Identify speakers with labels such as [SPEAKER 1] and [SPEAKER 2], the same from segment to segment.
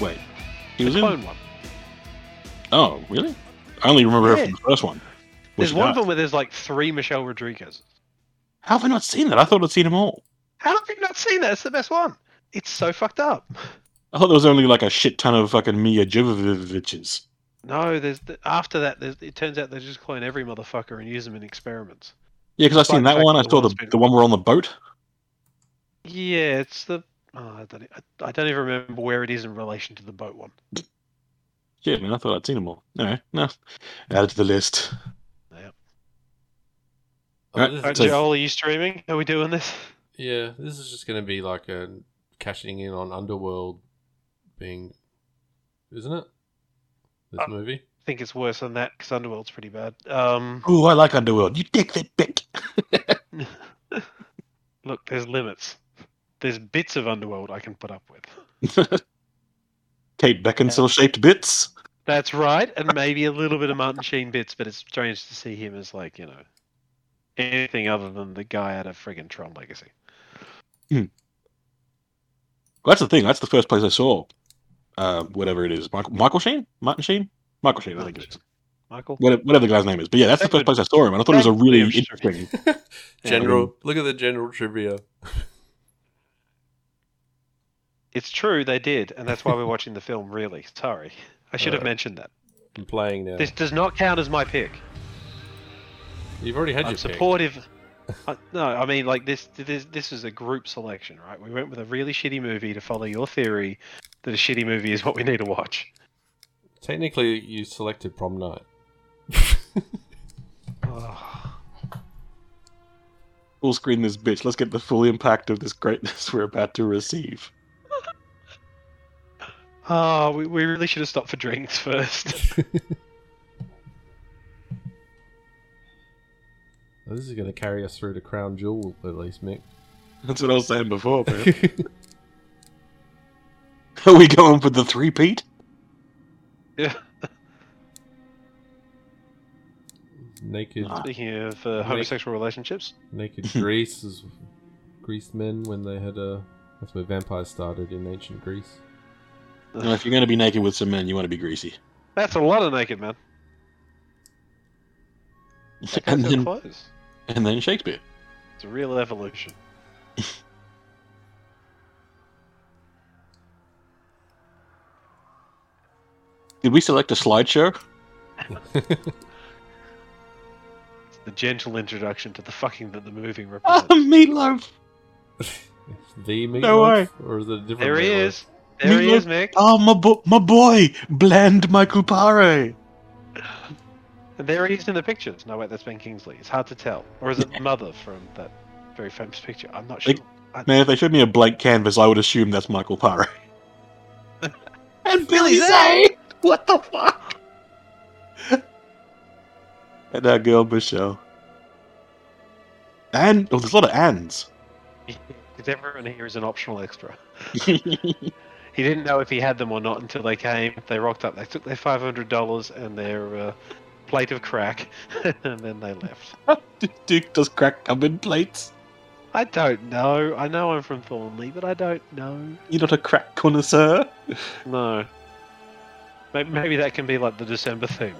[SPEAKER 1] Wait, he
[SPEAKER 2] The
[SPEAKER 1] was
[SPEAKER 2] clone
[SPEAKER 1] in.
[SPEAKER 2] one.
[SPEAKER 1] Oh, really? I only remember her
[SPEAKER 2] Yeah.
[SPEAKER 1] from the first one.
[SPEAKER 2] There's
[SPEAKER 1] Which
[SPEAKER 2] one
[SPEAKER 1] I-
[SPEAKER 2] of them where there's like three Michelle Rodriguez.
[SPEAKER 1] How have I not seen that? I thought I'd seen them all.
[SPEAKER 2] How have you not seen that? It's the best one. It's so fucked up.
[SPEAKER 1] I thought there was only like a shit ton of fucking Mia Jovoviches.
[SPEAKER 2] No, there's th- after that. There's, it turns out they just clone every motherfucker and use them in experiments.
[SPEAKER 1] Yeah, because I seen
[SPEAKER 2] Right,
[SPEAKER 1] that
[SPEAKER 2] back
[SPEAKER 1] one.
[SPEAKER 2] to
[SPEAKER 1] I
[SPEAKER 2] the
[SPEAKER 1] saw the
[SPEAKER 2] world's been-
[SPEAKER 1] the one where on the boat.
[SPEAKER 2] Yeah, it's the. Oh, I don't. e- I, I don't even remember where it is in relation to the boat one.
[SPEAKER 1] Yeah, man, I thought I'd seen them all. Anyway, no, added to the list.
[SPEAKER 3] Oh,
[SPEAKER 1] Right,
[SPEAKER 3] this
[SPEAKER 2] Alright,
[SPEAKER 3] is-
[SPEAKER 1] so-
[SPEAKER 2] Joel, are you streaming? Are we doing this?
[SPEAKER 3] yeah, this is just going to be like a cashing in on Underworld being, isn't it? This
[SPEAKER 2] Uh,
[SPEAKER 3] movie.
[SPEAKER 2] I think it's worse than that because Underworld's pretty bad. Um,
[SPEAKER 1] Ooh, I like Underworld. You take that back.
[SPEAKER 2] look, there's limits. There's bits of Underworld I can put up with.
[SPEAKER 1] Kate Beckinsale shaped bits.
[SPEAKER 2] That's right, and maybe a little bit of Martin Sheen bits, but it's strange to see him as like you know anything other than the guy out of friggin' Tron Legacy.
[SPEAKER 1] Well, that's the thing. That's the first place I saw. Uh, whatever it is, Michael, Michael Sheen, Martin Sheen, Michael Sheen. I think it is.
[SPEAKER 2] Michael.
[SPEAKER 1] Whatever, whatever the guy's name is. But yeah, that's the first place I saw him, and I thought it was a really
[SPEAKER 2] Thank you.
[SPEAKER 1] interesting.
[SPEAKER 2] Um,
[SPEAKER 3] general, look at the general trivia.
[SPEAKER 2] It's true, they did, and that's why we're watching the film. Really, sorry, I should have
[SPEAKER 3] Alright.
[SPEAKER 2] mentioned that.
[SPEAKER 3] I'm playing now.
[SPEAKER 2] This does not count as my pick.
[SPEAKER 3] You've already had
[SPEAKER 2] I'm
[SPEAKER 3] your pick.
[SPEAKER 2] supportive. I, no, I mean like this. This this is a group selection, right? We went with a really shitty movie to follow your theory that a shitty movie is what we need to watch.
[SPEAKER 3] Technically, you selected prom night.
[SPEAKER 2] Ugh.
[SPEAKER 1] Full screen this bitch. Let's get the full impact of this greatness we're about to receive.
[SPEAKER 2] Ah, we, we really should have stopped for drinks first.
[SPEAKER 3] Well, this is going to carry us through to crown jewel at least, Mick.
[SPEAKER 1] That's what I was saying before, man. Are we going for the three peat?
[SPEAKER 2] yeah.
[SPEAKER 3] naked,
[SPEAKER 1] Ah.
[SPEAKER 2] Speaking of uh, homosexual relationships,
[SPEAKER 3] naked Greece is Greece men when they had a. That's where vampires started in ancient Greece.
[SPEAKER 1] No, if you're going to be naked with some men, you want to be greasy.
[SPEAKER 2] that's a lot of naked man. That
[SPEAKER 1] and,
[SPEAKER 2] goes so
[SPEAKER 1] then,
[SPEAKER 2] close.
[SPEAKER 1] and then Shakespeare.
[SPEAKER 2] It's a real evolution.
[SPEAKER 1] Did we select a slideshow?
[SPEAKER 2] It's the gentle introduction to the fucking that the movie
[SPEAKER 1] Ah,
[SPEAKER 2] represents.
[SPEAKER 1] meatloaf!
[SPEAKER 3] The meatloaf,
[SPEAKER 1] way.
[SPEAKER 3] or is it a different?
[SPEAKER 2] there he
[SPEAKER 3] meatloaf?
[SPEAKER 2] is. There he
[SPEAKER 1] Meatloaf.
[SPEAKER 2] is, Mick.
[SPEAKER 1] Ah, my, bo- my boy! Bland Michael Pare!
[SPEAKER 2] And there he is in the pictures. No, wait, that's Ben Kingsley. It's hard to tell. Or is it Mother from that very famous picture? I'm not sure.
[SPEAKER 1] Like- Man, if they showed me a blank canvas, I would assume that's Michael Pare. and Billy Zane! What the fuck? and that girl, Michelle. And, oh, there's a lot of ands.
[SPEAKER 2] Because everyone here is an optional extra. He didn't know if he had them or not until they came. They rocked up. They took their $500 and their uh, plate of crack, and then they left.
[SPEAKER 1] Duke, does crack come in plates?
[SPEAKER 2] I don't know. I know I'm from Thornley, but I don't know.
[SPEAKER 1] You're not a crack connoisseur?
[SPEAKER 2] No. May- Maybe that can be like the December theme.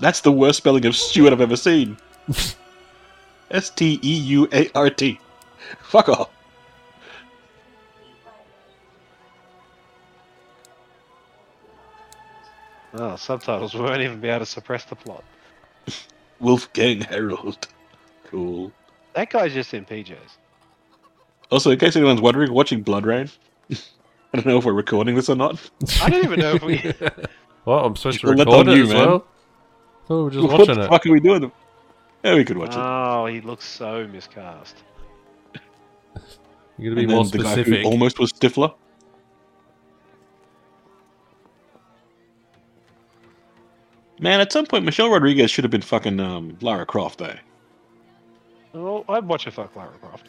[SPEAKER 1] That's the worst spelling of Stuart I've ever seen. S T E U A R T. Fuck off.
[SPEAKER 2] Oh, subtitles. We won't even be able to suppress the plot.
[SPEAKER 1] Wolfgang Harold. Cool.
[SPEAKER 2] That guy's just in PJs.
[SPEAKER 1] Also, in case anyone's wondering, watching Blood Rain. I don't know if we're recording this or not.
[SPEAKER 2] I don't even know if we.
[SPEAKER 3] Well, I'm supposed to
[SPEAKER 1] Well, that's
[SPEAKER 3] record
[SPEAKER 1] on
[SPEAKER 3] it
[SPEAKER 1] you,
[SPEAKER 3] as
[SPEAKER 1] man.
[SPEAKER 3] well. Oh, we're just
[SPEAKER 1] what
[SPEAKER 3] watching
[SPEAKER 1] the
[SPEAKER 3] it. Uh,
[SPEAKER 1] fuck are we doing? Yeah, we could watch it.
[SPEAKER 2] Oh, he looks so miscast.
[SPEAKER 3] You're gonna
[SPEAKER 1] And
[SPEAKER 3] be more
[SPEAKER 1] then the guy
[SPEAKER 3] specific.
[SPEAKER 1] who almost was Stifler. Man, at some point, Michelle Rodriguez should have been fucking um, Lara Croft, though.
[SPEAKER 2] Well, I'd watch a fuck Lara Croft.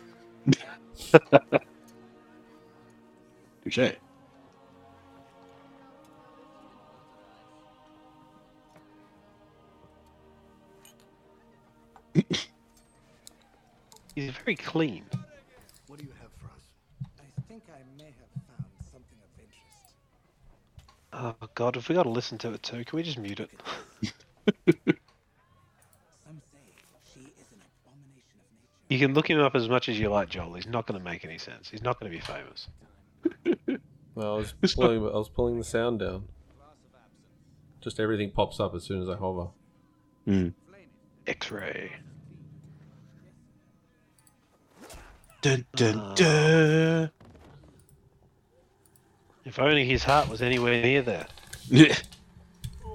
[SPEAKER 1] Touche.
[SPEAKER 2] He's very clean.
[SPEAKER 4] What do you have for us?
[SPEAKER 5] I think I may have found something of interest.
[SPEAKER 2] Oh god, if we got to listen to it too, can we just mute it?
[SPEAKER 4] Some say she is an abomination of nature.
[SPEAKER 2] You can look him up as much as you like, Joel. He's not going to make any sense. He's not going to be famous.
[SPEAKER 3] Well, I was
[SPEAKER 1] It's not-
[SPEAKER 3] pulling, I was pulling the sound down. Just everything pops up as soon as I hover.
[SPEAKER 1] Hmm.
[SPEAKER 2] X-ray.
[SPEAKER 1] Dun,
[SPEAKER 2] Ah.
[SPEAKER 1] dun, dun.
[SPEAKER 2] If only his heart was anywhere near there.
[SPEAKER 3] Uh.
[SPEAKER 1] Yeah.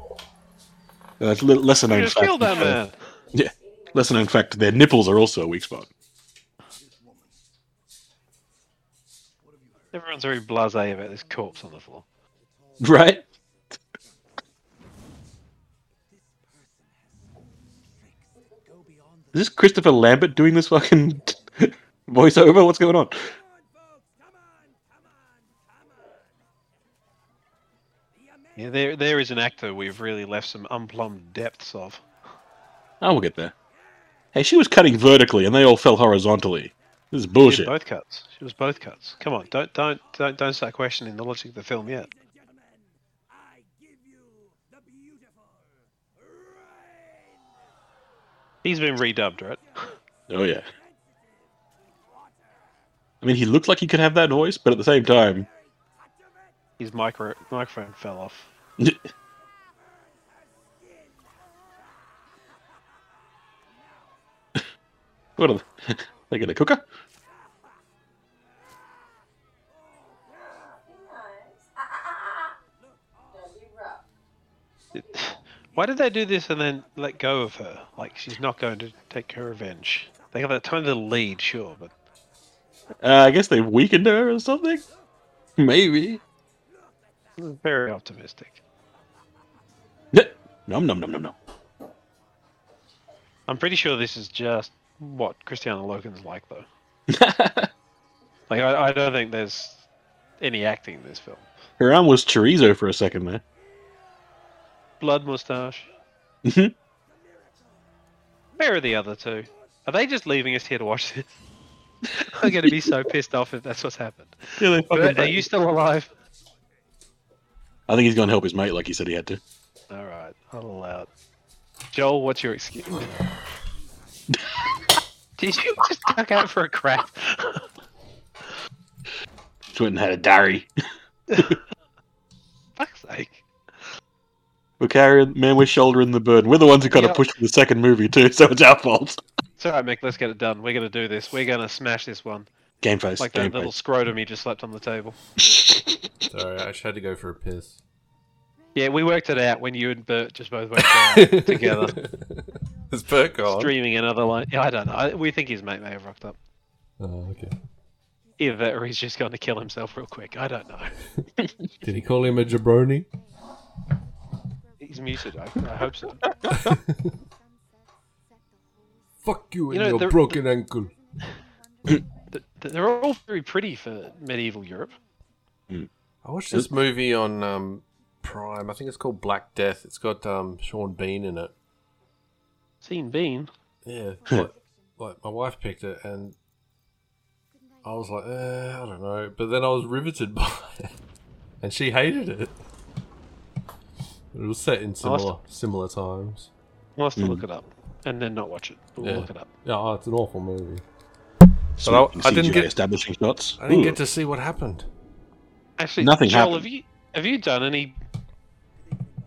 [SPEAKER 1] That's li- lesser
[SPEAKER 2] We
[SPEAKER 1] known
[SPEAKER 2] just
[SPEAKER 1] fact.
[SPEAKER 2] killed that man.
[SPEAKER 1] Yeah, lesser known fact. Their nipples are also a weak spot.
[SPEAKER 2] Everyone's very blasé about this corpse on the floor.
[SPEAKER 1] Right?
[SPEAKER 4] Go beyond the
[SPEAKER 1] Is this Christopher Lambert doing this fucking voiceover? What's going on?
[SPEAKER 4] Come on, folks. Come on, come on, come on. The amazing
[SPEAKER 2] Yeah, there, there is an actor we've really left some unplumbed depths of.
[SPEAKER 1] Oh, we'll get there. Hey, she was cutting vertically and they all fell horizontally. This is
[SPEAKER 2] She did
[SPEAKER 1] bullshit.
[SPEAKER 2] both cuts. She was both cuts. Come on, don't, don't, don't, don't start questioning the logic of the film yet.
[SPEAKER 4] gentlemen, I give you the beautiful rain.
[SPEAKER 2] He's been redubbed, right?
[SPEAKER 1] Oh, yeah. I mean, he looked like he could have that noise, but at the same time,
[SPEAKER 2] His micro microphone fell off.
[SPEAKER 1] what are they? they gonna cook her?
[SPEAKER 2] Why did they do this and then let go of her? Like she's not going to take her revenge. They got that tiny little lead, sure, but
[SPEAKER 1] Uh, I guess they weakened her or something? Maybe.
[SPEAKER 2] very optimistic.
[SPEAKER 1] Nom nom nom nom nom.
[SPEAKER 2] I'm pretty sure this is just what Christiana Logan's like, though. Like I, I don't think there's any acting in this film.
[SPEAKER 1] Her arm was chorizo for a second there.
[SPEAKER 2] Blood mustache.
[SPEAKER 1] Mhm.
[SPEAKER 2] Where are the other two? Are they just leaving us here to watch this? I'm going to be so pissed off if that's what's happened.
[SPEAKER 1] Yeah, they fucking
[SPEAKER 2] Bert, are you still alive?
[SPEAKER 1] I think he's gonna help his mate like he said he had to.
[SPEAKER 2] All right, I'll allow it. Joel, what's your excuse? Did you just duck out for a crap?
[SPEAKER 1] Just went and had a diary.
[SPEAKER 2] Fuck's sake.
[SPEAKER 1] We're carrying, man, we're shouldering the burden. We're the ones who got to
[SPEAKER 2] Yeah.
[SPEAKER 1] push the second movie too, so it's our fault.
[SPEAKER 2] It's all right, Mick. Let's get it done. We're going to do this. We're going to smash this one.
[SPEAKER 1] Game face,
[SPEAKER 2] Like
[SPEAKER 1] game
[SPEAKER 2] that little scrotum you just slapped on the table.
[SPEAKER 1] face.
[SPEAKER 3] Sorry, I just had to go for a piss.
[SPEAKER 2] Yeah, we worked it out when you and Bert just both went down together.
[SPEAKER 3] Is Bert gone?
[SPEAKER 2] Streaming another line. Yeah, I don't know. I, we think his mate may have rocked up.
[SPEAKER 3] Oh, okay.
[SPEAKER 2] Either that or he's just going to kill himself real quick. I don't know.
[SPEAKER 3] Did he call him a jabroni?
[SPEAKER 2] He's muted. I, I hope so.
[SPEAKER 3] Fuck you
[SPEAKER 2] You
[SPEAKER 3] and
[SPEAKER 2] know,
[SPEAKER 3] your
[SPEAKER 2] there-
[SPEAKER 3] broken ankle.
[SPEAKER 2] Th- th- They're all very pretty for medieval Europe.
[SPEAKER 3] I watched this movie on um, Prime. I think it's called Black Death. It's got um, Sean Bean in it.
[SPEAKER 2] Seen Bean.
[SPEAKER 3] Yeah, like, like my wife picked it, and I was like, eh, I don't know. But then I was riveted by it, and she hated it. It was set in similar similar times.
[SPEAKER 2] We'll have to
[SPEAKER 1] Mm.
[SPEAKER 2] look it up and then not watch it. But we'll
[SPEAKER 3] Yeah.
[SPEAKER 2] look it up.
[SPEAKER 3] Yeah, oh, it's an awful movie.
[SPEAKER 1] So
[SPEAKER 3] But I- I didn't get-
[SPEAKER 1] establishing shots.
[SPEAKER 3] I didn't
[SPEAKER 1] Ooh.
[SPEAKER 3] get to see what happened.
[SPEAKER 2] Actually,
[SPEAKER 1] Nothing
[SPEAKER 2] Joel,
[SPEAKER 1] happened.
[SPEAKER 2] have you have you done any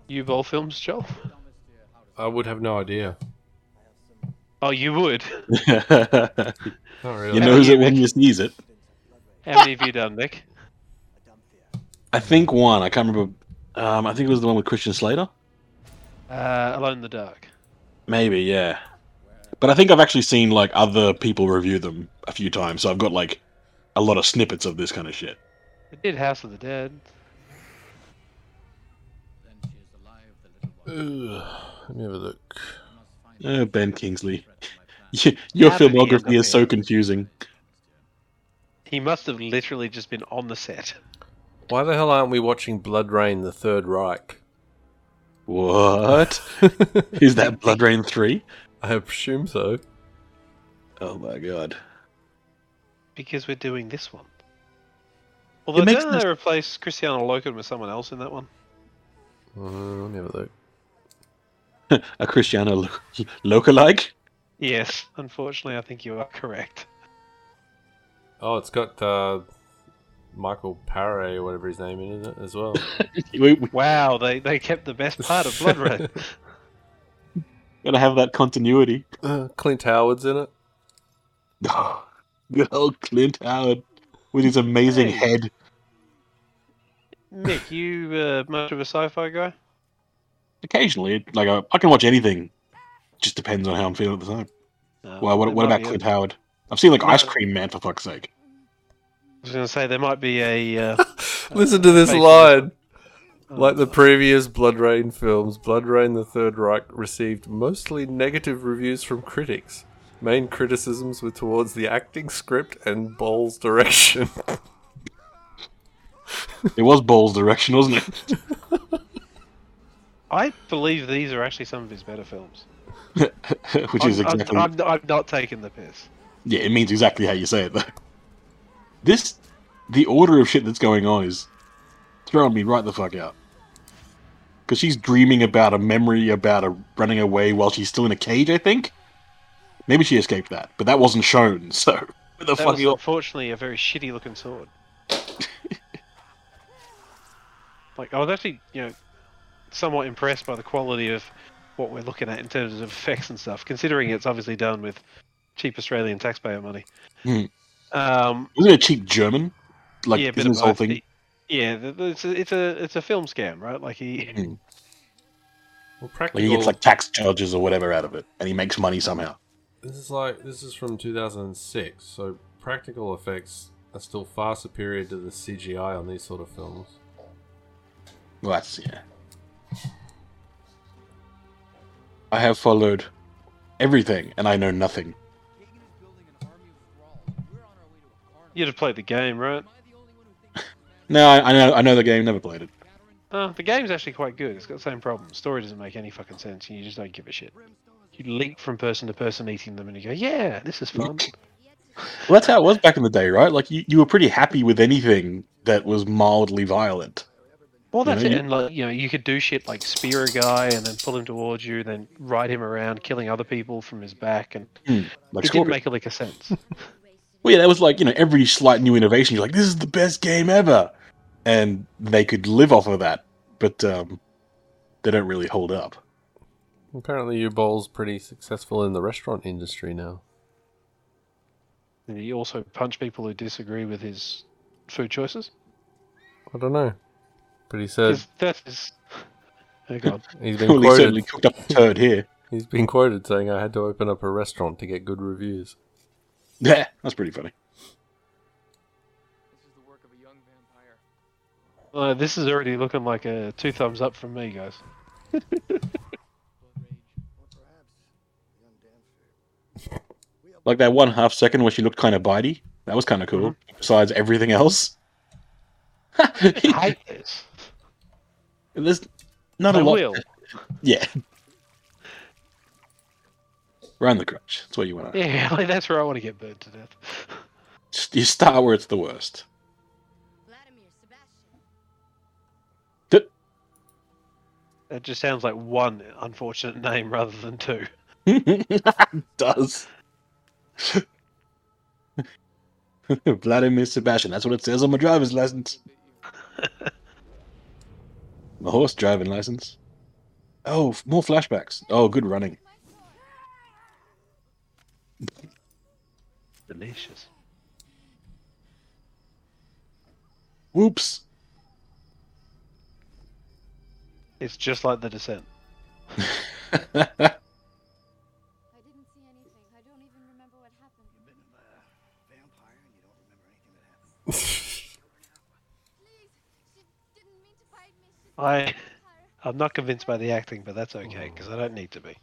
[SPEAKER 2] U ball films, Joel?
[SPEAKER 3] I would have no idea.
[SPEAKER 2] Oh, you would.
[SPEAKER 3] Not really.
[SPEAKER 1] you
[SPEAKER 2] know-
[SPEAKER 1] nose it when you sneeze it.
[SPEAKER 2] How many have you done, Mick?
[SPEAKER 1] I think one. I can't remember. Um, I think it was the one with Christian Slater.
[SPEAKER 2] Uh, Alone in the Dark.
[SPEAKER 1] Maybe, yeah. But I think I've actually seen like other people review them a few times, so I've got like a lot of snippets of this kind of shit.
[SPEAKER 2] I did House of the Dead.
[SPEAKER 4] Then she is alive, the little one.
[SPEAKER 3] Ugh, let me have a look.
[SPEAKER 4] must find
[SPEAKER 1] Oh, Ben Kingsley.
[SPEAKER 4] the threat of my plan.
[SPEAKER 1] Y- Your
[SPEAKER 2] How did he end up
[SPEAKER 1] filmography is so
[SPEAKER 2] here?
[SPEAKER 1] confusing.
[SPEAKER 2] He must have literally just been on the set.
[SPEAKER 3] Why the hell aren't we watching Blood Rain: The Third Reich?
[SPEAKER 1] What? Is that Blood Rain 3?
[SPEAKER 3] I presume so.
[SPEAKER 1] Oh my god.
[SPEAKER 2] Because we're doing this one. Although
[SPEAKER 1] makes
[SPEAKER 2] didn't they replace Cristiano Logan with someone else in that one?
[SPEAKER 3] Uh, let me have a look.
[SPEAKER 1] A Cristiano lo- lookalike?
[SPEAKER 2] Yes, unfortunately, I think you are correct.
[SPEAKER 3] Oh, it's got uh, Michael Paré or whatever his name is in it as well.
[SPEAKER 1] We, we're
[SPEAKER 2] Wow, they, they kept the best part of Blood Red.
[SPEAKER 1] gonna have that continuity.
[SPEAKER 3] Uh, Clint Howard's in it.
[SPEAKER 1] Good old Clint Howard with his amazing
[SPEAKER 2] Hey.
[SPEAKER 1] head.
[SPEAKER 2] Nick, you uh, much of a sci-fi guy?
[SPEAKER 1] Occasionally, it- like uh, I, I can watch anything. Just depends on how I'm feeling at the time.
[SPEAKER 2] No,
[SPEAKER 1] Well, what,
[SPEAKER 2] there
[SPEAKER 1] what
[SPEAKER 2] might
[SPEAKER 1] about
[SPEAKER 2] be a-
[SPEAKER 1] Clint Howard? I've seen like
[SPEAKER 2] Uh, No.
[SPEAKER 1] Ice Cream Man for fuck's sake.
[SPEAKER 2] I was going to say there might be a. Uh,
[SPEAKER 3] Listen to this
[SPEAKER 2] Basically.
[SPEAKER 3] line. Like the previous Blood Rain films, Blood Rain the Third Reich received mostly negative reviews from critics. Main criticisms were towards the acting script and Ball's direction.
[SPEAKER 1] It was Ball's direction, wasn't it?
[SPEAKER 2] I believe these are actually some of his better films.
[SPEAKER 1] Which is
[SPEAKER 2] I'm- I'm-
[SPEAKER 1] exactly
[SPEAKER 2] I'm, I'm not taking the piss.
[SPEAKER 1] yeah. It means exactly how you say it though. This, the order of shit that's going on is throwing me right the fuck out. Because she's dreaming about a memory about a running away while she's still in a cage. I think. Maybe she escaped that, but that wasn't shown. So where the
[SPEAKER 2] That
[SPEAKER 1] fuck
[SPEAKER 2] was
[SPEAKER 1] you
[SPEAKER 2] unfortunately a very shitty looking sword. like I was actually, you know, somewhat impressed by the quality of what we're looking at in terms of effects and stuff, considering it's obviously done with cheap Australian taxpayer money.
[SPEAKER 1] Hmm.
[SPEAKER 2] Um,
[SPEAKER 1] Wasn't it a cheap German? Like
[SPEAKER 2] yeah, a bit
[SPEAKER 1] isn't
[SPEAKER 2] of
[SPEAKER 1] this whole
[SPEAKER 2] both.
[SPEAKER 1] thing?
[SPEAKER 2] Yeah, th- th- it's a, it's a it's a film scam, right? Like he,
[SPEAKER 1] Hmm.
[SPEAKER 3] Well,
[SPEAKER 1] Like he
[SPEAKER 3] practical.
[SPEAKER 1] gets like tax charges or whatever out of it, and he makes money somehow.
[SPEAKER 3] this is like this is from 2006, so practical effects are still far superior to the CGI on these sort of films.
[SPEAKER 1] Well, that's yeah. I have followed everything, and I know nothing.
[SPEAKER 4] Kagan is building an army of thralls. We're on our way to a carnival.
[SPEAKER 2] you'd have played the game, right?
[SPEAKER 4] Am I the only one who thinks this matter-
[SPEAKER 1] No, I, I know I know the game. Never played it.
[SPEAKER 4] mattering?
[SPEAKER 2] Uh, the game's actually quite good. It's got the same problem. Story doesn't make any fucking sense, and you just don't give a shit.
[SPEAKER 4] Brimstone is
[SPEAKER 2] You leap from person to person eating them, and you go, "Yeah, this is fun."
[SPEAKER 1] Well, that's how it was back in the day, right? Like you, you were pretty happy with anything that was mildly violent.
[SPEAKER 2] Well,
[SPEAKER 1] You
[SPEAKER 2] that's
[SPEAKER 1] know,
[SPEAKER 2] it.
[SPEAKER 1] you-
[SPEAKER 2] And like, you know, you could do shit like spear a guy and then pull him towards you, then ride him around, killing other people from his back, and
[SPEAKER 1] Like
[SPEAKER 2] Hmm. it didn't
[SPEAKER 1] Scorpion.
[SPEAKER 2] make a lick of sense.
[SPEAKER 1] Well, yeah, that was like you know every slight new innovation. You're like, this is the best game ever, and they could live off of that, but um, they don't really hold up.
[SPEAKER 3] Apparently, your ball's pretty successful in the restaurant industry now.
[SPEAKER 2] and he also punch people who disagree with his food choices.
[SPEAKER 3] I don't know, but he
[SPEAKER 1] Uh,
[SPEAKER 3] said
[SPEAKER 2] 'Cause That is. Oh god.
[SPEAKER 3] he's been
[SPEAKER 1] Well, he
[SPEAKER 3] quoted.
[SPEAKER 1] certainly cooked up a turd here.
[SPEAKER 3] He's been quoted saying, "I had to open up a restaurant to get good reviews."
[SPEAKER 1] Yeah, that's pretty funny.
[SPEAKER 4] This is the work of a young vampire.
[SPEAKER 2] Uh, this is already looking like a two thumbs up from me, guys.
[SPEAKER 4] Blood rage.
[SPEAKER 5] Or perhaps young Danfield.
[SPEAKER 1] Like that one half second where she looked kind of bitey. That was kind of cool. Besides everything else,
[SPEAKER 2] I hate this.
[SPEAKER 1] there's not
[SPEAKER 2] I
[SPEAKER 1] a lot.
[SPEAKER 2] will.
[SPEAKER 1] Yeah, round the crutch. That's where you want to.
[SPEAKER 2] Yeah, like, that's where I want to get burned to death.
[SPEAKER 1] You start where it's the worst.
[SPEAKER 6] Vladimir, Sebastian.
[SPEAKER 2] That just sounds like one unfortunate name rather than two.
[SPEAKER 1] does. Vladimir Sebastian. That's what it says on my driver's license. my horse driving license. Oh, f- more flashbacks. Oh, good running.
[SPEAKER 2] Delicious.
[SPEAKER 1] Whoops.
[SPEAKER 2] It's just like the descent.
[SPEAKER 6] I didn't see anything. I don't even remember what happened.
[SPEAKER 4] You've bitten by a vampire and you don't remember anything that happened.
[SPEAKER 6] Please, she didn't mean to bite me. She
[SPEAKER 2] I,
[SPEAKER 6] her.
[SPEAKER 2] I'm not convinced by the acting, but that's okay
[SPEAKER 1] Oh.
[SPEAKER 2] because I don't need to be.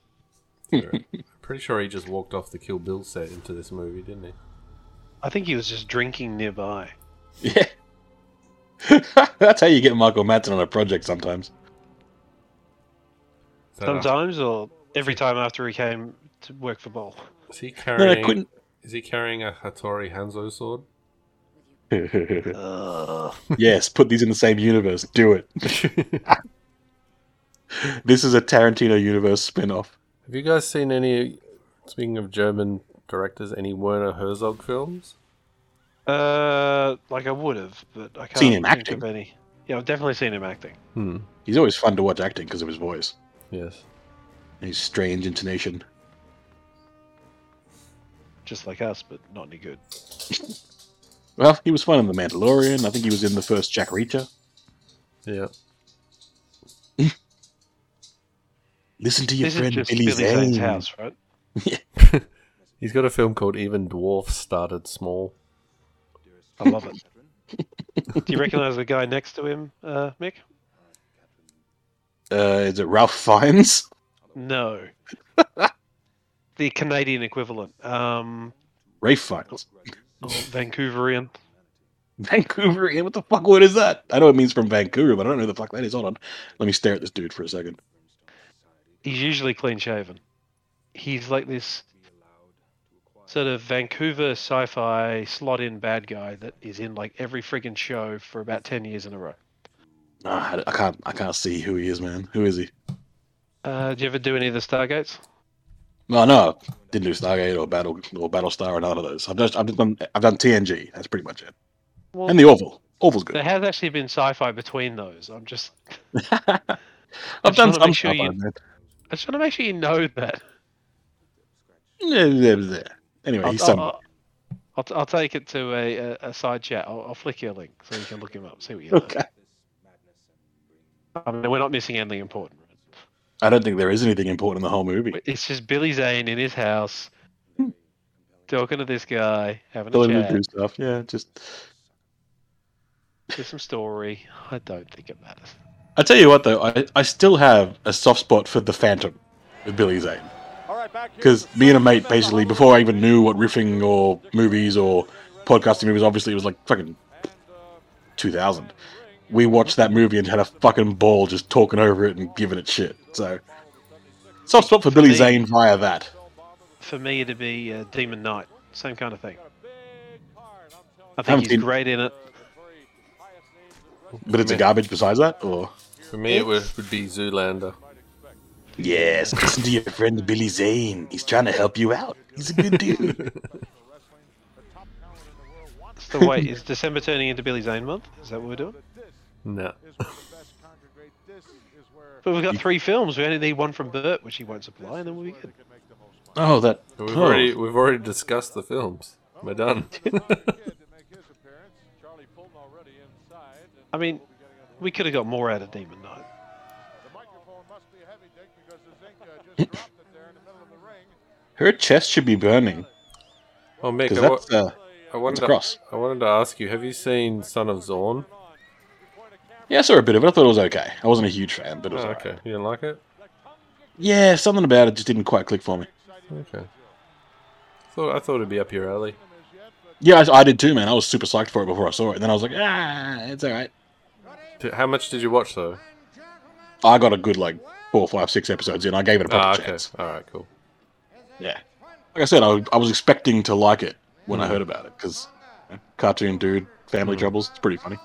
[SPEAKER 3] Pretty sure he just walked off the Kill Bill set into this movie, didn't he?
[SPEAKER 2] I think he was just drinking nearby.
[SPEAKER 1] Yeah. That's how you get Michael Madsen on a project sometimes. Uh.
[SPEAKER 3] Is that a-
[SPEAKER 2] Sometimes, or every time after he came to work for Ball.
[SPEAKER 3] is he
[SPEAKER 1] No, I
[SPEAKER 3] carrying?
[SPEAKER 1] couldn't.
[SPEAKER 3] Is he carrying a Hattori Hanzo sword?
[SPEAKER 2] Ugh.
[SPEAKER 1] yes, put these in the same universe. Do it. This is a Tarantino universe spin-off.
[SPEAKER 3] Have you guys seen any? Speaking of German directors, any Werner Herzog films?
[SPEAKER 2] Uh, like I would have, but I can't
[SPEAKER 1] Seen him
[SPEAKER 2] think
[SPEAKER 1] acting.
[SPEAKER 2] of any. Yeah, I've definitely seen him acting.
[SPEAKER 3] Hmm.
[SPEAKER 1] He's always fun to watch acting because of his voice
[SPEAKER 3] Yes.
[SPEAKER 1] and his strange intonation.
[SPEAKER 2] Just like us, but not any good.
[SPEAKER 1] Well, he was fun in The Mandalorian. I think he was in the first Jack Reacher.
[SPEAKER 3] Yeah.
[SPEAKER 1] Listen to your
[SPEAKER 2] this
[SPEAKER 1] friend
[SPEAKER 2] is just
[SPEAKER 1] Billy, Zane.
[SPEAKER 2] Zane's house, right?
[SPEAKER 3] He's got a film called Even Dwarfs Started Small.
[SPEAKER 2] I love it. Do you recognize the guy next to him, uh, Mick?
[SPEAKER 1] Uh, is it Ralph Fiennes?
[SPEAKER 2] No. the Canadian equivalent, um,
[SPEAKER 1] Rafe Fiennes.
[SPEAKER 2] oh, Vancouverian.
[SPEAKER 1] Vancouver. What the fuck word is that? I know it means from Vancouver, but I don't know who the fuck that is. Hold on. Let me stare at this dude for a second.
[SPEAKER 2] He's usually clean shaven. He's like this sort of Vancouver sci-fi slot-in bad guy that is in like every friggin' show for about ten years in a row.
[SPEAKER 1] Ah, I- I can't. I can't see who he is, man. Who is he?
[SPEAKER 2] Uh, do you ever do any of the Stargates?
[SPEAKER 1] No, no. Didn't do Stargate or Battle or Battlestar or none of those. I've just, I've just done, I've done TNG. That's pretty much it.
[SPEAKER 2] Well,
[SPEAKER 1] And the Orville. Orville's good.
[SPEAKER 2] there has actually been sci-fi between those. I'm just,
[SPEAKER 1] I've
[SPEAKER 2] just wanna
[SPEAKER 1] done
[SPEAKER 2] make
[SPEAKER 1] some
[SPEAKER 2] sure
[SPEAKER 1] stuff.
[SPEAKER 2] you-
[SPEAKER 1] on that.
[SPEAKER 2] I just want to make sure you know that.
[SPEAKER 1] Yeah, yeah, yeah. Anyway,
[SPEAKER 2] I'll,
[SPEAKER 1] he's some.
[SPEAKER 2] I'll, I'll, I'll take it to a, a, a side chat. I'll, I'll flick you a link so you can look him up, see what you know.
[SPEAKER 1] Okay.
[SPEAKER 2] I mean, we're not missing anything important.
[SPEAKER 1] I don't think there is anything important in the whole movie.
[SPEAKER 2] It's just Billy Zane in his house, talking to this guy, having
[SPEAKER 1] Telling
[SPEAKER 2] a
[SPEAKER 1] him
[SPEAKER 2] chat.
[SPEAKER 1] to do stuff. Yeah, just.
[SPEAKER 2] There's some story. I don't think it matters.
[SPEAKER 1] I tell you what, though, I, I still have a soft spot for the Phantom with Billy Zane. Because me and a mate, basically, before I even knew what riffing or movies or podcasting movies, obviously it was like fucking 2000. We watched that movie and had a fucking ball just talking over it and giving it shit. So, soft spot for Billy
[SPEAKER 2] me-
[SPEAKER 1] Zane via that.
[SPEAKER 2] For me, it'd be uh, Demon Knight, same kind of thing. I think
[SPEAKER 1] Haven't
[SPEAKER 2] he's
[SPEAKER 1] seen-
[SPEAKER 2] great in it.
[SPEAKER 1] But it's a garbage besides that, or?
[SPEAKER 3] For me, it would, would be Zoolander.
[SPEAKER 1] Yes, listen to your friend Billy Zane. He's trying to help you out. He's a good dude.
[SPEAKER 2] So wait, is December turning into Billy Zane month? Is that what we're doing?
[SPEAKER 3] No.
[SPEAKER 2] But we've got three films. We only need one from Bert, which he won't supply, and then we'll be good.
[SPEAKER 1] oh, that.
[SPEAKER 3] We've
[SPEAKER 1] oh.
[SPEAKER 3] already we've already discussed the films. We're done.
[SPEAKER 2] I mean, we could have got more out of Demon Knight.
[SPEAKER 1] Her chest should be burning.
[SPEAKER 3] oh, Mick,
[SPEAKER 1] Because
[SPEAKER 3] I, wa-
[SPEAKER 1] that's. Uh,
[SPEAKER 3] I wanted
[SPEAKER 1] it's
[SPEAKER 3] to,
[SPEAKER 1] a cross.
[SPEAKER 3] I wanted to ask you: Have you seen Son of Zorn?
[SPEAKER 1] Yeah, I saw a bit of it. I thought it was okay. I wasn't a huge fan, but it
[SPEAKER 3] Oh,
[SPEAKER 1] was
[SPEAKER 3] okay,
[SPEAKER 1] okay.
[SPEAKER 3] you didn't like it.
[SPEAKER 1] Yeah, something about it just didn't quite click for me.
[SPEAKER 3] Okay. Thought I thought it'd be up your alley.
[SPEAKER 1] Yeah, I, I did too, man. I was super psyched for it before I saw it, and then I was like, ah, it's all right.
[SPEAKER 3] T- How much did you watch though?
[SPEAKER 1] I got a good like four, five, six episodes in. I gave it a proper
[SPEAKER 3] Ah, okay.
[SPEAKER 1] chance.
[SPEAKER 3] All right, cool.
[SPEAKER 1] Yeah, like I said, I, I was expecting to like it when I
[SPEAKER 2] Hmm.
[SPEAKER 1] heard about it because cartoon dude, family troubles. It's pretty funny,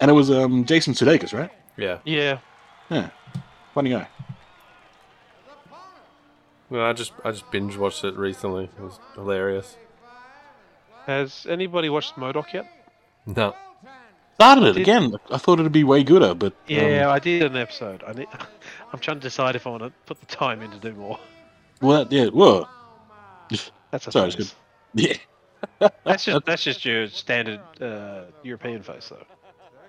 [SPEAKER 1] and it was um Jason Sudeikis, right?
[SPEAKER 3] Yeah.
[SPEAKER 2] Yeah,
[SPEAKER 1] Yeah, funny guy.
[SPEAKER 3] No, I just I just binge watched it recently. It was hilarious.
[SPEAKER 2] Has anybody watched Modoc yet?
[SPEAKER 3] No.
[SPEAKER 1] Started it
[SPEAKER 2] Did-
[SPEAKER 1] again. I thought it'd be way gooder, but um,
[SPEAKER 2] Yeah, I did an episode. I need, I'm trying to decide if I want to put the time in to do more.
[SPEAKER 1] well, that, yeah, whoa,
[SPEAKER 2] That's a
[SPEAKER 1] Sorry, it's
[SPEAKER 2] face.
[SPEAKER 1] yeah,
[SPEAKER 2] That's just that's just your standard uh, European face, though.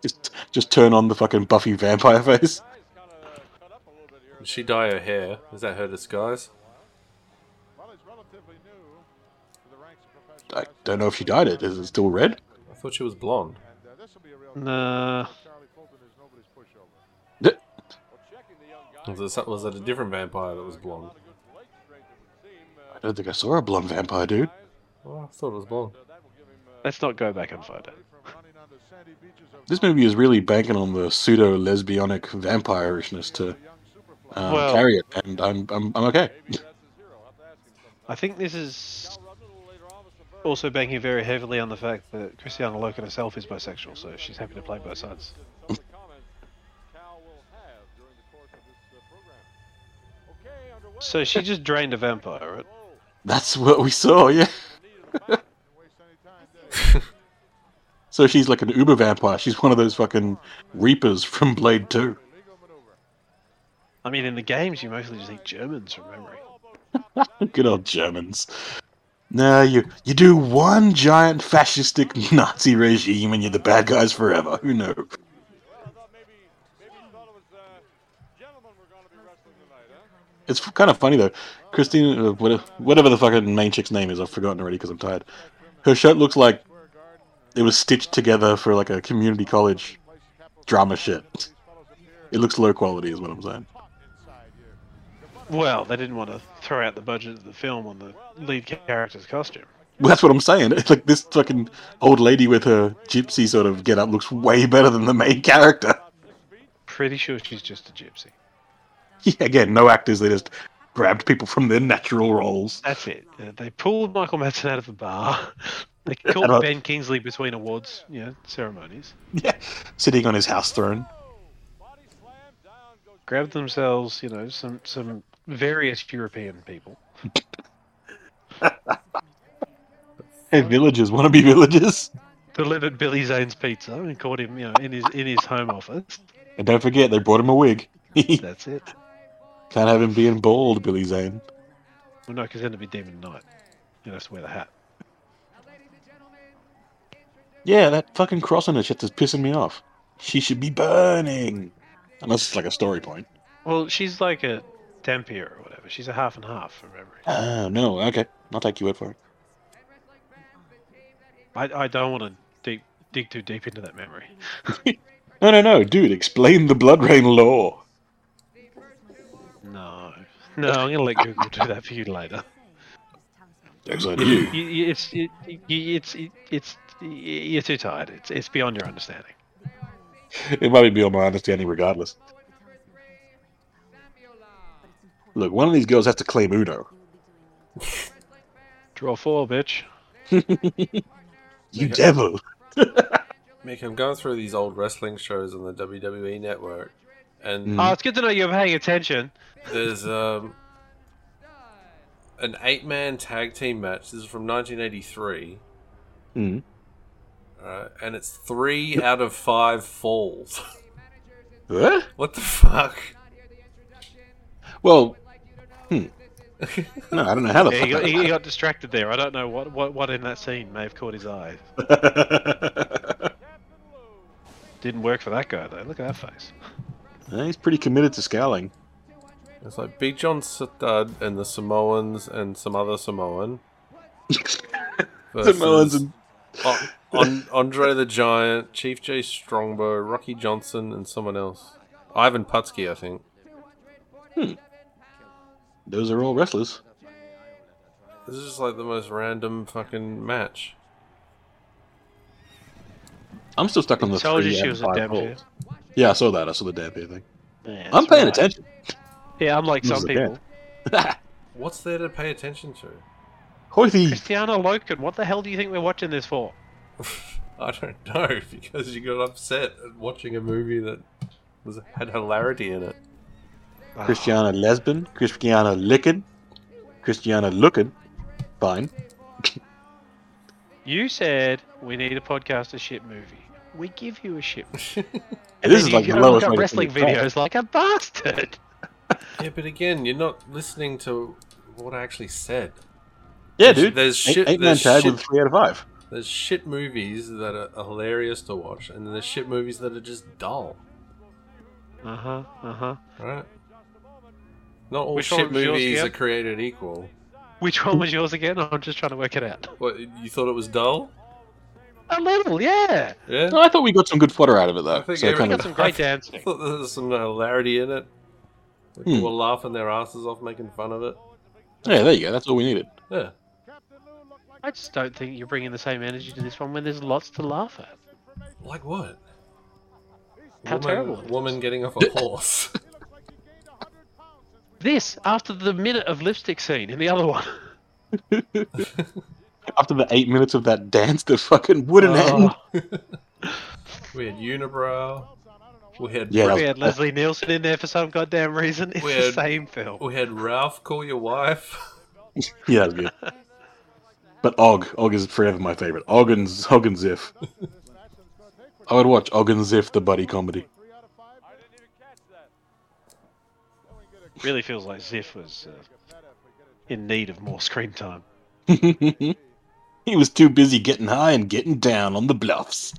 [SPEAKER 1] just just turn on the fucking Buffy vampire face.
[SPEAKER 3] Did she dye her hair? Is that her disguise?
[SPEAKER 1] I don't know if she dyed it. Is it still red?
[SPEAKER 3] I thought she was blonde.
[SPEAKER 2] Nah,
[SPEAKER 3] Was it, some- was it a different vampire that was blonde?
[SPEAKER 1] I don't think I saw a blonde vampire dude.
[SPEAKER 3] Oh, I thought it was blonde.
[SPEAKER 2] let's not go back and find it.
[SPEAKER 1] This movie is really banking on the pseudo lesbionic vampirishness to um,
[SPEAKER 2] Well-
[SPEAKER 1] carry it, and I'm I'm, I'm okay.
[SPEAKER 2] I think this is also banking very heavily on the fact that Christiana Loken herself is bisexual, so she's happy to play both sides. So she just drained a vampire, right?
[SPEAKER 1] That's what we saw, yeah. So she's like an uber vampire. She's one of those fucking reapers from Blade 2.
[SPEAKER 2] I mean, in the games, you mostly just eat Germans from memory.
[SPEAKER 1] Good old Germans. No, you you do one giant fascistic Nazi regime and you're the bad guys forever. Who knows? It's kind of funny though. Christine, uh, whatever, whatever the fucking main chick's name is, I've forgotten already because I'm tired. Her shirt looks like it was stitched together for like a community college drama shit. It looks low quality, is what I'm saying.
[SPEAKER 2] Well, they didn't want to throw out the budget of the film on the lead character's costume.
[SPEAKER 1] Well, that's what I'm saying. It's like this fucking old lady with her gypsy sort of get up looks way better than the main character.
[SPEAKER 2] Pretty sure she's just a gypsy.
[SPEAKER 1] Yeah, again, no actors. They just grabbed people from their natural roles.
[SPEAKER 2] That's it. Uh, they pulled Michael Madsen out of the bar. They
[SPEAKER 1] And I-
[SPEAKER 2] caught Ben Kingsley between awards, you know, ceremonies.
[SPEAKER 1] Yeah, sitting on his house throne.
[SPEAKER 2] Grabbed themselves, you know, some some various European people.
[SPEAKER 1] Hey, villagers want to be villagers.
[SPEAKER 2] Delivered Billy Zane's pizza and caught him, you know, in his in his home office.
[SPEAKER 1] And don't forget, they brought him a wig. Can't
[SPEAKER 2] That's it.
[SPEAKER 1] have him being bald, Billy Zane.
[SPEAKER 2] Well, no, because then it'd be Demon Knight. You know, to wear the hat.
[SPEAKER 1] Yeah, that fucking cross on her shit is pissing me off. She should be burning. Unless it's like a story point.
[SPEAKER 2] Well, she's like a Dampier or whatever. She's a half and half from memory.
[SPEAKER 1] Oh, no. Okay. I'll take your word for it.
[SPEAKER 2] I, I don't want to deep, dig too deep into that memory.
[SPEAKER 1] No, no, no. Dude, explain the Blood Rain lore.
[SPEAKER 2] No. No, I'm going to let Google do that for you later.
[SPEAKER 1] Jokes on you.
[SPEAKER 2] You, you, it's, you, you, it's, it, it's, you're too tired. It's, it's beyond your understanding.
[SPEAKER 1] It might be on my understanding regardless. Look, one of these girls has to claim Uno.
[SPEAKER 2] Draw four, bitch.
[SPEAKER 1] You devil.
[SPEAKER 3] Mick, I'm going through these old wrestling shows on the WWE network, and
[SPEAKER 1] Mm.
[SPEAKER 2] Oh, it's good to know you're paying attention.
[SPEAKER 3] there's um, an eight-man tag team match. This is from 1983,
[SPEAKER 2] Hmm.
[SPEAKER 1] Mm.
[SPEAKER 3] uh, and it's three out of five falls.
[SPEAKER 1] Huh?
[SPEAKER 3] what the fuck?
[SPEAKER 1] Well, hmm. No, I don't know how the
[SPEAKER 2] Yeah,
[SPEAKER 1] fuck.
[SPEAKER 2] he, got,
[SPEAKER 1] that-
[SPEAKER 2] he got distracted there. I don't know what, what, what in that scene may have caught his eye. Didn't work for that guy, though. Look at that face.
[SPEAKER 1] Yeah, He's pretty committed to scowling.
[SPEAKER 3] It's like Big John Studd and the Samoans and some other Samoan.
[SPEAKER 1] Samoans and-
[SPEAKER 3] O- An- Andre the Giant, Chief J Strongbow, Rocky Johnson, and someone else. Ivan Putski, I think.
[SPEAKER 1] Those are all wrestlers.
[SPEAKER 3] This is just like the most random fucking match.
[SPEAKER 1] I'm still stuck on the
[SPEAKER 2] Told you
[SPEAKER 1] three
[SPEAKER 2] she
[SPEAKER 1] out of
[SPEAKER 2] was a
[SPEAKER 1] five
[SPEAKER 2] Dampier.
[SPEAKER 1] balls. Yeah, I saw that. I saw the Dampier thing.
[SPEAKER 2] Yeah,
[SPEAKER 1] I'm
[SPEAKER 2] that's
[SPEAKER 1] paying
[SPEAKER 2] right.
[SPEAKER 1] attention.
[SPEAKER 2] Yeah, unlike
[SPEAKER 1] This
[SPEAKER 2] some
[SPEAKER 1] is a
[SPEAKER 2] people.
[SPEAKER 3] What's there to pay attention to?
[SPEAKER 1] Hoity.
[SPEAKER 2] Christiana Loken, what the hell do you think we're watching this for?
[SPEAKER 3] I don't know because you got upset at watching a movie that was had hilarity in it.
[SPEAKER 2] Ah.
[SPEAKER 1] Christiana lesbian. Christiana licking. Christiana looking. Fine.
[SPEAKER 2] You said we need a podcast a shit movie. We give you a shit. movie.
[SPEAKER 1] And this
[SPEAKER 2] Then
[SPEAKER 1] is like
[SPEAKER 2] you
[SPEAKER 1] the
[SPEAKER 2] go look
[SPEAKER 1] lowest
[SPEAKER 2] up
[SPEAKER 1] rated
[SPEAKER 2] wrestling
[SPEAKER 1] thing I've
[SPEAKER 2] videos like a bastard.
[SPEAKER 3] Yeah, but again, you're not listening to what I actually said.
[SPEAKER 1] tried. Yeah, dude.
[SPEAKER 3] There's
[SPEAKER 1] Eight-
[SPEAKER 3] shit.
[SPEAKER 1] eight man
[SPEAKER 3] there's
[SPEAKER 1] tag
[SPEAKER 3] shit
[SPEAKER 1] with three out of five.
[SPEAKER 3] There's shit movies that are hilarious to watch, and then there's shit movies that are just dull,
[SPEAKER 2] Uh huh. Uh huh.
[SPEAKER 3] right? Not all
[SPEAKER 2] Which
[SPEAKER 3] shit
[SPEAKER 2] one was yours
[SPEAKER 3] movies
[SPEAKER 2] again?
[SPEAKER 3] are created equal.
[SPEAKER 2] Which one was yours again? I'm just trying to work it out.
[SPEAKER 3] What you thought it was dull?
[SPEAKER 2] A little, yeah.
[SPEAKER 3] Yeah.
[SPEAKER 1] No, I thought we got some good fodder out of it
[SPEAKER 3] I
[SPEAKER 1] though.
[SPEAKER 3] think
[SPEAKER 1] So it
[SPEAKER 3] every-
[SPEAKER 1] kind
[SPEAKER 2] Got
[SPEAKER 1] of
[SPEAKER 2] some great dancing.
[SPEAKER 3] thought there was some hilarity in it. Like,
[SPEAKER 1] Hmm.
[SPEAKER 3] People were laughing their asses off, making fun of it.
[SPEAKER 1] yeah, there you go. That's all we needed.
[SPEAKER 3] Yeah.
[SPEAKER 2] I just don't think you're bringing the same energy to this one when there's lots to laugh at.
[SPEAKER 3] Like what?
[SPEAKER 2] How
[SPEAKER 3] woman,
[SPEAKER 2] terrible it is.
[SPEAKER 3] Woman getting off a horse.
[SPEAKER 2] This after the minute of lipstick scene in the other one.
[SPEAKER 1] After the eight minutes of
[SPEAKER 3] Oh.
[SPEAKER 1] that dance, the fucking wouldn't end.
[SPEAKER 2] Oh,
[SPEAKER 3] we had unibrow. We had
[SPEAKER 1] Yeah, that
[SPEAKER 2] We had Leslie Nielsen in there for some goddamn reason. It's
[SPEAKER 3] We
[SPEAKER 2] the
[SPEAKER 3] had-
[SPEAKER 2] same film.
[SPEAKER 3] we had Ralph call your wife.
[SPEAKER 1] Yeah, that'd be good. But Og, Og is forever my favorite. Og and, Og and Ziff. I would watch Og and Ziff, the buddy comedy.
[SPEAKER 2] really feels like Ziff was uh, in need of more screen time.
[SPEAKER 1] he was too busy getting high and getting down on the bluffs.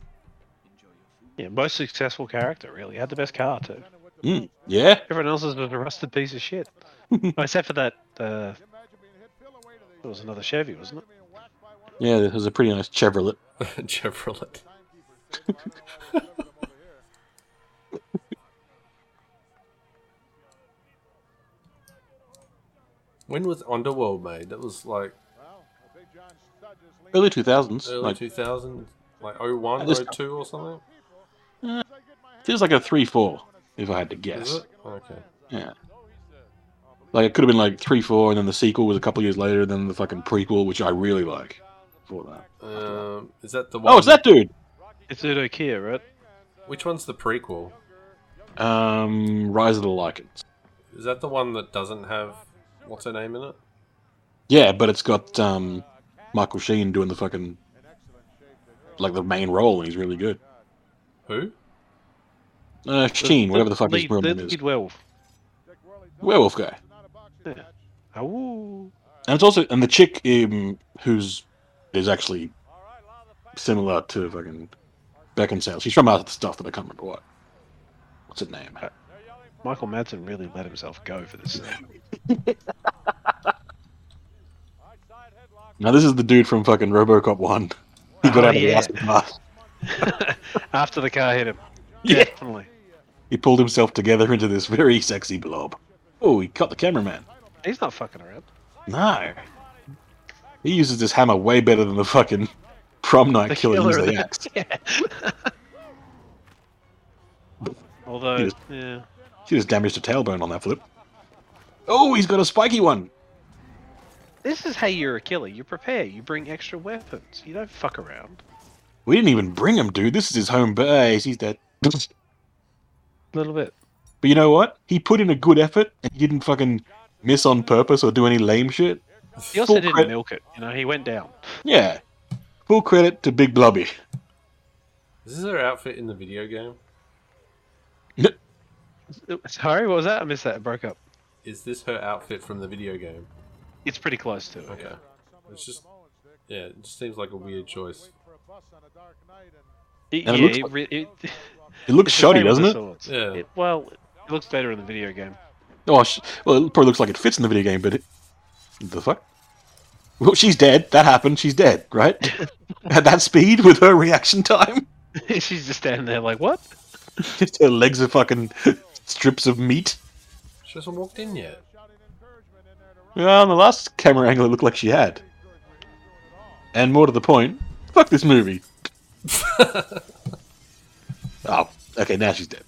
[SPEAKER 2] Yeah, most successful character, really. Had the best car, too.
[SPEAKER 1] Mm, yeah,
[SPEAKER 2] Everyone else is a rusted piece of shit. Oh, Except for that, uh, it was another Chevy, wasn't it?
[SPEAKER 1] yeah. It was a pretty nice Chevrolet.
[SPEAKER 3] Chevrolet. when was Underworld made? That was like
[SPEAKER 1] Early two thousands.
[SPEAKER 3] early
[SPEAKER 1] Like,
[SPEAKER 3] 2000, like 01,
[SPEAKER 1] This-
[SPEAKER 3] 02 or something?
[SPEAKER 1] feels like a three four, if I had to
[SPEAKER 3] Is
[SPEAKER 1] guess.
[SPEAKER 3] it? Okay.
[SPEAKER 1] Yeah. Like it could have been like three four, and then the sequel was a couple years later, then the fucking prequel, which I really like. For that.
[SPEAKER 3] Um, is that the one?
[SPEAKER 1] Oh, it's that dude.
[SPEAKER 2] It's Udo Kier, right?
[SPEAKER 3] Which one's the prequel?
[SPEAKER 1] Um, Rise of the Lycans.
[SPEAKER 3] Is that the one that doesn't have what's her name in it?
[SPEAKER 1] Yeah, but it's got um, Michael Sheen doing the fucking like the main role, and he's really good.
[SPEAKER 3] Who?
[SPEAKER 1] Uh, Sheen, whatever the fuck his
[SPEAKER 2] lead,
[SPEAKER 1] real
[SPEAKER 2] the
[SPEAKER 1] name is,
[SPEAKER 2] lead werewolf.
[SPEAKER 1] werewolf guy.
[SPEAKER 2] Awoo.
[SPEAKER 1] And it's also and the chick um, who's is actually similar to fucking Beckinsale. She's from other stuff that I can't remember what. What's her name?
[SPEAKER 2] Michael Madsen really let himself go for this thing.
[SPEAKER 1] Now this is the dude from fucking RoboCop one. He got
[SPEAKER 2] Oh,
[SPEAKER 1] out of the
[SPEAKER 2] yeah.
[SPEAKER 1] acid bath.
[SPEAKER 2] After the car hit him.
[SPEAKER 1] Yeah.
[SPEAKER 2] Definitely.
[SPEAKER 1] He pulled himself together into this very sexy blob. Oh, he cut the cameraman.
[SPEAKER 2] He's not fucking around.
[SPEAKER 1] No. He uses this hammer way better than the fucking prom night
[SPEAKER 2] The
[SPEAKER 1] killer, uses
[SPEAKER 2] killer.
[SPEAKER 1] the axe. He
[SPEAKER 2] Although,
[SPEAKER 1] was-
[SPEAKER 2] yeah.
[SPEAKER 1] She just damaged her tailbone on that flip. Oh, he's got a spiky one.
[SPEAKER 2] This is how you're a killer. You prepare. You bring extra weapons. You don't fuck around.
[SPEAKER 1] We didn't even bring him, dude. This is his home base. He's dead. but
[SPEAKER 2] A little bit.
[SPEAKER 1] you know what? He put in a good effort and he didn't fucking miss on purpose or do any lame shit.
[SPEAKER 2] He also
[SPEAKER 1] Full
[SPEAKER 2] didn't
[SPEAKER 1] credit-
[SPEAKER 2] milk it. You know, he went down.
[SPEAKER 1] Yeah. Full credit to Big Blobby.
[SPEAKER 3] Is this her outfit in the video game?
[SPEAKER 2] Sorry, what was that? I missed that. It broke up.
[SPEAKER 3] Is this her outfit from the video game?
[SPEAKER 2] It's pretty close to it.
[SPEAKER 3] Okay. It's just yeah, it just seems like a weird choice.
[SPEAKER 2] It-
[SPEAKER 1] And it
[SPEAKER 2] yeah,
[SPEAKER 1] looks
[SPEAKER 2] it
[SPEAKER 1] like-
[SPEAKER 2] re- it-
[SPEAKER 1] It looks
[SPEAKER 2] it's the
[SPEAKER 1] shoddy,
[SPEAKER 2] same with
[SPEAKER 1] doesn't
[SPEAKER 2] the
[SPEAKER 1] it?
[SPEAKER 2] swords.
[SPEAKER 3] Yeah.
[SPEAKER 2] It- Well, it looks better in the video game.
[SPEAKER 1] Oh, sh- well, it probably looks like it fits in the video game, but it- the fuck? Well, she's dead. That happened. She's dead, right? At that speed with her reaction time,
[SPEAKER 2] She's just standing there like, what?
[SPEAKER 1] just her legs are fucking strips of meat.
[SPEAKER 3] She hasn't walked in yet.
[SPEAKER 1] Well, on the last camera angle, it looked like she had. And more to the point, fuck this movie. oh, okay, now she's dead.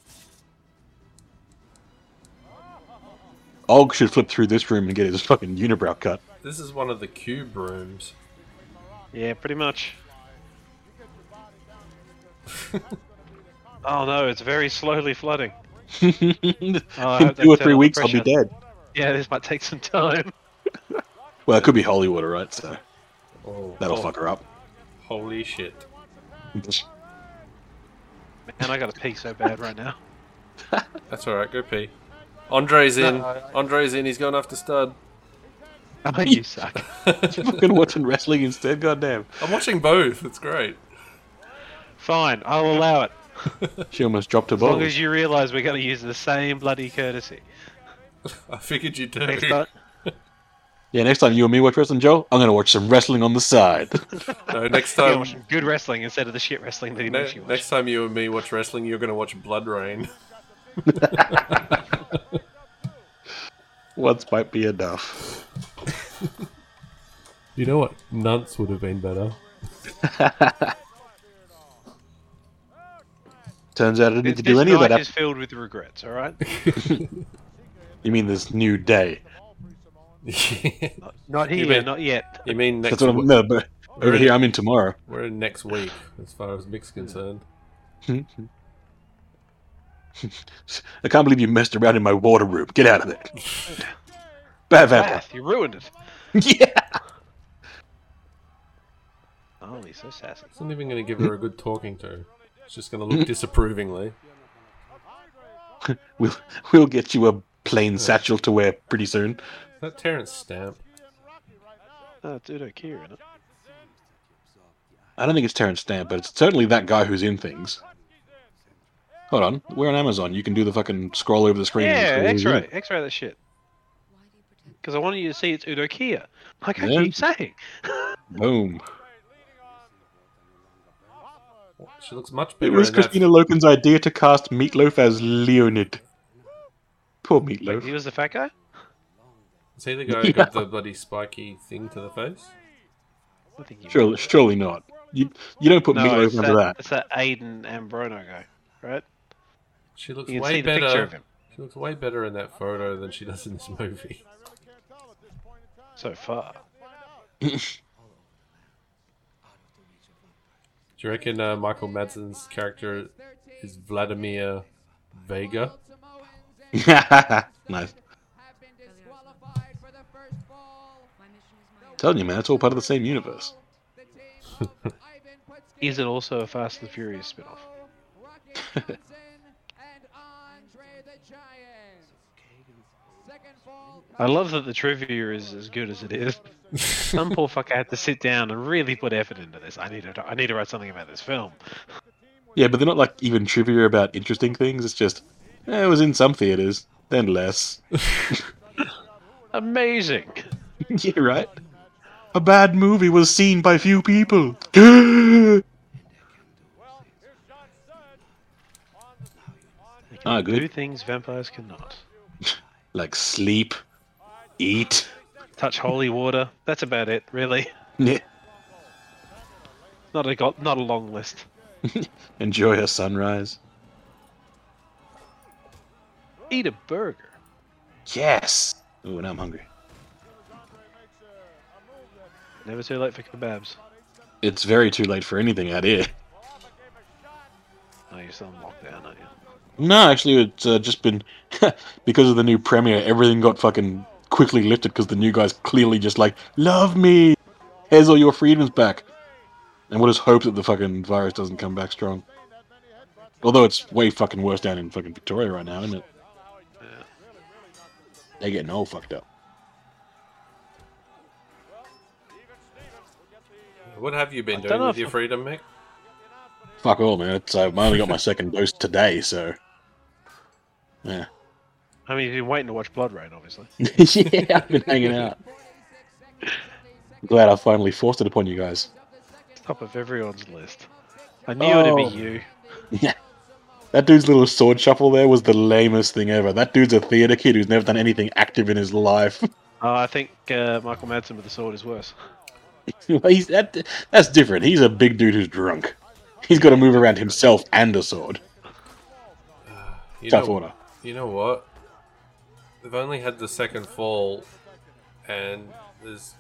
[SPEAKER 1] Og should flip through this room and get his fucking unibrow cut.
[SPEAKER 3] This is one of the cube rooms.
[SPEAKER 2] Yeah, pretty much. oh no, it's very slowly flooding. Oh, I
[SPEAKER 1] In
[SPEAKER 2] hope they
[SPEAKER 1] two or three
[SPEAKER 2] turn up the
[SPEAKER 1] weeks, I'll be
[SPEAKER 2] pressure.
[SPEAKER 1] dead.
[SPEAKER 2] Yeah, this might take some time.
[SPEAKER 1] Well, it could be holy water, right? So
[SPEAKER 3] Oh,
[SPEAKER 1] that'll
[SPEAKER 3] oh,
[SPEAKER 1] fuck her up.
[SPEAKER 3] Holy shit!
[SPEAKER 2] Man, I gotta pee so bad right now.
[SPEAKER 3] That's all right. Go pee. Andre's in.
[SPEAKER 2] No, I-
[SPEAKER 3] Andre's in. He's gone after stud.
[SPEAKER 2] Oh, you suck.
[SPEAKER 1] fucking watching wrestling instead, goddamn.
[SPEAKER 3] I'm watching both. It's great.
[SPEAKER 2] Fine, I'll allow it.
[SPEAKER 1] She almost dropped her
[SPEAKER 2] As long
[SPEAKER 1] ball.
[SPEAKER 2] as you realise we're gonna use the same bloody courtesy.
[SPEAKER 3] I figured you'd do.
[SPEAKER 2] Next time,
[SPEAKER 1] Yeah, next time you and me watch wrestling, Joel, I'm gonna watch some wrestling on the side.
[SPEAKER 3] No, next
[SPEAKER 2] you're gonna
[SPEAKER 3] time.
[SPEAKER 2] watch some good wrestling instead of the shit wrestling that he
[SPEAKER 3] ne-
[SPEAKER 2] makes you watch.
[SPEAKER 3] next time you and me watch wrestling, you're gonna watch Blood Rain.
[SPEAKER 1] Once might be enough.
[SPEAKER 3] You know what? Nunts would have been better.
[SPEAKER 1] Turns out I didn't need
[SPEAKER 2] This,
[SPEAKER 1] to do any of
[SPEAKER 2] night
[SPEAKER 1] that.
[SPEAKER 2] is filled with regrets. All right,
[SPEAKER 1] You mean this new day?
[SPEAKER 3] you
[SPEAKER 2] not here,
[SPEAKER 3] mean-
[SPEAKER 2] not yet.
[SPEAKER 3] You mean next?
[SPEAKER 1] That's what I'm.
[SPEAKER 3] week?
[SPEAKER 1] No, but over here I'm in tomorrow.
[SPEAKER 3] We're in next week, as far as Mick's concerned.
[SPEAKER 1] I can't believe you messed around in my water room. Get out of there. Bad vampire.
[SPEAKER 2] Bath, you ruined it.
[SPEAKER 1] yeah.
[SPEAKER 2] Oh, he's so sassy.
[SPEAKER 3] It's not even going to give her a good talking to. It's just going to look disapprovingly.
[SPEAKER 1] We'll we'll get you a plain satchel to wear pretty soon.
[SPEAKER 3] Is that Terrence Stamp?
[SPEAKER 2] Oh, dude, I care in it.
[SPEAKER 1] I don't think it's Terrence Stamp, but it's certainly that guy who's in things. Hold on, we're on Amazon. You can do the fucking scroll over the screen. and
[SPEAKER 2] Yeah,
[SPEAKER 1] scroll over
[SPEAKER 2] X-ray,
[SPEAKER 1] it.
[SPEAKER 2] X-ray that shit.
[SPEAKER 6] Why do you protect
[SPEAKER 2] Because I wanted you to see it's Udo Kier. Like I
[SPEAKER 1] Yeah.
[SPEAKER 2] keep saying.
[SPEAKER 1] Boom.
[SPEAKER 3] She looks much
[SPEAKER 1] It
[SPEAKER 3] better.
[SPEAKER 1] was
[SPEAKER 3] in that-
[SPEAKER 1] Christina Loken's idea to cast Meatloaf as Leonid. Poor
[SPEAKER 2] Like, he
[SPEAKER 1] Meatloaf.
[SPEAKER 2] was the fat guy.
[SPEAKER 3] Is he the guy who got the bloody spiky thing to the face?
[SPEAKER 2] I think he was.
[SPEAKER 1] Surely, surely not. You you don't put
[SPEAKER 2] No, it's
[SPEAKER 1] Meatloaf under that.
[SPEAKER 2] It's that Aiden Ambrono guy, right?
[SPEAKER 3] She looks
[SPEAKER 2] You can see
[SPEAKER 3] way
[SPEAKER 2] the picture
[SPEAKER 3] better.
[SPEAKER 2] of him.
[SPEAKER 3] She looks way better in that photo than she does in this movie.
[SPEAKER 2] So far,
[SPEAKER 3] Do you reckon uh, Michael Madsen's character is Vladimir Vega?
[SPEAKER 1] nice.
[SPEAKER 6] My mission is my own.
[SPEAKER 1] Telling you, man, it's all part of the same universe.
[SPEAKER 2] is it also a Fast and the Furious spin-off? I love that the trivia is as good as it is. Some poor fucker had to sit down and really put effort into this. I need to, I need to write something about this film.
[SPEAKER 1] Yeah, but they're not like even trivia about interesting things. It's just eh, it was in some theaters, then less.
[SPEAKER 2] Amazing.
[SPEAKER 1] yeah, right. A bad movie was seen by few people. ah,
[SPEAKER 2] Do
[SPEAKER 1] Ah, good.
[SPEAKER 2] things vampires cannot.
[SPEAKER 1] Like sleep, eat.
[SPEAKER 2] Touch holy water. That's about it, really.
[SPEAKER 1] Yeah.
[SPEAKER 2] Not a got, not a long list.
[SPEAKER 1] Enjoy a sunrise.
[SPEAKER 2] Eat a burger.
[SPEAKER 1] Yes. Ooh, and I'm hungry.
[SPEAKER 2] Never too late for kebabs.
[SPEAKER 1] It's very too late for anything out here.
[SPEAKER 2] No, Oh, you're still in lockdown, aren't you?
[SPEAKER 1] No, actually, it's uh, just been because of the new premiere. Everything got fucking quickly lifted because the new guy's clearly just like, "Love me, here's all your freedoms back," and we'll just hope that the fucking virus doesn't come back strong. Although it's way fucking worse down in fucking Victoria right now, isn't it? They're getting all fucked up.
[SPEAKER 3] What have you been
[SPEAKER 2] I don't
[SPEAKER 3] doing
[SPEAKER 2] know
[SPEAKER 3] with
[SPEAKER 2] if-
[SPEAKER 3] your freedom, Mick?
[SPEAKER 1] Fuck all, man. It's, uh, I only got my second dose today, so yeah,
[SPEAKER 2] I mean, you've been waiting to watch Blood Rain, obviously.
[SPEAKER 1] yeah. I've been hanging out. Glad I finally forced it upon you guys.
[SPEAKER 2] Top of everyone's list. I knew it'd
[SPEAKER 1] Oh.
[SPEAKER 2] be you.
[SPEAKER 1] That dude's little sword shuffle there was the lamest thing ever. That dude's a theater kid who's never done anything active in his life.
[SPEAKER 2] Uh, I think uh, Michael Madsen with the sword is worse.
[SPEAKER 1] He's, that, that's different. He's a big dude who's drunk. He's got to move around himself and a sword.
[SPEAKER 3] You
[SPEAKER 1] Tough
[SPEAKER 3] know,
[SPEAKER 1] order.
[SPEAKER 3] You know what? They've only had the second fall, and there's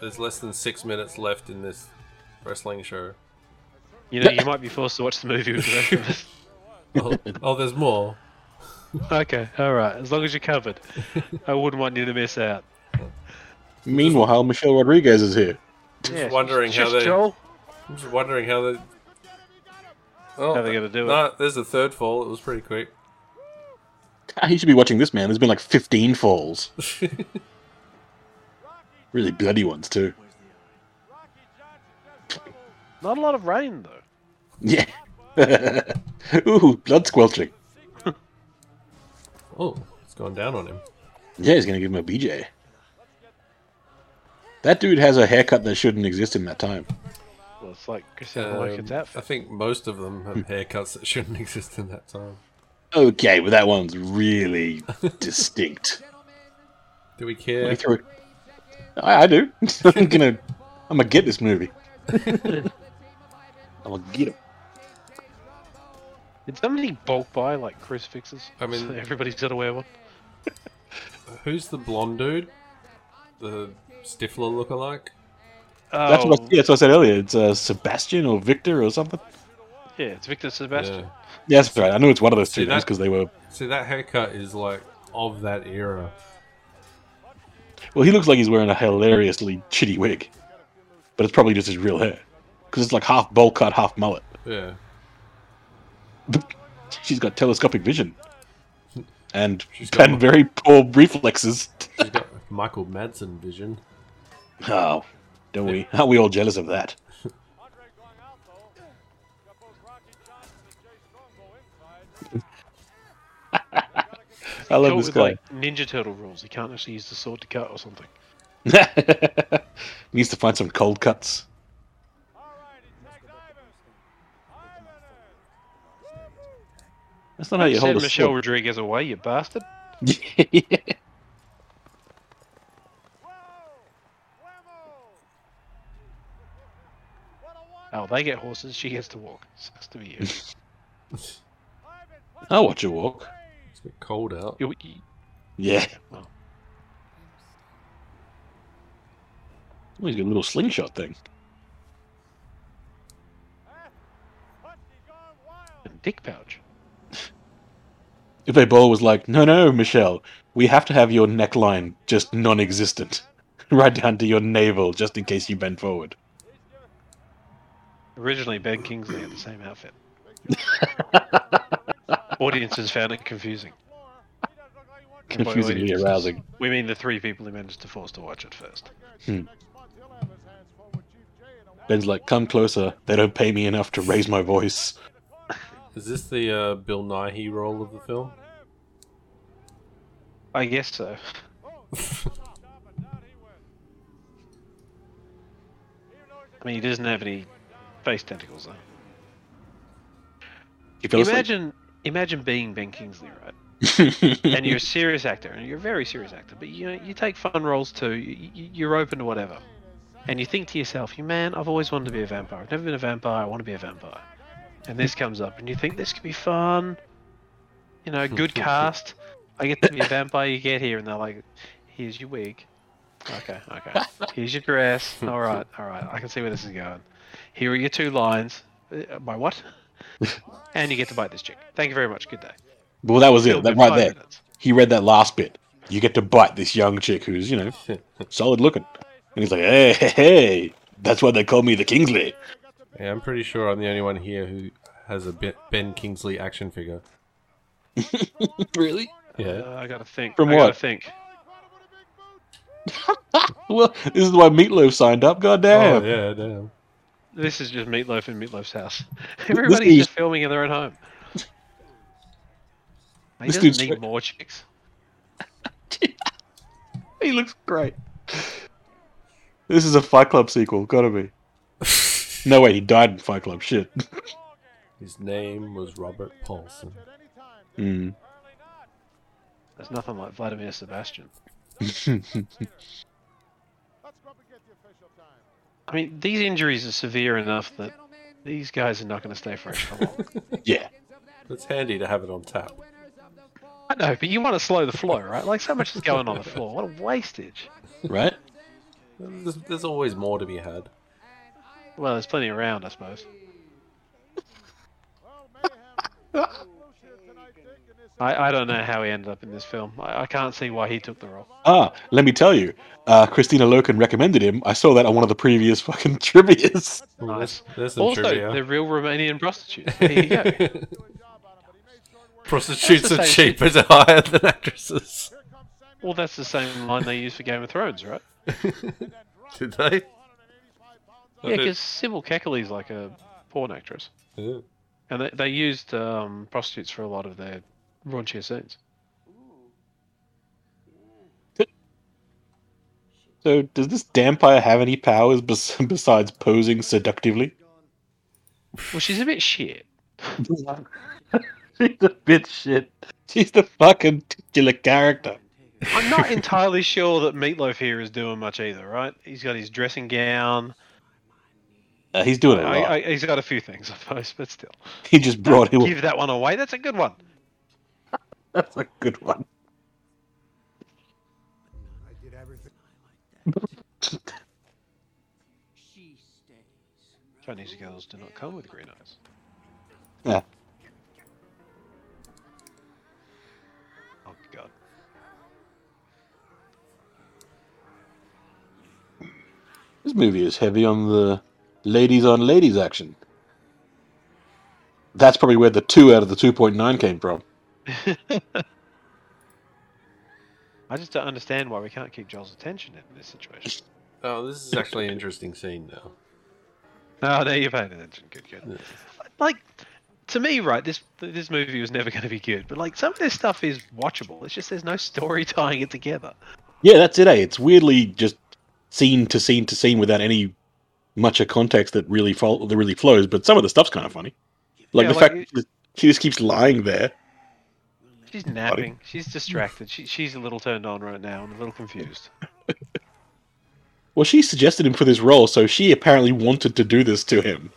[SPEAKER 3] there's less than six minutes left in this wrestling show.
[SPEAKER 2] You know, you might be forced to watch the movie with the rest of us.
[SPEAKER 3] Oh, oh there's more.
[SPEAKER 2] Okay, all right. As long as you're covered, I wouldn't want you to miss out.
[SPEAKER 1] Meanwhile, Michelle Rodriguez is here.
[SPEAKER 2] Just
[SPEAKER 3] wondering how
[SPEAKER 2] just
[SPEAKER 3] they-
[SPEAKER 2] Joel.
[SPEAKER 3] I'm just wondering how they. Oh,
[SPEAKER 2] How they gonna do it?
[SPEAKER 3] No, there's a third fall. It was pretty quick.
[SPEAKER 1] Ah, He should be watching this man. There's been like 15 falls. really bloody ones, too.
[SPEAKER 2] Not a lot of rain though.
[SPEAKER 1] Yeah. Ooh, blood squelching.
[SPEAKER 3] Oh, it's gone down on him.
[SPEAKER 1] Yeah, he's going to give him a BJ. That dude has a haircut that shouldn't exist in that time.
[SPEAKER 2] Well, it's like Cristiano Loken's
[SPEAKER 3] Um, I
[SPEAKER 2] outfit.
[SPEAKER 3] think most of them have haircuts that shouldn't exist in that time.
[SPEAKER 1] Okay, but that one's really distinct.
[SPEAKER 3] Do we
[SPEAKER 1] Let me
[SPEAKER 3] care?
[SPEAKER 1] throw it- I, I do. I'm gonna, I'm gonna get this movie. I'm gonna get it.
[SPEAKER 2] Did somebody bulk buy like crucifixes?
[SPEAKER 3] I mean-
[SPEAKER 2] so everybody's got to wear one.
[SPEAKER 3] Who's the blonde dude? The Stifler lookalike?
[SPEAKER 2] Oh,
[SPEAKER 3] Oh.
[SPEAKER 1] That's what, I, yeah, that's what I said earlier. It's uh, Sebastian or Victor or something.
[SPEAKER 2] Yeah, it's Victor Sebastian.
[SPEAKER 1] Yeah, that's right. I knew it's one of those
[SPEAKER 3] See
[SPEAKER 1] two names
[SPEAKER 3] that?
[SPEAKER 1] because they were.
[SPEAKER 3] See, that haircut is like of that era.
[SPEAKER 1] Well, he looks like he's wearing a hilariously shitty wig, but it's probably just his real hair because it's like half bowl cut, half mullet.
[SPEAKER 3] Yeah.
[SPEAKER 1] She's got telescopic vision and
[SPEAKER 3] She's got
[SPEAKER 1] and
[SPEAKER 3] one.
[SPEAKER 1] very poor reflexes.
[SPEAKER 3] She's got Michael Madsen vision.
[SPEAKER 1] Oh, don't we? Aren't we all jealous of that? I love
[SPEAKER 2] Go
[SPEAKER 1] this
[SPEAKER 2] with,
[SPEAKER 1] guy.
[SPEAKER 2] like Ninja Turtle rules. You can't actually use the sword to cut or something.
[SPEAKER 1] Needs to find some cold cuts. That's not how you
[SPEAKER 2] Send
[SPEAKER 1] hold a
[SPEAKER 2] Michelle
[SPEAKER 1] sword.
[SPEAKER 2] Rodriguez away, you bastard. Oh, they get horses. She gets to walk. Sucks to be you.
[SPEAKER 1] I'll watch you walk.
[SPEAKER 3] It's a bit cold out.
[SPEAKER 2] you, you
[SPEAKER 1] Yeah.
[SPEAKER 2] Wow.
[SPEAKER 1] Oh, he's got a little slingshot thing.
[SPEAKER 2] dick pouch.
[SPEAKER 1] If a ball was like, no, no, Michelle, we have to have your neckline just non existent, right down to your navel, just in case you bend forward.
[SPEAKER 2] Originally, Ben Kingsley had the same outfit. Audiences found it confusing. And by
[SPEAKER 1] Confusingly
[SPEAKER 2] audiences,
[SPEAKER 1] arousing.
[SPEAKER 2] We mean the three people who managed to force to watch it first.
[SPEAKER 1] Ben's like, come closer, they don't pay me enough to raise my voice.
[SPEAKER 3] Is this the uh, Bill Nighy role of the film?
[SPEAKER 2] I guess so. I mean, he doesn't have any face tentacles though.
[SPEAKER 1] He fell asleep.
[SPEAKER 2] Imagine, imagine being Ben Kingsley, right? and you're a serious actor, and you're a very serious actor, but you know, you take fun roles too. You, you- you're open to whatever, and you think to yourself, "You man, I've always wanted to be a vampire. I've never been a vampire. I want to be a vampire." And this comes up, and you think this could be fun. You know, good cast. I get to be a vampire. You get here, and they're like, "Here's your wig." Okay, okay. Here's your dress. All right, all right. I can see where this is going. Here are your two lines. Uh, My what? and you get to bite this chick. Thank you very much. Good day.
[SPEAKER 1] well, that was it,
[SPEAKER 2] It'll
[SPEAKER 1] that
[SPEAKER 2] be
[SPEAKER 1] right
[SPEAKER 2] five
[SPEAKER 1] there.
[SPEAKER 2] minutes.
[SPEAKER 1] He read that last bit. You get to bite this young chick who's, you know, solid looking. And he's like, hey, hey, hey, that's why they call me the Kingsley.
[SPEAKER 3] Yeah, I'm pretty sure I'm the only one here who has a Be- Ben Kingsley action figure.
[SPEAKER 1] Really?
[SPEAKER 3] Yeah.
[SPEAKER 2] Uh, I gotta think.
[SPEAKER 1] From
[SPEAKER 2] I gotta
[SPEAKER 1] what?
[SPEAKER 2] think.
[SPEAKER 1] Well, this is why Meatloaf signed up, goddamn.
[SPEAKER 3] Oh, yeah, damn.
[SPEAKER 2] This is just Meatloaf in Meatloaf's house. Everybody's
[SPEAKER 1] dude's-
[SPEAKER 2] just filming in their own home. He
[SPEAKER 1] This
[SPEAKER 2] doesn't
[SPEAKER 1] dude's-
[SPEAKER 2] need more chicks.
[SPEAKER 1] He looks great. This is a Fight Club sequel, gotta be. no way, he died in Fight Club. Shit.
[SPEAKER 3] His name was Robert Paulson.
[SPEAKER 1] Mm.
[SPEAKER 2] There's nothing like Vladimir Sebastian. I mean, these injuries are severe enough that these guys are not going to stay fresh for long.
[SPEAKER 1] Yeah.
[SPEAKER 3] It's handy to have it on tap.
[SPEAKER 2] I know, but you want to slow the flow, right? Like, so much is going on the floor. What a wastage.
[SPEAKER 1] Right?
[SPEAKER 3] There's, there's always more to be had.
[SPEAKER 2] Well, there's plenty around, I suppose. I, I don't know how he ended up in this film. I, I can't see why he took the role.
[SPEAKER 1] Ah, let me tell you. Uh, Christina Loken recommended him. I saw that on one of the previous fucking trivias.
[SPEAKER 2] Nice.
[SPEAKER 3] There's some
[SPEAKER 2] Also,
[SPEAKER 3] trivia.
[SPEAKER 2] they're real Romanian prostitutes. There you go.
[SPEAKER 3] Prostitutes
[SPEAKER 2] That's the
[SPEAKER 3] are
[SPEAKER 2] same
[SPEAKER 3] cheaper to hire than actresses.
[SPEAKER 2] well, that's the same line they use for Game of Thrones, right?
[SPEAKER 3] Did they?
[SPEAKER 2] Yeah, because Sybil Keckley's like a porn actress.
[SPEAKER 3] Yeah.
[SPEAKER 2] And they, they used um, prostitutes for a lot of their raunchier scenes.
[SPEAKER 1] So, does this vampire have any powers bes- besides posing seductively?
[SPEAKER 2] Well, she's a bit shit.
[SPEAKER 1] She's a bit shit. She's the fucking titular character.
[SPEAKER 2] I'm not entirely sure that Meatloaf here is doing much either, right? He's got his dressing gown.
[SPEAKER 1] Uh, he's doing it.
[SPEAKER 2] I, I, he's got a few things, I suppose, but still.
[SPEAKER 1] he just brought him.
[SPEAKER 2] Give that one away. That's a good one.
[SPEAKER 1] That's a good one.
[SPEAKER 5] I did everything.
[SPEAKER 2] Chinese girls do not come with green eyes.
[SPEAKER 1] Yeah.
[SPEAKER 2] Oh god.
[SPEAKER 1] This movie is heavy on the ladies on ladies action. That's probably where the two out of the two point nine came from.
[SPEAKER 2] I just don't understand why we can't keep Joel's attention in this situation.
[SPEAKER 3] Oh, this is actually an interesting scene now.
[SPEAKER 2] No, no, you're paying attention. Good, good. Like, to me, right, this this movie was never going to be good, but like some of this stuff is watchable. It's just there's no story tying it together.
[SPEAKER 1] Yeah, that's it. Eh? It's weirdly just scene to scene to scene without any much of context that really fol- that really flows. But some of the stuff's kind of funny, like
[SPEAKER 2] Yeah,
[SPEAKER 1] the
[SPEAKER 2] like
[SPEAKER 1] fact
[SPEAKER 2] it-
[SPEAKER 1] that she just keeps lying there.
[SPEAKER 2] She's napping. She's distracted. She, she's a little turned on right now and a little confused.
[SPEAKER 1] Well, she suggested him for this role, so she apparently wanted to do this to him.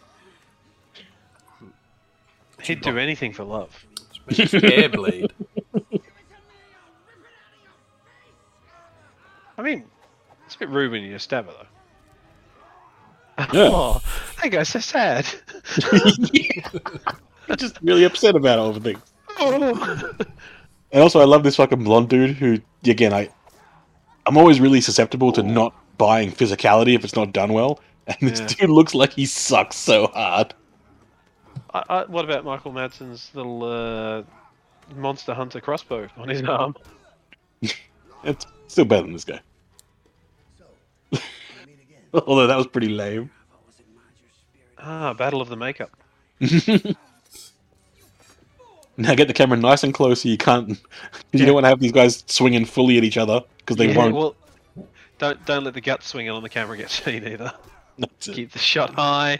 [SPEAKER 2] He'd do anything for love.
[SPEAKER 3] Air bleed.
[SPEAKER 2] I mean, it's a bit rude when you just stab her though.
[SPEAKER 1] Yeah.
[SPEAKER 2] Oh, that guy's so sad.
[SPEAKER 1] I'm just really upset about all the things.
[SPEAKER 2] oh.
[SPEAKER 1] And also, I love this fucking blonde dude who, again, I, I'm always really susceptible to not buying physicality if it's not done well. And this
[SPEAKER 2] Yeah.
[SPEAKER 1] dude looks like he sucks so hard.
[SPEAKER 2] I, I, what about Michael Madsen's little uh, monster hunter crossbow on his arm?
[SPEAKER 1] It's still better than this guy. Although that was pretty lame.
[SPEAKER 2] Ah, Battle of the Makeup.
[SPEAKER 1] Now get the camera nice and close so you can't. 'cause You don't want to have these guys swinging fully at each other because they
[SPEAKER 2] Yeah,
[SPEAKER 1] won't.
[SPEAKER 2] Well, don't don't let the gut swinging on the camera get seen either.
[SPEAKER 1] That's it.
[SPEAKER 2] Keep the shot high.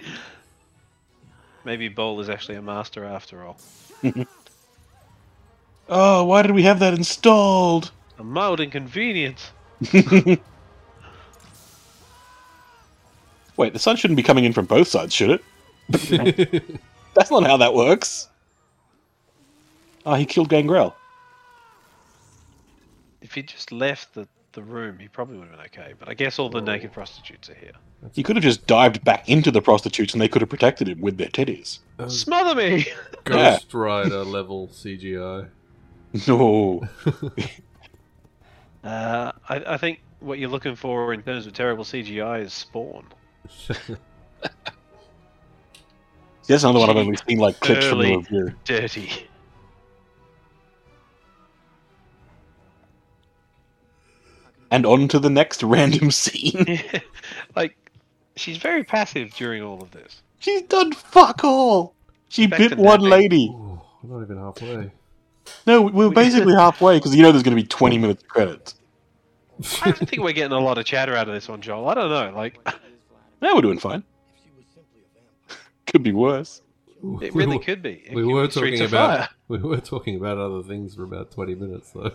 [SPEAKER 2] Maybe Bowl is actually a master after all.
[SPEAKER 1] Oh, why did we have that installed?
[SPEAKER 2] A mild inconvenience.
[SPEAKER 1] Wait, the sun shouldn't be coming in from both sides, should it? That's not how that works. Ah, he killed Gangrel.
[SPEAKER 2] If he just left the, the room, he probably would have been okay. But I guess all the naked prostitutes are here.
[SPEAKER 1] He could have just dived back into the prostitutes and they could have protected him with their titties.
[SPEAKER 2] Smother me!
[SPEAKER 3] Ghost Rider level CGI.
[SPEAKER 1] No.
[SPEAKER 2] Uh, I, I think what you're looking for in terms of terrible CGI is Spawn.
[SPEAKER 1] See, that's another one I've only seen like clips from the
[SPEAKER 2] Early.
[SPEAKER 1] review.
[SPEAKER 2] Dirty.
[SPEAKER 1] And on to the next random scene.
[SPEAKER 2] like, she's very passive during all of this.
[SPEAKER 1] She's done fuck all. She
[SPEAKER 2] Back
[SPEAKER 1] bit
[SPEAKER 2] to
[SPEAKER 1] one
[SPEAKER 2] napping.
[SPEAKER 1] lady.
[SPEAKER 3] Ooh, I'm not even halfway.
[SPEAKER 1] No, we we were basically halfway because you know there's going to be 20 minutes of credits.
[SPEAKER 2] I don't think we're getting a lot of chatter out of this one, Joel. I don't know. Like,
[SPEAKER 1] Now we're doing fine. Could be worse.
[SPEAKER 3] Ooh,
[SPEAKER 2] it
[SPEAKER 3] we
[SPEAKER 2] really
[SPEAKER 3] were-
[SPEAKER 2] could be. It
[SPEAKER 3] We
[SPEAKER 2] could
[SPEAKER 3] were
[SPEAKER 2] be Streets
[SPEAKER 3] talking
[SPEAKER 2] of
[SPEAKER 3] about
[SPEAKER 2] Fire.
[SPEAKER 3] we were talking about other things for about twenty minutes though.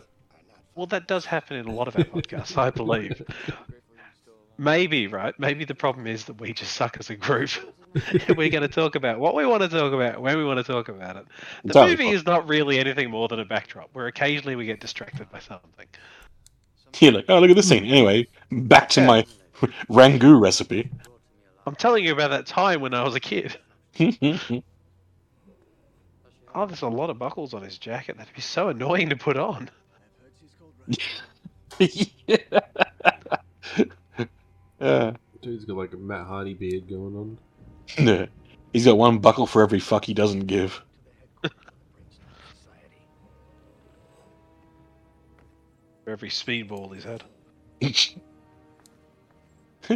[SPEAKER 2] Well, that does happen in a lot of our podcasts, I believe. Maybe, right? Maybe the problem is that we just suck as a group. We're going to talk about what we want to talk about when we want to talk about it. The
[SPEAKER 1] Entirely
[SPEAKER 2] movie
[SPEAKER 1] possible.
[SPEAKER 2] is not really anything more than a backdrop where occasionally we get distracted by something.
[SPEAKER 1] You're like, oh, look at this scene. Anyway, back to
[SPEAKER 2] Yeah.
[SPEAKER 1] my Rangu recipe.
[SPEAKER 2] I'm telling you about that time when I was a kid.
[SPEAKER 1] yeah,
[SPEAKER 2] Oh, there's a lot of buckles on his jacket. That'd be so annoying to put on.
[SPEAKER 1] Uh,
[SPEAKER 3] Dude's got like a Matt Hardy beard going on.
[SPEAKER 1] no. He's got one buckle for every fuck he doesn't give.
[SPEAKER 2] For every speedball he's had.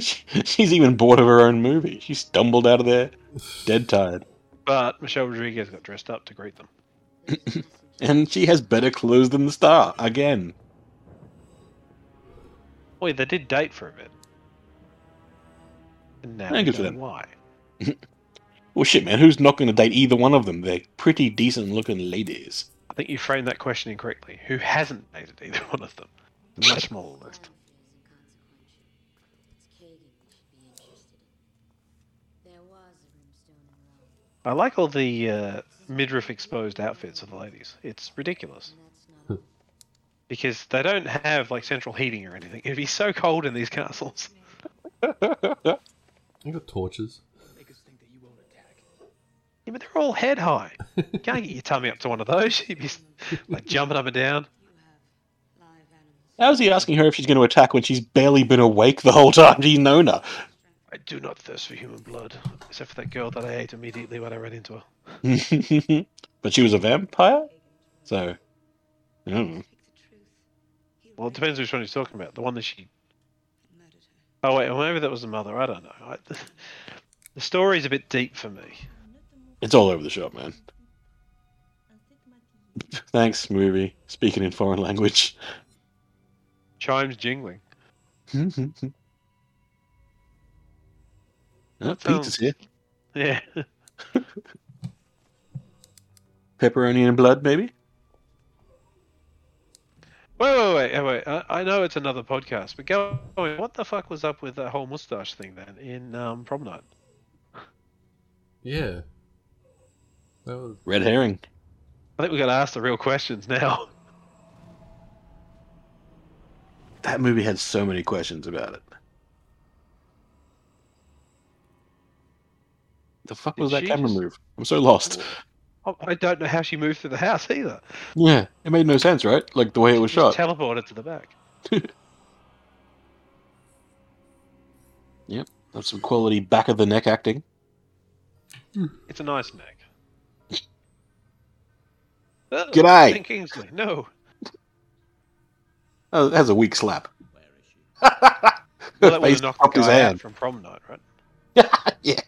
[SPEAKER 1] She's even bored of her own movie. She stumbled out of there, dead tired.
[SPEAKER 2] But Michelle Rodriguez got dressed up to greet them.
[SPEAKER 1] And she has better clothes than the star, again.
[SPEAKER 2] Boy, they did date for a bit. And now
[SPEAKER 1] Yeah,
[SPEAKER 2] we
[SPEAKER 1] good for
[SPEAKER 2] know
[SPEAKER 1] them.
[SPEAKER 2] why.
[SPEAKER 1] Well, shit, man, who's not going to date either one of them? They're pretty decent looking ladies.
[SPEAKER 2] I think you framed that question incorrectly. Who hasn't dated either one of them? It's a much smaller list. I like all the uh, midriff exposed outfits of the ladies. It's ridiculous. Because they don't have like central heating or anything. It'd be so cold in these castles.
[SPEAKER 3] He got torches.
[SPEAKER 2] Yeah, but they're all head high. You can't get your tummy up to one of those. You'd be like jumping up and down.
[SPEAKER 1] How's he asking her if she's going to attack when she's barely been awake the whole time she's known her?
[SPEAKER 2] I do not thirst for human blood, except for that girl that I ate immediately when I ran into her.
[SPEAKER 1] but she was a vampire? So. mm.
[SPEAKER 2] Well, it depends which one he's talking about. The one that she. Oh wait, or maybe that was the mother. I don't know. I... The story's a bit deep for me.
[SPEAKER 1] It's all over the shop, man. Thanks, movie. Speaking in foreign language.
[SPEAKER 2] Chimes jingling.
[SPEAKER 1] oh, pizza's here.
[SPEAKER 2] Yeah.
[SPEAKER 1] Pepperoni and blood, maybe?
[SPEAKER 2] Wait, wait, wait, wait, wait. I, I know it's another podcast, but go. What the fuck was up with that whole mustache thing then in um, prom night?
[SPEAKER 3] Yeah. That was,
[SPEAKER 1] Red herring.
[SPEAKER 2] I think we got to ask the real questions now.
[SPEAKER 1] That movie had so many questions about it. The fuck was
[SPEAKER 2] Did
[SPEAKER 1] that
[SPEAKER 2] she
[SPEAKER 1] camera
[SPEAKER 2] just-
[SPEAKER 1] move? I'm so lost.
[SPEAKER 2] I- Oh, I don't know how she moved through the house either.
[SPEAKER 1] Yeah, it made no sense, right? Like the way it was
[SPEAKER 2] She just
[SPEAKER 1] shot.
[SPEAKER 2] teleported to the back.
[SPEAKER 1] Yep, that's some quality back of the neck acting.
[SPEAKER 2] It's a nice neck. Oh,
[SPEAKER 1] G'day.
[SPEAKER 2] Ben Kingsley. No.
[SPEAKER 1] Oh, it has a weak slap.
[SPEAKER 2] Well, that would
[SPEAKER 1] Face
[SPEAKER 2] have knocked the
[SPEAKER 1] popped his
[SPEAKER 2] guy out
[SPEAKER 1] hand.
[SPEAKER 2] from prom night, right?
[SPEAKER 1] yeah.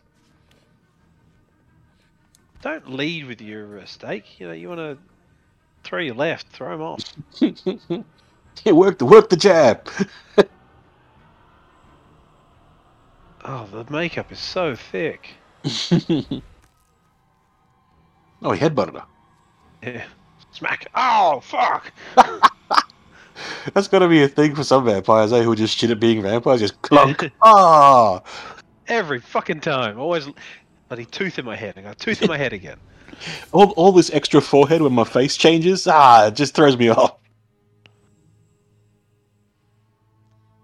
[SPEAKER 2] Don't lead with your uh, stake. You know, you want to throw your left, throw him off.
[SPEAKER 1] yeah, work the work the jab.
[SPEAKER 2] Oh, the makeup is so thick.
[SPEAKER 1] oh, he headbutted her.
[SPEAKER 2] Yeah. Smack. Oh, fuck.
[SPEAKER 1] That's got to be a thing for some vampires, eh? Who are just shit at being vampires, just clunk. Ah,
[SPEAKER 2] Every fucking time. Always bloody tooth in my head. I got a tooth in my head again.
[SPEAKER 1] all, all this extra forehead when my face changes. Ah, it just throws me off.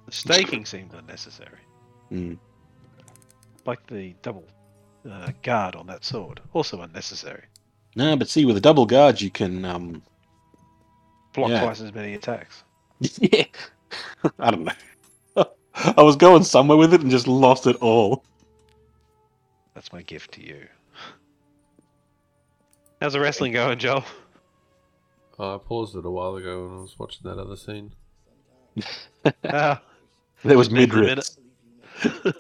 [SPEAKER 2] The staking seemed unnecessary.
[SPEAKER 1] Mm.
[SPEAKER 2] Like the double uh, guard on that sword. Also unnecessary.
[SPEAKER 1] No, but see, with a double guard, you can um,
[SPEAKER 2] Block
[SPEAKER 1] Yeah.
[SPEAKER 2] twice as many attacks.
[SPEAKER 1] yeah. I don't know. I was going somewhere with it and just lost it all.
[SPEAKER 2] That's my gift to you. How's the wrestling going, Joel?
[SPEAKER 3] Oh, I paused it a while ago when I was watching that other scene.
[SPEAKER 2] Ah,
[SPEAKER 1] There was
[SPEAKER 2] Just made for a
[SPEAKER 1] midriff.
[SPEAKER 2] minute.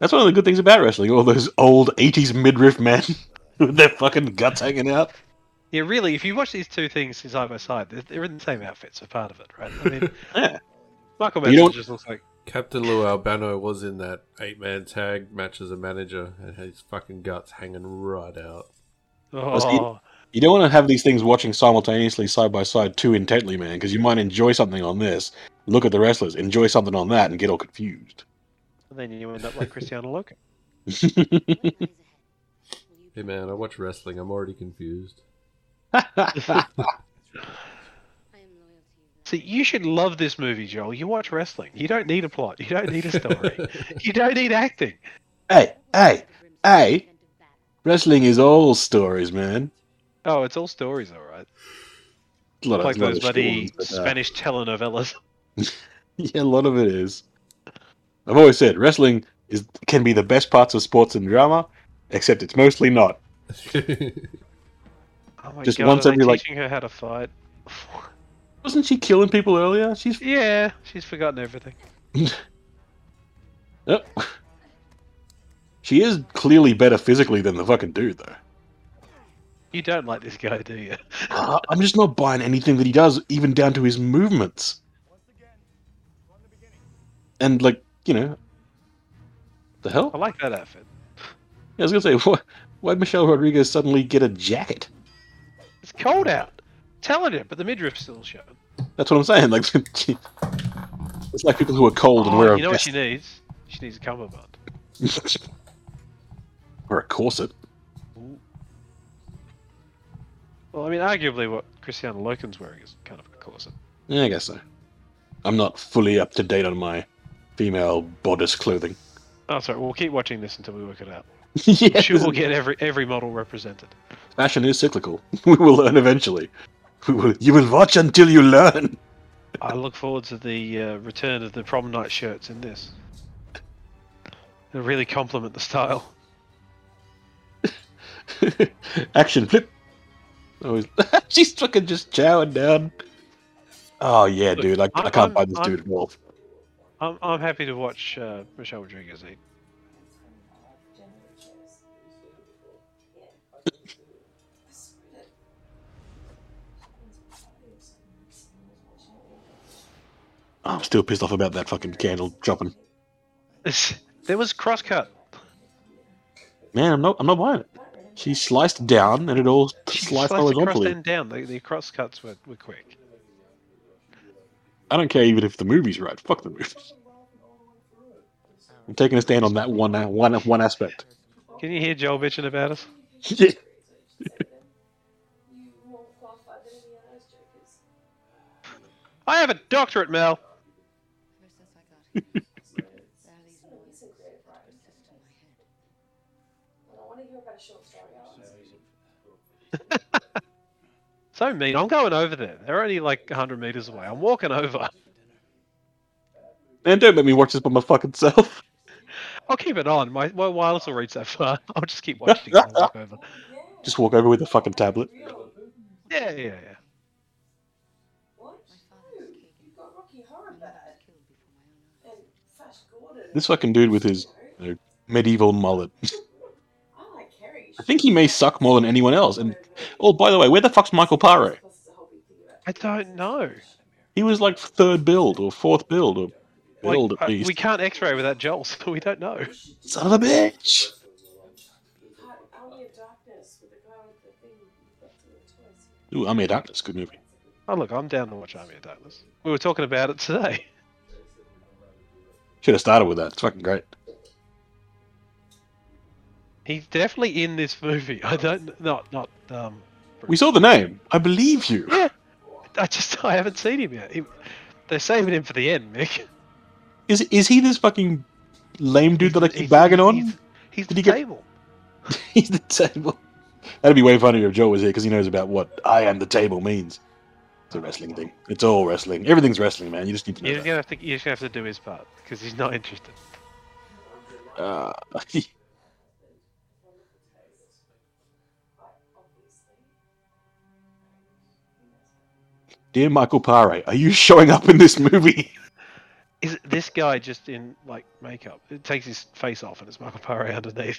[SPEAKER 1] That's one of the good things about wrestling. All those old '80s midriff men with their fucking guts hanging out.
[SPEAKER 2] yeah, really, if you watch these two things side by side, they're, they're in the same outfits, so part of it, right? I mean,
[SPEAKER 1] Yeah.
[SPEAKER 2] Michael
[SPEAKER 1] You don't-
[SPEAKER 2] Madsen just looks like
[SPEAKER 3] Captain Lou Albano was in that eight man tag match as a manager and had his fucking guts hanging right out.
[SPEAKER 1] Was he-
[SPEAKER 2] Oh,
[SPEAKER 1] You don't want to have these things watching simultaneously side by side too intently, man, because you might enjoy something on this, look at the wrestlers, enjoy something on that, and get all confused.
[SPEAKER 2] and then you end up like Cristiano Logan.
[SPEAKER 3] Hey man, I watch wrestling, I'm already confused.
[SPEAKER 2] See, you should love this movie, Joel. You watch wrestling. You don't need a plot. You don't need a story. you don't need acting.
[SPEAKER 1] hey, hey, hey! Wrestling is all stories, man.
[SPEAKER 2] Oh, it's all stories, all right.
[SPEAKER 1] A lot of,
[SPEAKER 2] Like
[SPEAKER 1] lot
[SPEAKER 2] those
[SPEAKER 1] of
[SPEAKER 2] bloody
[SPEAKER 1] stories, but, uh,
[SPEAKER 2] Spanish telenovelas.
[SPEAKER 1] Yeah, a lot of it is. I've always said wrestling is can be the best parts of sports and drama, except it's mostly not.
[SPEAKER 2] Oh my
[SPEAKER 1] Just
[SPEAKER 2] god,
[SPEAKER 1] once
[SPEAKER 2] are they
[SPEAKER 1] every, like-
[SPEAKER 2] teaching her how to fight?
[SPEAKER 1] Wasn't she killing people earlier? She's
[SPEAKER 2] yeah, she's forgotten everything.
[SPEAKER 1] Oh. she is clearly better physically than the fucking dude, though.
[SPEAKER 2] You don't like this guy, do you?
[SPEAKER 1] Uh, I'm just not buying anything that he does, even down to his movements. And like, you know, the hell?
[SPEAKER 2] I like that outfit.
[SPEAKER 1] I was gonna say, why, why'd Michelle Rodriguez suddenly get a jacket?
[SPEAKER 2] It's cold out. Telling it, but the midriff's still showing.
[SPEAKER 1] That's what I'm saying. Like, it's like people who are cold and
[SPEAKER 2] Oh,
[SPEAKER 1] wear a
[SPEAKER 2] you know what
[SPEAKER 1] vest
[SPEAKER 2] she needs? She needs a cummerbund.
[SPEAKER 1] or a corset.
[SPEAKER 2] Well, I mean, arguably what Cristiano Loken's wearing is kind of a corset.
[SPEAKER 1] Yeah, I guess so. I'm not fully up to date on my female bodice clothing.
[SPEAKER 2] Oh, sorry. We'll keep watching this until we work it out.
[SPEAKER 1] yeah,
[SPEAKER 2] She will get every every model represented.
[SPEAKER 1] fashion is cyclical. We will learn eventually. We will, you will watch until you learn.
[SPEAKER 2] I look forward to the uh, return of the prom night shirts in this. They really complement the style.
[SPEAKER 1] Action flip. Oh, she's fucking just chowing down. Oh yeah, dude. I, I
[SPEAKER 2] I'm-
[SPEAKER 1] can't buy this
[SPEAKER 2] I'm-
[SPEAKER 1] dude at all.
[SPEAKER 2] I'm, I'm happy to watch uh, Michelle Rodriguez eat.
[SPEAKER 1] I'm still pissed off about that fucking candle dropping.
[SPEAKER 2] there was crosscut.
[SPEAKER 1] Man, I'm not. I'm not buying it. She sliced down, and it all
[SPEAKER 2] She
[SPEAKER 1] sliced
[SPEAKER 2] sliced the crust
[SPEAKER 1] horizontally.
[SPEAKER 2] end down. The, the crosscuts were, were quick.
[SPEAKER 1] I don't care even if the movie's right. Fuck the movie. I'm taking a stand on that one one one aspect.
[SPEAKER 2] Can you hear Joel bitching about us?
[SPEAKER 1] Yeah.
[SPEAKER 2] I have a doctorate, Mel.
[SPEAKER 6] Ever since I got here, there are these noises that persist in my head.
[SPEAKER 2] So mean. I'm going over there. They're only like 100 meters away. I'm walking over.
[SPEAKER 1] Man, don't make me watch this by my fucking self.
[SPEAKER 2] I'll keep it on. My, my wireless will reach that far. I'll just keep watching. it. walk over.
[SPEAKER 1] Just walk over with a fucking tablet.
[SPEAKER 2] Yeah, yeah, yeah.
[SPEAKER 6] My father was Keegan. My mother was killed before my own eyes.
[SPEAKER 1] This fucking dude with his you know, medieval mullet. I think he may suck more than anyone else. And oh, by the way, where the fuck's Michael Paro?
[SPEAKER 2] I don't know.
[SPEAKER 1] He was like third build or fourth build or
[SPEAKER 2] Like,
[SPEAKER 1] build
[SPEAKER 2] I-
[SPEAKER 1] at least.
[SPEAKER 2] we can't X-ray without Joel, so we don't know.
[SPEAKER 1] Son of a bitch! Ooh, I'm a darkness. Good movie.
[SPEAKER 2] Oh look, I'm down to watch Army of Darkness. We were talking about it today.
[SPEAKER 1] Should have started with that. It's fucking great.
[SPEAKER 2] He's definitely in this movie. I don't not not um.
[SPEAKER 1] We saw the name. I believe you.
[SPEAKER 2] Yeah. I just I haven't seen him yet. He, they're saving him for the end, Mick.
[SPEAKER 1] Is is he this fucking lame dude that I
[SPEAKER 2] He's-
[SPEAKER 1] keep bagging on?
[SPEAKER 2] He's, he's
[SPEAKER 1] Did
[SPEAKER 2] the
[SPEAKER 1] he get-
[SPEAKER 2] table.
[SPEAKER 1] He's the table. That'd be way funnier if Joe was here because he knows about what I am the table means. It's a wrestling thing. It's all wrestling. Everything's wrestling, man. You just need to know.
[SPEAKER 2] You're
[SPEAKER 1] that.
[SPEAKER 2] gonna have to you're just gonna have to do his part because he's not interested.
[SPEAKER 1] Uh, Dear Michael Pare, are you showing up in this movie?
[SPEAKER 2] Is this guy just in like makeup? It takes his face off and it's Michael Paré underneath.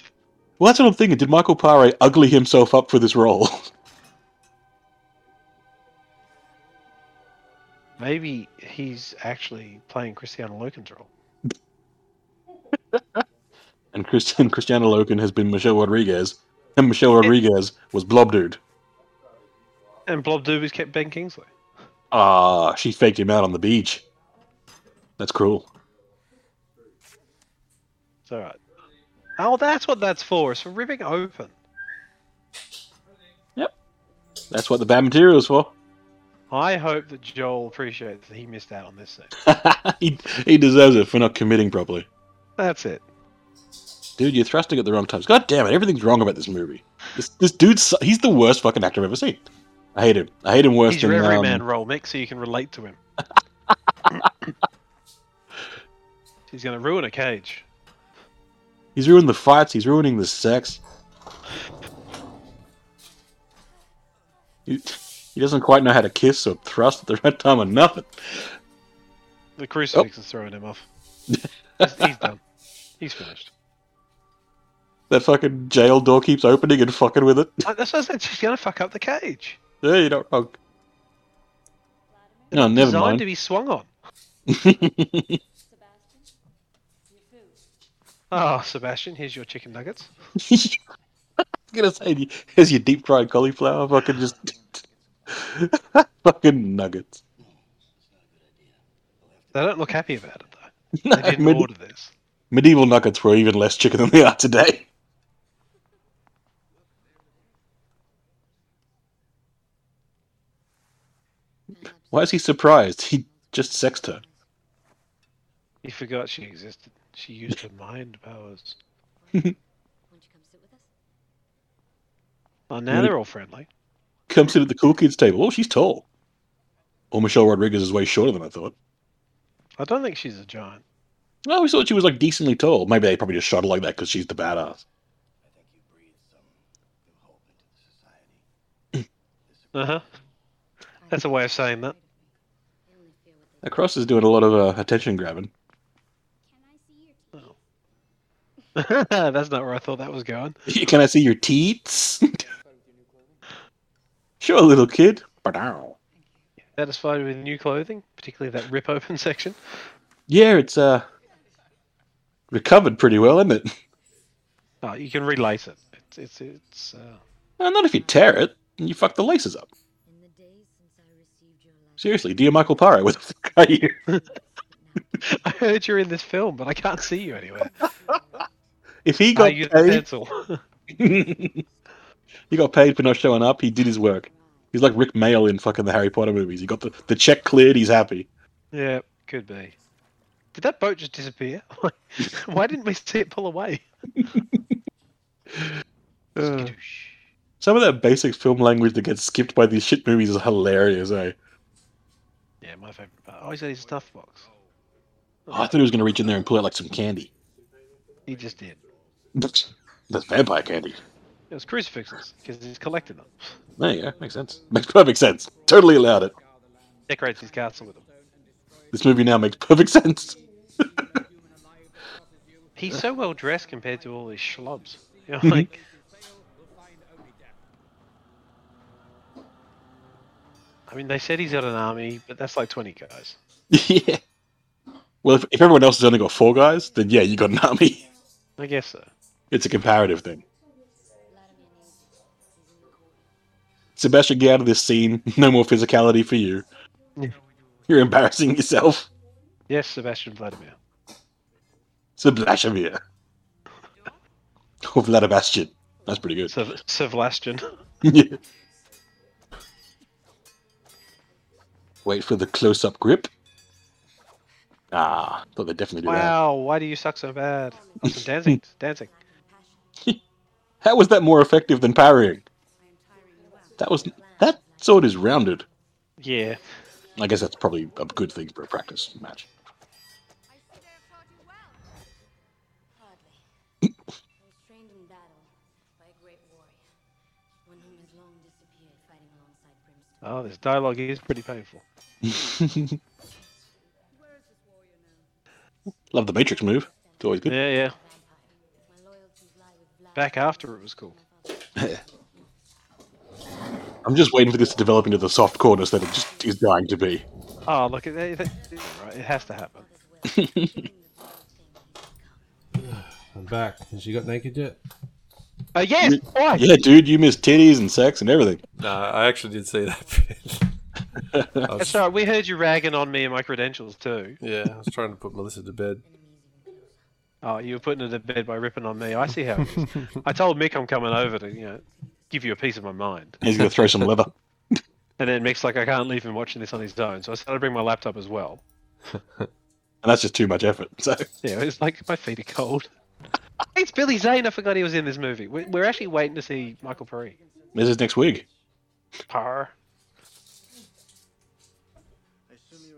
[SPEAKER 1] Well, that's what I'm thinking. Did Michael Pare ugly himself up for this role?
[SPEAKER 2] Maybe he's actually playing Cristiano Loken's role.
[SPEAKER 1] And Christian Cristiano Loken has been Michelle Rodriguez, and Michelle Rodriguez was Blob Dude.
[SPEAKER 2] And Blob Doobies kept Ben Kingsley.
[SPEAKER 1] Ah, she faked him out on the beach. That's cruel.
[SPEAKER 2] It's all right. Oh, that's what that's for. It's for ripping open.
[SPEAKER 1] That's what the bad material is for.
[SPEAKER 2] I hope that Joel appreciates that he missed out on this scene.
[SPEAKER 1] he, he deserves it for not committing properly.
[SPEAKER 2] That's it.
[SPEAKER 1] Dude, you're thrusting at the wrong times. God damn it, everything's wrong about this movie. This, this dude's su- he's the worst fucking actor I've ever seen. I hate him. I hate him worse
[SPEAKER 2] He's
[SPEAKER 1] than
[SPEAKER 2] your everyman
[SPEAKER 1] um,
[SPEAKER 2] role, Mick, so you can relate to him. He's gonna ruin a cage.
[SPEAKER 1] He's ruined the fights. He's ruining the sex. He, he doesn't quite know how to kiss or thrust at the right time or nothing.
[SPEAKER 2] The
[SPEAKER 1] Oh.
[SPEAKER 2] crucifix is throwing him off. he's, he's done. He's finished.
[SPEAKER 1] That fucking jail door keeps opening and fucking with it.
[SPEAKER 2] Uh, That's what I said. She's gonna fuck up the cage.
[SPEAKER 1] Yeah, you're not wrong. No, never
[SPEAKER 2] Designed
[SPEAKER 1] mind.
[SPEAKER 2] to be swung on.
[SPEAKER 6] Sebastian, your food.
[SPEAKER 2] Ah, Sebastian, here's your chicken nuggets.
[SPEAKER 1] I was gonna say, here's your deep fried cauliflower. Fucking just fucking nuggets.
[SPEAKER 2] They don't look happy about it though.
[SPEAKER 1] No,
[SPEAKER 2] They didn't
[SPEAKER 1] med-
[SPEAKER 2] order this.
[SPEAKER 1] medieval nuggets were even less chicken than they are today. Why is he surprised? He just sexed her.
[SPEAKER 2] He forgot she existed. She used her mind powers.
[SPEAKER 6] Won't you come sit?
[SPEAKER 2] Oh, now they're all friendly.
[SPEAKER 1] Come sit at the cool kids table. Oh, she's tall. Or Michelle Rodriguez is way shorter than I thought.
[SPEAKER 2] I don't think she's a giant.
[SPEAKER 1] I always thought she was like decently tall. Maybe they probably just shot her like that because she's the badass.
[SPEAKER 5] I think you breathe some new hope into the society.
[SPEAKER 2] Uh huh. That's a way of saying that.
[SPEAKER 1] That cross is doing a lot of uh, attention grabbing.
[SPEAKER 2] That's not where I thought that was going.
[SPEAKER 1] Can I see your teats? sure, little kid. Ba-dow.
[SPEAKER 2] Satisfied with new clothing, particularly that rip open section.
[SPEAKER 1] Yeah, it's uh recovered pretty well, isn't it?
[SPEAKER 2] Oh, you can relace it. It's it's it's. Uh,
[SPEAKER 1] Uh, not if you tear it and you fuck the laces up.
[SPEAKER 6] In the days since I received your letter,
[SPEAKER 1] Seriously, dear Michael Parra, where the fuck are you?
[SPEAKER 2] I heard you're in this film, but I can't see you anywhere.
[SPEAKER 1] If he
[SPEAKER 2] Are
[SPEAKER 1] got
[SPEAKER 2] you the
[SPEAKER 1] paid,
[SPEAKER 2] pencil?
[SPEAKER 1] he got paid for not showing up. He did his work. He's like Rick Mail in fucking the Harry Potter movies. He got the, the check cleared. He's happy.
[SPEAKER 2] yeah, could be. Did that boat just disappear? Why didn't we see it pull away?
[SPEAKER 1] Uh, some of that basic film language that gets skipped by these shit movies is hilarious, eh?
[SPEAKER 2] Yeah, my favorite part. Oh, he's got his stuff box.
[SPEAKER 1] Oh, I thought he was going to reach in there and pull out like some candy.
[SPEAKER 2] He just did.
[SPEAKER 1] That's that's vampire candy.
[SPEAKER 2] It was crucifixes because he's collected them.
[SPEAKER 1] There you go. Makes sense. Makes perfect sense. Totally allowed it.
[SPEAKER 2] Decorates his castle with them.
[SPEAKER 1] This movie now makes perfect sense.
[SPEAKER 2] He's so well dressed compared to all these schlubs. You know, like I mean, they said he's got an army, but that's like twenty guys.
[SPEAKER 1] yeah. Well, if, if everyone else has only got four guys, then yeah, you got an army.
[SPEAKER 2] I guess so.
[SPEAKER 1] It's a comparative thing. Sebastian, get out of this scene. No more physicality for you.
[SPEAKER 2] Yeah.
[SPEAKER 1] You're embarrassing yourself.
[SPEAKER 2] Yes, Sebastian Vladimir.
[SPEAKER 1] Sebastian here. Oh, Vladabastian. That's pretty good.
[SPEAKER 2] Sev- Sevlastian.
[SPEAKER 1] Yeah. Wait for the close up grip. Ah, thought they'd definitely do that.
[SPEAKER 2] Wow, why do you suck so bad? Oh, some dancing, dancing.
[SPEAKER 1] How was that more effective than parrying? That was that sword is rounded.
[SPEAKER 2] Yeah,
[SPEAKER 1] I guess that's probably a good thing for a practice match.
[SPEAKER 6] I see their party well. Hardly. I was trained in battle by a great warrior, one whom has long disappeared fighting alongside Brimstone.
[SPEAKER 2] Oh, this dialogue is pretty painful.
[SPEAKER 1] Love the matrix move. It's always good.
[SPEAKER 2] Yeah, yeah.
[SPEAKER 6] Vampire. My loyalties lie with Vlad.
[SPEAKER 2] Back after it was cool.
[SPEAKER 1] I'm just waiting for this to develop into the soft corners that it just is dying to be.
[SPEAKER 2] Oh, look at that. that- Right, it has to happen.
[SPEAKER 3] I'm back. Has she got naked yet?
[SPEAKER 2] Uh, yes, why?
[SPEAKER 1] Yeah, dude, you missed titties and sex and everything.
[SPEAKER 3] No, I actually did see that bit. I was-
[SPEAKER 2] That's right. We heard you ragging on me and my credentials too.
[SPEAKER 3] Yeah, I was trying to put Melissa to bed.
[SPEAKER 2] Oh, you were putting her to bed by ripping on me. I see how it is. I told Mick I'm coming over to, you know, give you a piece of my mind.
[SPEAKER 1] He's gonna throw some leather.
[SPEAKER 2] And then Mick's like, I can't leave him watching this on his own. So I started to bring my laptop as well.
[SPEAKER 1] And that's just too much effort. So
[SPEAKER 2] Yeah, it's like my feet are cold. it's Billy Zane. I forgot he was in this movie. We- We're actually waiting to see Michael Perry.
[SPEAKER 1] this is next week.
[SPEAKER 2] Parr.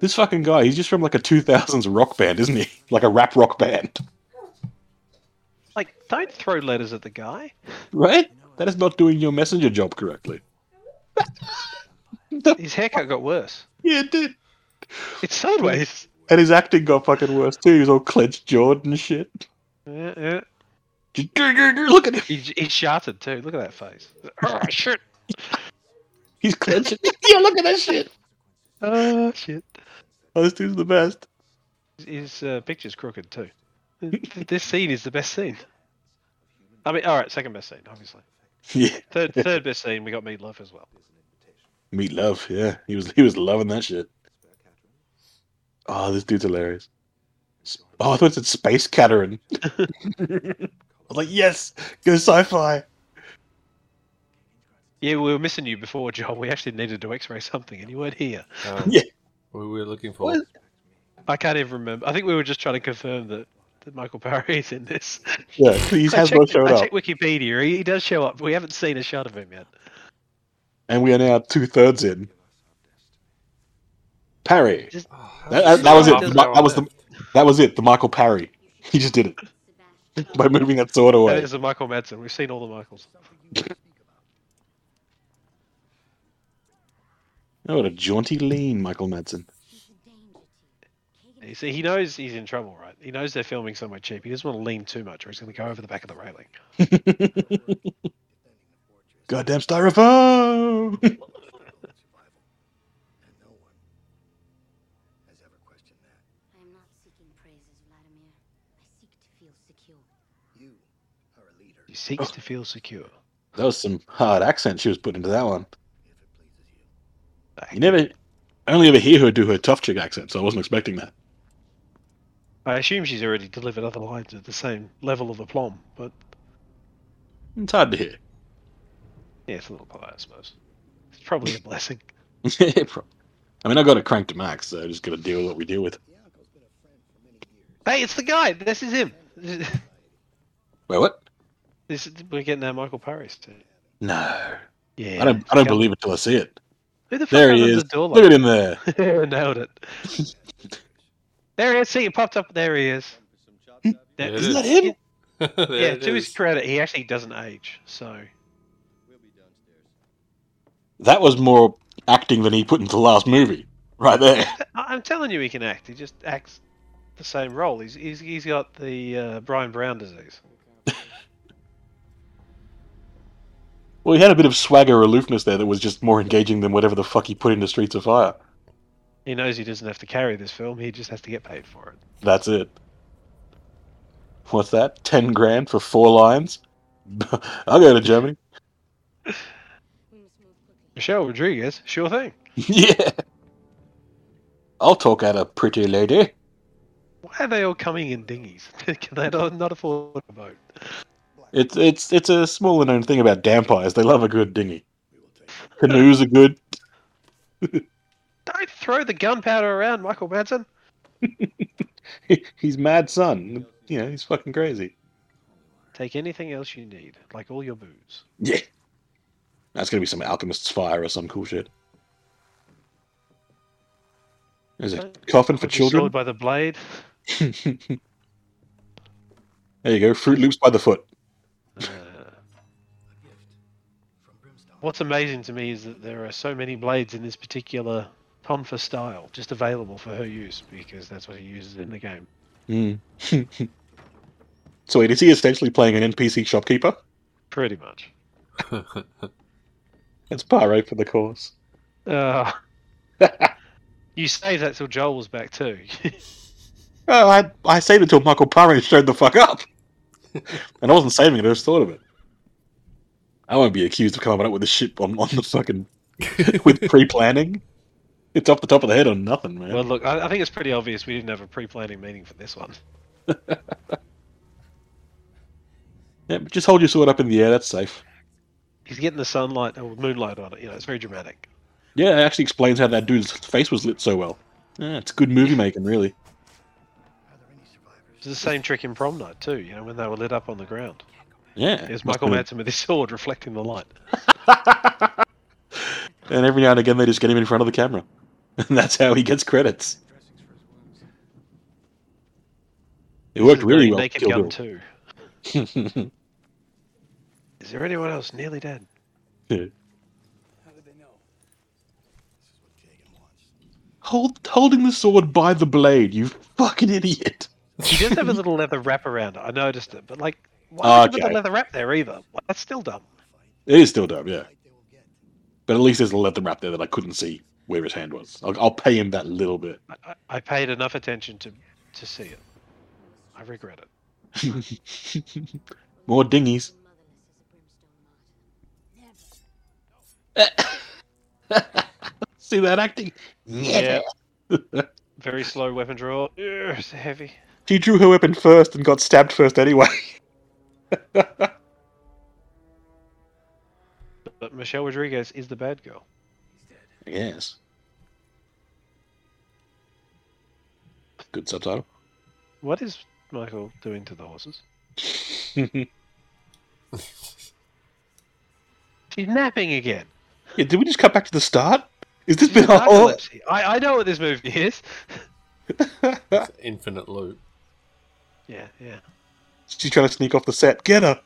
[SPEAKER 1] This fucking guy, he's just from like a 2000s rock band, isn't he? Like a rap rock band.
[SPEAKER 2] Like, don't throw letters at the guy.
[SPEAKER 1] Right? That is not doing your messenger job correctly.
[SPEAKER 2] His haircut got worse.
[SPEAKER 1] Yeah, it did.
[SPEAKER 2] It's sideways.
[SPEAKER 1] And his acting got fucking worse too. He was all clenched jawed and shit.
[SPEAKER 2] Yeah, yeah.
[SPEAKER 1] Just Look at him.
[SPEAKER 2] He, he shouted too. Look at that face. Oh shit!
[SPEAKER 1] He's clenching. yeah, look at that shit.
[SPEAKER 2] Oh shit!
[SPEAKER 1] Oh, this dude's the best.
[SPEAKER 2] His uh, picture's crooked too. Th- this scene is the best scene. I mean, all right, second best scene, obviously.
[SPEAKER 1] Yeah.
[SPEAKER 2] Third, third best scene. We got Meatloaf as well.
[SPEAKER 1] Meat love. Yeah, he was he was loving that shit. Oh, this dude's hilarious. S- Oh, I thought it said space Caterin. I was like, yes, go sci-fi.
[SPEAKER 2] Yeah, we were missing you before, Joel. We actually needed to X-ray something, and you weren't here.
[SPEAKER 3] Um,
[SPEAKER 1] Yeah.
[SPEAKER 3] We were looking for.
[SPEAKER 1] What?
[SPEAKER 2] I can't even remember. I think we were just trying to confirm that that Michael Parry is in this.
[SPEAKER 1] Yeah, he's
[SPEAKER 2] I
[SPEAKER 1] has not
[SPEAKER 2] checked,
[SPEAKER 1] showed
[SPEAKER 2] I
[SPEAKER 1] up,
[SPEAKER 2] checked Wikipedia. He, he does show up. but We haven't seen a shot of him yet.
[SPEAKER 1] and we are now two thirds in. Parry.
[SPEAKER 2] Just-
[SPEAKER 3] Oh,
[SPEAKER 1] That, that- that was it.
[SPEAKER 2] Half
[SPEAKER 1] The
[SPEAKER 2] an
[SPEAKER 1] Mi- that was the that was it. The Michael Parry. He just did it
[SPEAKER 6] Sebastian.
[SPEAKER 1] by moving that sword
[SPEAKER 2] That
[SPEAKER 1] away.
[SPEAKER 2] is a Michael Madsen. We've seen all the Michaels.
[SPEAKER 1] Oh, what a jaunty lean, Michael Madsen.
[SPEAKER 6] He's a danger to you. Kagan
[SPEAKER 2] You see, he knows he's in trouble, right? He knows they're filming somewhere cheap. He doesn't want to lean too much, or he's going to go over the back of the railing.
[SPEAKER 5] defending the fortress,
[SPEAKER 1] Goddamn styrofoam.
[SPEAKER 5] and survival. And no one has ever questioned that.
[SPEAKER 6] I am not seeking praises, Vladimir. I seek to feel secure.
[SPEAKER 5] You are a leader,
[SPEAKER 2] He
[SPEAKER 1] Oh.
[SPEAKER 2] seeks to feel secure.
[SPEAKER 1] that was some hard accent she was putting into that one.
[SPEAKER 5] if it pleases you.
[SPEAKER 1] You never, I only ever hear her do her tough chick accent, so I wasn't expecting that.
[SPEAKER 2] I assume she's already delivered other lines at the same level of aplomb, but
[SPEAKER 1] It's hard to hear.
[SPEAKER 2] yeah, it's a little polite, I suppose. It's probably a blessing.
[SPEAKER 1] Pro- I mean, I got it cranked to max, so I just got to deal with what we deal with.
[SPEAKER 5] Iago's been a friend for many years.
[SPEAKER 2] Hey, it's the guy. This is him.
[SPEAKER 1] Wait, what?
[SPEAKER 2] This is, we're getting our Michael Paris. Too.
[SPEAKER 1] No,
[SPEAKER 2] Yeah,
[SPEAKER 1] I don't. I don't
[SPEAKER 2] come-
[SPEAKER 1] believe it till I see it.
[SPEAKER 2] Who the fuck
[SPEAKER 1] There he
[SPEAKER 2] opens
[SPEAKER 1] is.
[SPEAKER 2] The door
[SPEAKER 1] Look at him there.
[SPEAKER 2] like that? Nailed it. there he is. See, he popped up. There he is. There-
[SPEAKER 3] It
[SPEAKER 1] Isn't
[SPEAKER 3] is.
[SPEAKER 1] that him?
[SPEAKER 3] There
[SPEAKER 2] Yeah,
[SPEAKER 3] it
[SPEAKER 2] to his
[SPEAKER 3] is.
[SPEAKER 2] credit, he actually doesn't age. So
[SPEAKER 1] That was more acting than he put into the last movie, right there.
[SPEAKER 2] I- I'm telling you, he can act. He just acts the same role. He's he's, he's got the uh, Brian Brown disease.
[SPEAKER 1] Well, he had a bit of swagger aloofness there that was just more engaging than whatever the fuck he put into Streets of Fire.
[SPEAKER 2] He knows he doesn't have to carry this film. He just has to get paid for it.
[SPEAKER 1] That's it. What's that? Ten grand for four lines? I'll go to Germany.
[SPEAKER 6] We must move quickly.
[SPEAKER 2] Michelle Rodriguez, sure thing.
[SPEAKER 1] yeah. I'll talk at a pretty lady.
[SPEAKER 2] Why are they all coming in dinghies? Can they not not afford a boat?
[SPEAKER 1] It's it's it's a smaller known thing about dampires. They love a good dinghy. Canoes are good.
[SPEAKER 2] Don't throw the gunpowder around, Michael Madsen.
[SPEAKER 1] he's mad son. You know, he's fucking crazy.
[SPEAKER 2] Take anything else you need, like all your booze.
[SPEAKER 1] Yeah. That's gonna be some alchemist's fire or some cool shit. There's
[SPEAKER 2] Uh,
[SPEAKER 1] a coffin for
[SPEAKER 2] Put your
[SPEAKER 1] children.
[SPEAKER 2] Sword by the blade.
[SPEAKER 1] there you go. Fruit Loops by the foot.
[SPEAKER 2] Uh,
[SPEAKER 5] A gift from Brimstone.
[SPEAKER 2] what's amazing to me is that there are so many blades in this particular tonfa style, just available for her use because that's what he uses in the game.
[SPEAKER 1] Mm. so wait, is he essentially playing an NPC shopkeeper?
[SPEAKER 2] Pretty much.
[SPEAKER 1] It's par right for the course.
[SPEAKER 2] Uh, you saved that till Joel was back too.
[SPEAKER 1] Oh, I I saved it till Michael Parry showed the fuck up, and I wasn't saving it. I just thought of it. I won't be accused of coming up with a shit on, on the fucking with pre-planning. It's off the top of the head or nothing, man.
[SPEAKER 2] Well, look, I, I think it's pretty obvious we didn't have a pre-planning meeting for this one.
[SPEAKER 1] yeah, but just hold your sword up in the air. That's safe.
[SPEAKER 2] He's getting the sunlight or moonlight on it. You know, it's very dramatic.
[SPEAKER 1] Yeah, it actually explains how that dude's face was lit so well. Yeah, it's good movie making, really.
[SPEAKER 5] Are there any survivors?
[SPEAKER 2] It's the same trick in prom night too. You know, when they were lit up on the ground.
[SPEAKER 1] Yeah,
[SPEAKER 2] It was
[SPEAKER 1] must
[SPEAKER 2] Michael
[SPEAKER 1] be-
[SPEAKER 2] Madsen with his sword reflecting the light.
[SPEAKER 1] And every now and again, they just get him in front of the camera, and that's how he gets credits.
[SPEAKER 5] Dressings for his wounds.
[SPEAKER 1] It worked
[SPEAKER 2] This is very
[SPEAKER 1] really well.
[SPEAKER 2] Naked
[SPEAKER 1] Kill
[SPEAKER 2] Gun
[SPEAKER 1] Bill.
[SPEAKER 2] too. Is there anyone else nearly dead?
[SPEAKER 4] How did they know?
[SPEAKER 5] This is what Kagan wants.
[SPEAKER 1] Hold, holding the sword by the blade, you fucking idiot.
[SPEAKER 2] He does have a little leather wrap around it. I noticed it, but like, why would you put
[SPEAKER 1] Ah, Okay.
[SPEAKER 2] the leather wrap there either? Like, That's still dumb.
[SPEAKER 1] It is still dumb, yeah.
[SPEAKER 5] Fight they will get.
[SPEAKER 1] But at least there's a leather wrap there that I couldn't see where his hand was. I'll, I'll pay him that little bit.
[SPEAKER 2] I- I, I paid enough attention to to see it. I regret it.
[SPEAKER 1] More dinghies.
[SPEAKER 6] You're motherless as a brimstone martyr. Never.
[SPEAKER 1] See that acting?
[SPEAKER 2] Yeah. Very slow weapon draw. Ugh, it's heavy.
[SPEAKER 1] She drew her weapon first and got stabbed first anyway.
[SPEAKER 2] But Michelle Rodriguez is the bad girl.
[SPEAKER 1] Yes. Good subtitle.
[SPEAKER 2] What is Michael doing to the horses? She's napping again.
[SPEAKER 1] Yeah, did we just cut back to the start? Is this been a whole?
[SPEAKER 2] Narcolepsy. I, I know what this movie is.
[SPEAKER 3] It's an infinite loop.
[SPEAKER 2] Yeah, yeah.
[SPEAKER 1] She's trying to sneak off the set. Get her.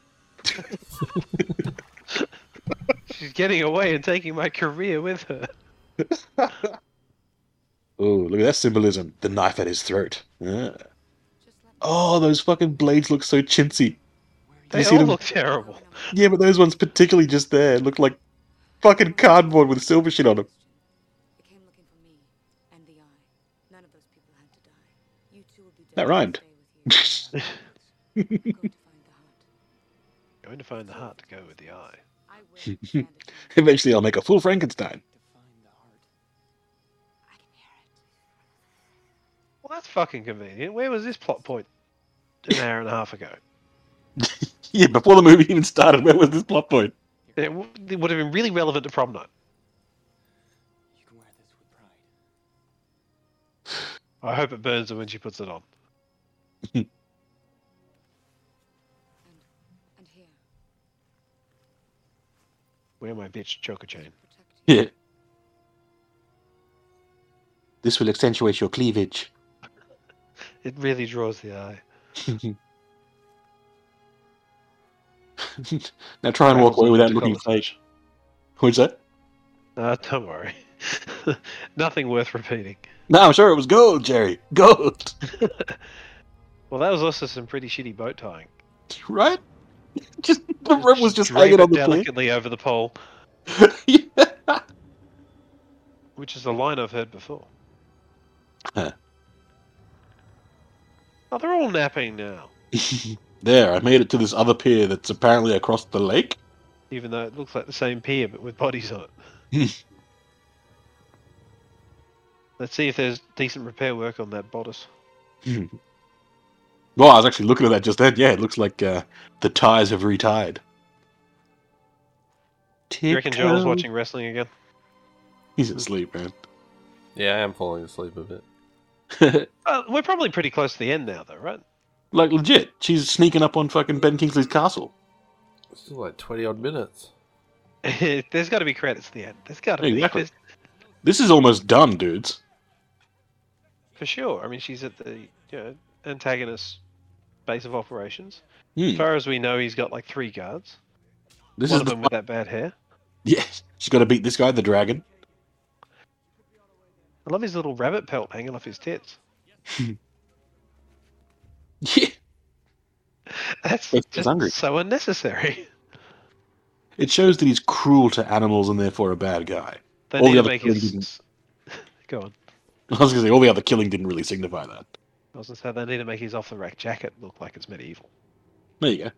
[SPEAKER 2] She's getting away and taking my career with her.
[SPEAKER 1] Oh, look at that symbolism. The knife at his throat. Yeah. Oh, those fucking blades look so chintzy.
[SPEAKER 2] They
[SPEAKER 1] see
[SPEAKER 2] all
[SPEAKER 1] them-
[SPEAKER 2] look terrible.
[SPEAKER 1] Yeah, but those ones particularly just there look like fucking cardboard with silver shit on them.
[SPEAKER 6] They came looking for me and the eye. None of those people had to die. You two will be dead.
[SPEAKER 1] That
[SPEAKER 6] if I
[SPEAKER 1] rhymed.
[SPEAKER 6] stay with you. I'm going to
[SPEAKER 2] Going to find
[SPEAKER 6] find the heart.
[SPEAKER 2] the heart to go with the eye.
[SPEAKER 6] I will stand it.
[SPEAKER 1] Eventually, I'll make a full Frankenstein.
[SPEAKER 4] To find the heart.
[SPEAKER 6] I can hear it.
[SPEAKER 2] Well, that's fucking convenient. Where was this plot point an hour and a half ago?
[SPEAKER 1] Yeah, before the movie even started, where was this plot point?
[SPEAKER 2] It, w- it would have been really relevant to prom night.
[SPEAKER 4] You can wear this with pride.
[SPEAKER 2] I hope it burns her when she puts it on.
[SPEAKER 6] And, and here.
[SPEAKER 2] Wear my bitch choker chain.
[SPEAKER 6] Protect you.
[SPEAKER 1] Yeah. This will accentuate your cleavage.
[SPEAKER 2] It really draws the eye.
[SPEAKER 1] now try and walk away without looking
[SPEAKER 2] Colours.
[SPEAKER 1] fake. What's that?
[SPEAKER 2] No, Uh, don't worry. Nothing worth repeating.
[SPEAKER 1] No, I'm sure it was gold, Jerry. Gold.
[SPEAKER 2] Well, that was also some pretty shitty boat tying.
[SPEAKER 1] Right? Just the rope was just
[SPEAKER 2] drape
[SPEAKER 1] hanging
[SPEAKER 2] it
[SPEAKER 1] on the plane.
[SPEAKER 2] delicately over the pole,
[SPEAKER 1] yeah.
[SPEAKER 2] which is a line I've heard before.
[SPEAKER 1] Huh.
[SPEAKER 2] Oh, they're all napping now,
[SPEAKER 1] There, I made it to this other pier that's apparently across the lake.
[SPEAKER 2] even though it looks like the same pier but with bodies on it.
[SPEAKER 1] Hmm.
[SPEAKER 2] Let's see if there's decent repair work on that bodice.
[SPEAKER 1] Well, I was actually looking at that just then. Yeah, it looks like uh, the ties have retied.
[SPEAKER 2] Do you reckon Joel's watching wrestling again?
[SPEAKER 1] He's asleep, man.
[SPEAKER 3] Yeah, I am falling asleep a bit.
[SPEAKER 2] Uh, we're probably pretty close to the end now, though, right?
[SPEAKER 1] like legit, she's sneaking up on fucking Ben Kingsley's castle.
[SPEAKER 3] It's still like 20 odd minutes.
[SPEAKER 2] there's got to be credits at the end. There's got to
[SPEAKER 1] Exactly.
[SPEAKER 2] be. There's-
[SPEAKER 1] This is almost done, dudes.
[SPEAKER 2] For sure. I mean, she's at the you know, antagonist's base of operations.
[SPEAKER 1] Hmm.
[SPEAKER 2] As far as we know, he's got like three guards.
[SPEAKER 1] This
[SPEAKER 2] One
[SPEAKER 1] is
[SPEAKER 2] of
[SPEAKER 1] the
[SPEAKER 2] them with that bad hair.
[SPEAKER 1] yeah. She's got to beat this guy, the dragon.
[SPEAKER 2] I love his little rabbit pelt hanging off his tits.
[SPEAKER 1] Yeah,
[SPEAKER 2] That's
[SPEAKER 1] It's
[SPEAKER 2] just
[SPEAKER 1] hungry.
[SPEAKER 2] so unnecessary.
[SPEAKER 1] it shows that he's cruel to animals and therefore a bad guy.
[SPEAKER 2] They
[SPEAKER 1] All the
[SPEAKER 2] need to
[SPEAKER 1] other
[SPEAKER 2] make
[SPEAKER 1] killings
[SPEAKER 2] his. Go on.
[SPEAKER 1] I was gonna say all the other killing didn't really signify that.
[SPEAKER 2] I was gonna say they need to make his off the rack jacket look like it's medieval.
[SPEAKER 1] There you go.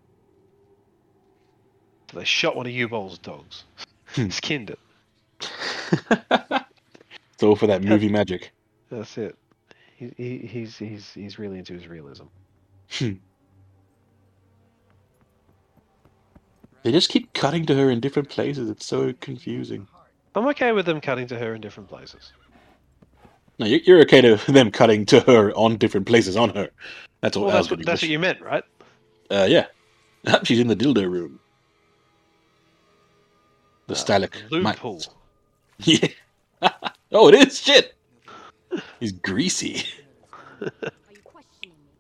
[SPEAKER 2] So they shot one of U-Bol's dogs,
[SPEAKER 1] Hmm.
[SPEAKER 2] skinned it.
[SPEAKER 1] It's all for that movie magic.
[SPEAKER 2] That's it. He, he, he's he's he's really into his realism.
[SPEAKER 1] They just keep cutting to her in different places. It's so confusing.
[SPEAKER 2] I'm okay with them cutting to her in different places.
[SPEAKER 1] No, you- you're okay to them cutting to her on different places on her. That's all.
[SPEAKER 2] Well,
[SPEAKER 1] that
[SPEAKER 2] that's
[SPEAKER 1] was
[SPEAKER 2] what,
[SPEAKER 1] good
[SPEAKER 2] that's
[SPEAKER 1] English.
[SPEAKER 2] what you meant, right?
[SPEAKER 1] Uh, yeah. She's in the dildo room. The Stalic.
[SPEAKER 2] Uh, Loophole.
[SPEAKER 1] Yeah. oh, it is shit. He's greasy.
[SPEAKER 6] Are you questioning me?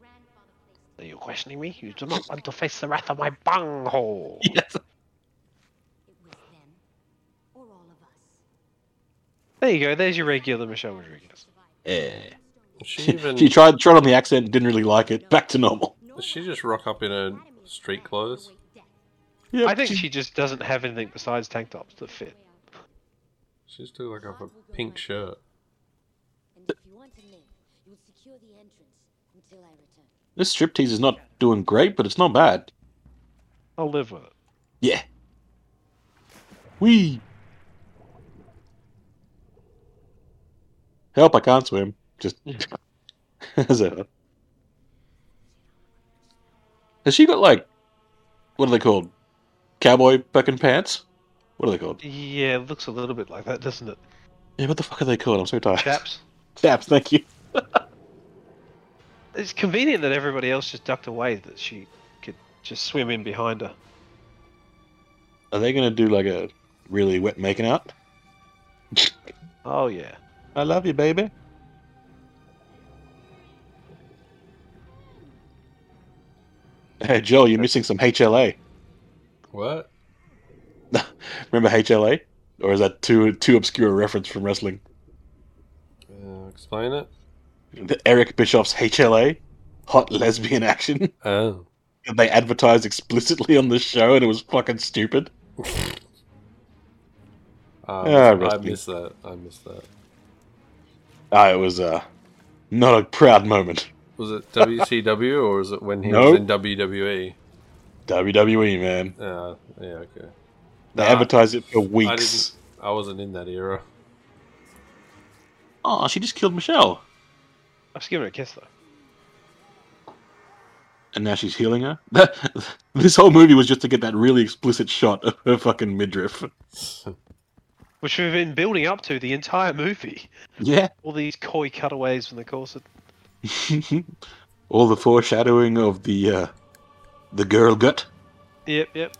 [SPEAKER 6] My grandfather placed
[SPEAKER 2] Are you questioning me? You do not want to face the wrath of my bunghole.
[SPEAKER 1] Yes.
[SPEAKER 6] it was them or all of us.
[SPEAKER 2] There you go. There's your regular Michelle Rodriguez.
[SPEAKER 1] Yeah.
[SPEAKER 3] She even.
[SPEAKER 1] Eh. She tried tried on the accent, didn't really like it. Back to normal.
[SPEAKER 6] No
[SPEAKER 3] Does she
[SPEAKER 6] one
[SPEAKER 3] just rock up in her street clothes?
[SPEAKER 6] await death.
[SPEAKER 1] Yeah,
[SPEAKER 2] I think she just doesn't have anything besides tank tops that fit.
[SPEAKER 3] She's still like off a pink shirt.
[SPEAKER 6] And if you want to live, you will secure the entrance until I return.
[SPEAKER 1] this striptease is not doing great, but it's not bad.
[SPEAKER 2] I'll live with it.
[SPEAKER 1] Yeah. Wee. Help! I can't swim. Just. As ever. Has she got like, what are they called? Cowboy fucking pants. What are they called?
[SPEAKER 2] Yeah, it looks a little bit like that, doesn't it?
[SPEAKER 1] Yeah, what the fuck are they called? I'm so tired.
[SPEAKER 2] Chaps.
[SPEAKER 1] Chaps, thank you.
[SPEAKER 2] It's convenient that everybody else just ducked away that she could just swim in behind her.
[SPEAKER 1] Are they going to do like a really wet making out?
[SPEAKER 2] Oh yeah.
[SPEAKER 1] I love you, baby. Hey, Joel, you're missing some HLA.
[SPEAKER 3] What?
[SPEAKER 1] Remember HLA? Or is that too too obscure a reference from wrestling?
[SPEAKER 3] Uh, explain it.
[SPEAKER 1] The Eric Bischoff's HLA, hot lesbian action.
[SPEAKER 3] Oh.
[SPEAKER 1] that They advertised explicitly on the show, and it was fucking stupid.
[SPEAKER 3] Um,
[SPEAKER 1] Ah,
[SPEAKER 3] I
[SPEAKER 1] wrestling.
[SPEAKER 3] missed that. I missed that.
[SPEAKER 1] Ah, it was uh, not a proud moment.
[SPEAKER 3] Was it WCW or was it when he
[SPEAKER 1] No.
[SPEAKER 3] was in WWE?
[SPEAKER 1] WWE, E, man.
[SPEAKER 3] Uh, yeah, okay.
[SPEAKER 1] They
[SPEAKER 3] Nah.
[SPEAKER 1] advertised it for weeks.
[SPEAKER 3] didn't- I wasn't in that era.
[SPEAKER 1] Oh, she just killed Michelle,
[SPEAKER 2] I was giving her a kiss though.
[SPEAKER 1] and now she's healing her. this whole movie was just to get that really explicit shot of her fucking midriff.
[SPEAKER 2] Which we've been building up to the entire movie.
[SPEAKER 1] Yeah.
[SPEAKER 2] All these coy cutaways from the corset.
[SPEAKER 1] All the foreshadowing of the uh, the girl gut.
[SPEAKER 2] Yep, yep.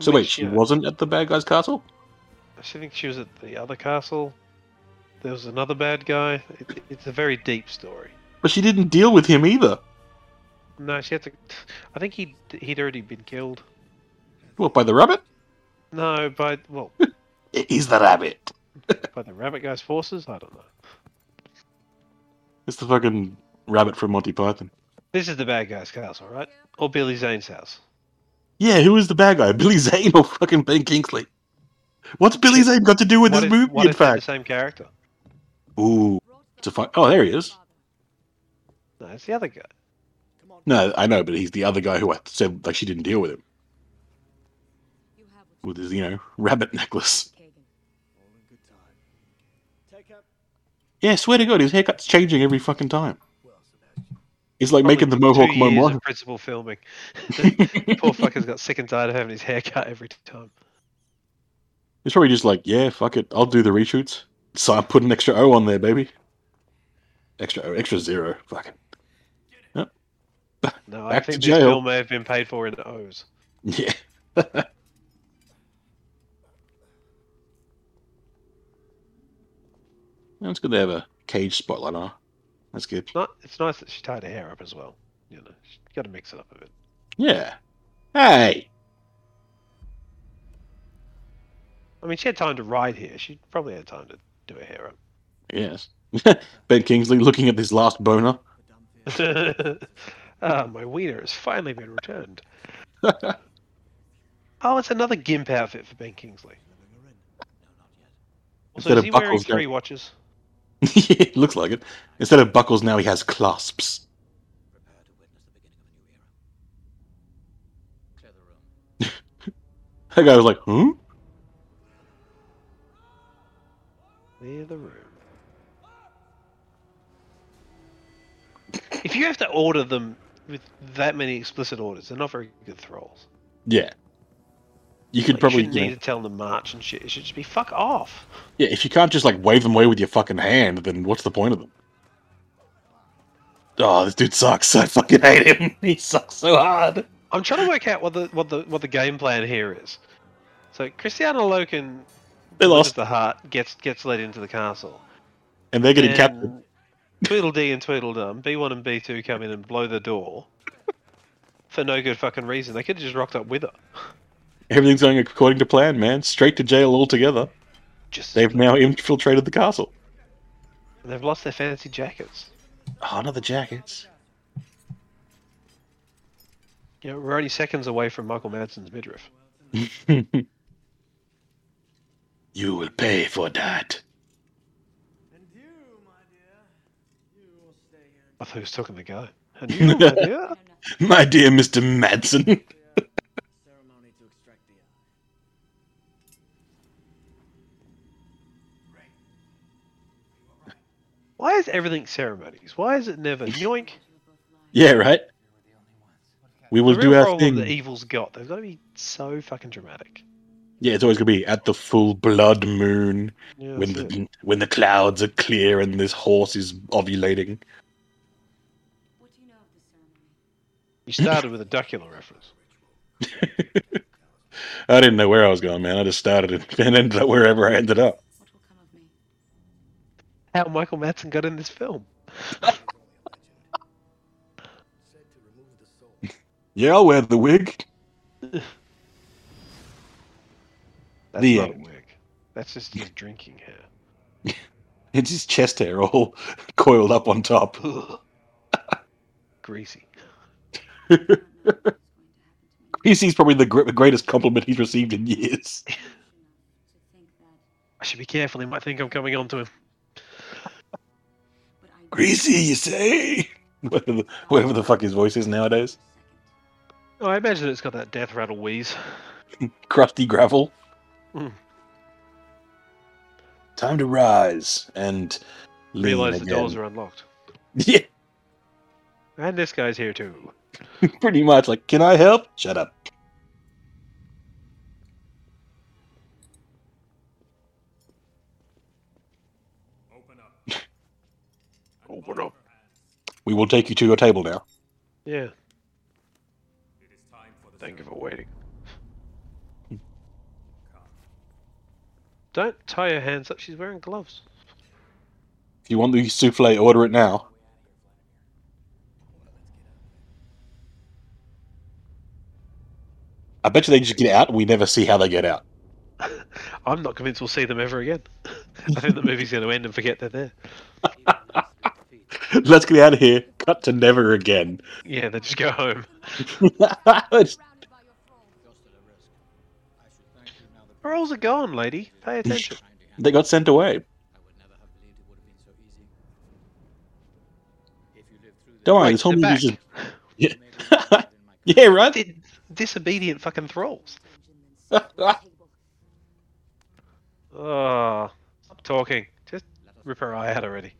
[SPEAKER 1] So wait,
[SPEAKER 2] Which,
[SPEAKER 1] she
[SPEAKER 2] you know,
[SPEAKER 1] wasn't at the bad guy's castle.
[SPEAKER 2] I think she was at the other castle. There was another bad guy. It, it's a very deep story.
[SPEAKER 1] But she didn't deal with him either.
[SPEAKER 2] No, she had to. I think he he'd already been killed.
[SPEAKER 1] What by the rabbit?
[SPEAKER 2] No, by well,
[SPEAKER 1] It is the rabbit.
[SPEAKER 2] by the rabbit guy's forces. I don't know.
[SPEAKER 1] It's the fucking rabbit from Monty Python.
[SPEAKER 2] This is the bad guy's castle, right? Or Billy Zane's house.
[SPEAKER 1] Yeah, who is the bad guy? Billy Zane or fucking Ben Kingsley? What's Billy Zane got to do with
[SPEAKER 2] What
[SPEAKER 1] this
[SPEAKER 2] if-
[SPEAKER 1] movie?
[SPEAKER 2] what
[SPEAKER 1] In
[SPEAKER 2] if they're the
[SPEAKER 1] fact,
[SPEAKER 2] same character?
[SPEAKER 1] ooh, it's a fi- Oh, there he is.
[SPEAKER 2] No, it's the other guy.
[SPEAKER 1] No, I know, but he's the other guy who I said like she didn't deal with him
[SPEAKER 6] You have
[SPEAKER 1] with
[SPEAKER 6] what you
[SPEAKER 1] his you know rabbit necklace.
[SPEAKER 6] need, Kagan.
[SPEAKER 5] All in good time.
[SPEAKER 1] Yeah, swear to God, his haircut's changing every fucking time.
[SPEAKER 5] Well, Sebastian,
[SPEAKER 1] It's like making the
[SPEAKER 2] Probably
[SPEAKER 1] mohawk
[SPEAKER 2] two
[SPEAKER 1] Mo
[SPEAKER 2] years
[SPEAKER 1] Mo.
[SPEAKER 2] of principal filming. Poor fucker's got sick and tired of having his hair cut every time.
[SPEAKER 1] It's probably just like, yeah, fuck it, I'll do the reshoots. So I put an extra O on there, baby. Extra O, extra zero, fucking.
[SPEAKER 2] No, I
[SPEAKER 1] Back to
[SPEAKER 2] think this
[SPEAKER 1] jail.
[SPEAKER 2] bill may have been paid for in O's.
[SPEAKER 1] Yeah. That's good. They have a cage spotlight on. her. That's good.
[SPEAKER 2] Not, it's nice that she tied her hair up as well. You know, she got to mix it up a bit.
[SPEAKER 1] Yeah. Hey.
[SPEAKER 2] I mean, she had time to ride here. She probably had time to do her hair up.
[SPEAKER 1] Yes. ben Kingsley looking at this last boner.
[SPEAKER 5] the dumb fear.
[SPEAKER 2] ah, my wiener has finally been returned. oh, it's another gimp outfit for Ben Kingsley.
[SPEAKER 5] Living her in. No, not yet.
[SPEAKER 2] Also,
[SPEAKER 1] Instead
[SPEAKER 2] is
[SPEAKER 1] of
[SPEAKER 2] he wearing
[SPEAKER 1] buckles, don't-
[SPEAKER 2] three watches?
[SPEAKER 1] Looks like it. Instead of buckles, now he has clasps.
[SPEAKER 5] Prepare to witness the beginning of a new era. Clear the room.
[SPEAKER 1] That guy was like, hmm?
[SPEAKER 2] Clear the room. If you have to order them with that many explicit orders, they're not very good thralls.
[SPEAKER 1] Yeah. You could
[SPEAKER 2] Like,
[SPEAKER 1] probably.
[SPEAKER 2] you shouldn't
[SPEAKER 1] you know-
[SPEAKER 2] need to tell them to march and shit. It should just be fuck off.
[SPEAKER 1] Yeah, if you can't just like wave them away with your fucking hand, then what's the point of them? Oh, this dude sucks. I fucking hate him. He sucks so hard.
[SPEAKER 2] I'm trying to work out what the what the what the game plan here is. So Cristiano Loken
[SPEAKER 1] They
[SPEAKER 2] lost
[SPEAKER 1] lost,
[SPEAKER 2] the heart, gets gets led into the castle.
[SPEAKER 1] and they're getting
[SPEAKER 2] And
[SPEAKER 1] captured.
[SPEAKER 2] Tweedledee and Tweedledum, B1 and B2 come in and blow the door for no good fucking reason. They could have just rocked up with her.
[SPEAKER 1] Everything's going according to plan, man. Straight to jail altogether.
[SPEAKER 2] Just
[SPEAKER 1] They've now infiltrated the castle.
[SPEAKER 2] they've lost their fancy jackets.
[SPEAKER 1] Oh, another jackets.
[SPEAKER 2] You know, we're only seconds away from Michael Madsen's midriff.
[SPEAKER 1] You will pay for that.
[SPEAKER 4] And you, my dear, you will stay here.
[SPEAKER 2] I thought he was talking to the guy. And you, my dear?
[SPEAKER 6] I know nothing.
[SPEAKER 1] My dear Mr. Madsen.
[SPEAKER 4] Ceremony to extract the eye.
[SPEAKER 2] Why is everything ceremonies? Why is it never yoink?
[SPEAKER 6] You both lied.
[SPEAKER 1] yeah, right? We will
[SPEAKER 2] the
[SPEAKER 1] do
[SPEAKER 2] real
[SPEAKER 1] our thing.
[SPEAKER 2] problem that evil's got, they've got to be so fucking dramatic.
[SPEAKER 1] Yeah, it's always gonna be at the full blood moon
[SPEAKER 2] Yeah,
[SPEAKER 1] when
[SPEAKER 2] that's it.
[SPEAKER 1] the when the clouds are clear and this horse is ovulating.
[SPEAKER 6] What do you know of the ceremony?
[SPEAKER 2] You started with a Dracula reference.
[SPEAKER 1] I didn't know where I was going, man. I just started it and ended up wherever I ended up.
[SPEAKER 6] What will come of me?
[SPEAKER 2] How Michael Madsen got in this film?
[SPEAKER 5] Only a legend. Said to remove the soul.
[SPEAKER 1] Yeah, I'll wear the wig.
[SPEAKER 2] That's
[SPEAKER 1] The
[SPEAKER 2] not a
[SPEAKER 1] end.
[SPEAKER 2] wig. That's just his drinking hair.
[SPEAKER 1] It's his chest hair all coiled up on top.
[SPEAKER 2] Greasy.
[SPEAKER 6] I don't know what's going to happen to me.
[SPEAKER 1] PC's probably the gr- greatest compliment he's received in years.
[SPEAKER 6] To think that,
[SPEAKER 2] I should be careful. He might think I'm coming on to him.
[SPEAKER 6] but I will
[SPEAKER 1] Greasy, you say? Whatever the, whatever the fuck his voice is nowadays.
[SPEAKER 6] for a second.
[SPEAKER 2] Oh, I imagine it's got that death rattle wheeze.
[SPEAKER 1] Crusty gravel.
[SPEAKER 2] Hmm.
[SPEAKER 1] Time to rise and lean
[SPEAKER 2] Realize the
[SPEAKER 1] again.
[SPEAKER 2] doors are unlocked.
[SPEAKER 1] Yeah,
[SPEAKER 2] And this guy's here too.
[SPEAKER 1] pretty much. Like, can I help? Shut up.
[SPEAKER 7] Open up.
[SPEAKER 1] Open up. We will take you to your table now.
[SPEAKER 2] Yeah.
[SPEAKER 7] It is time for the
[SPEAKER 2] Thank you
[SPEAKER 7] ceremony.
[SPEAKER 2] for waiting.
[SPEAKER 1] Hmm.
[SPEAKER 7] Come.
[SPEAKER 2] Don't tie her hands up. She's wearing gloves.
[SPEAKER 1] If you want the souffle, order it now. I bet you they just get out and we never see how they get out.
[SPEAKER 2] I'm not convinced we'll see them ever again. I think the movie's going to end and forget they're there.
[SPEAKER 1] Let's get out of here. Cut to never again.
[SPEAKER 2] Yeah, they just go home.
[SPEAKER 1] It's-
[SPEAKER 6] Surrounded by your thralls.
[SPEAKER 2] Morals are gone, lady. Pay attention.
[SPEAKER 1] they got sent away. Don't worry,
[SPEAKER 2] Right,
[SPEAKER 1] this whole
[SPEAKER 2] they're
[SPEAKER 1] movie's
[SPEAKER 2] back.
[SPEAKER 1] just. Yeah. yeah, right?
[SPEAKER 2] Di- disobedient fucking thralls.
[SPEAKER 6] Imagine then sitting at the table.
[SPEAKER 2] Oh, stop talking. Just rip her eye out already.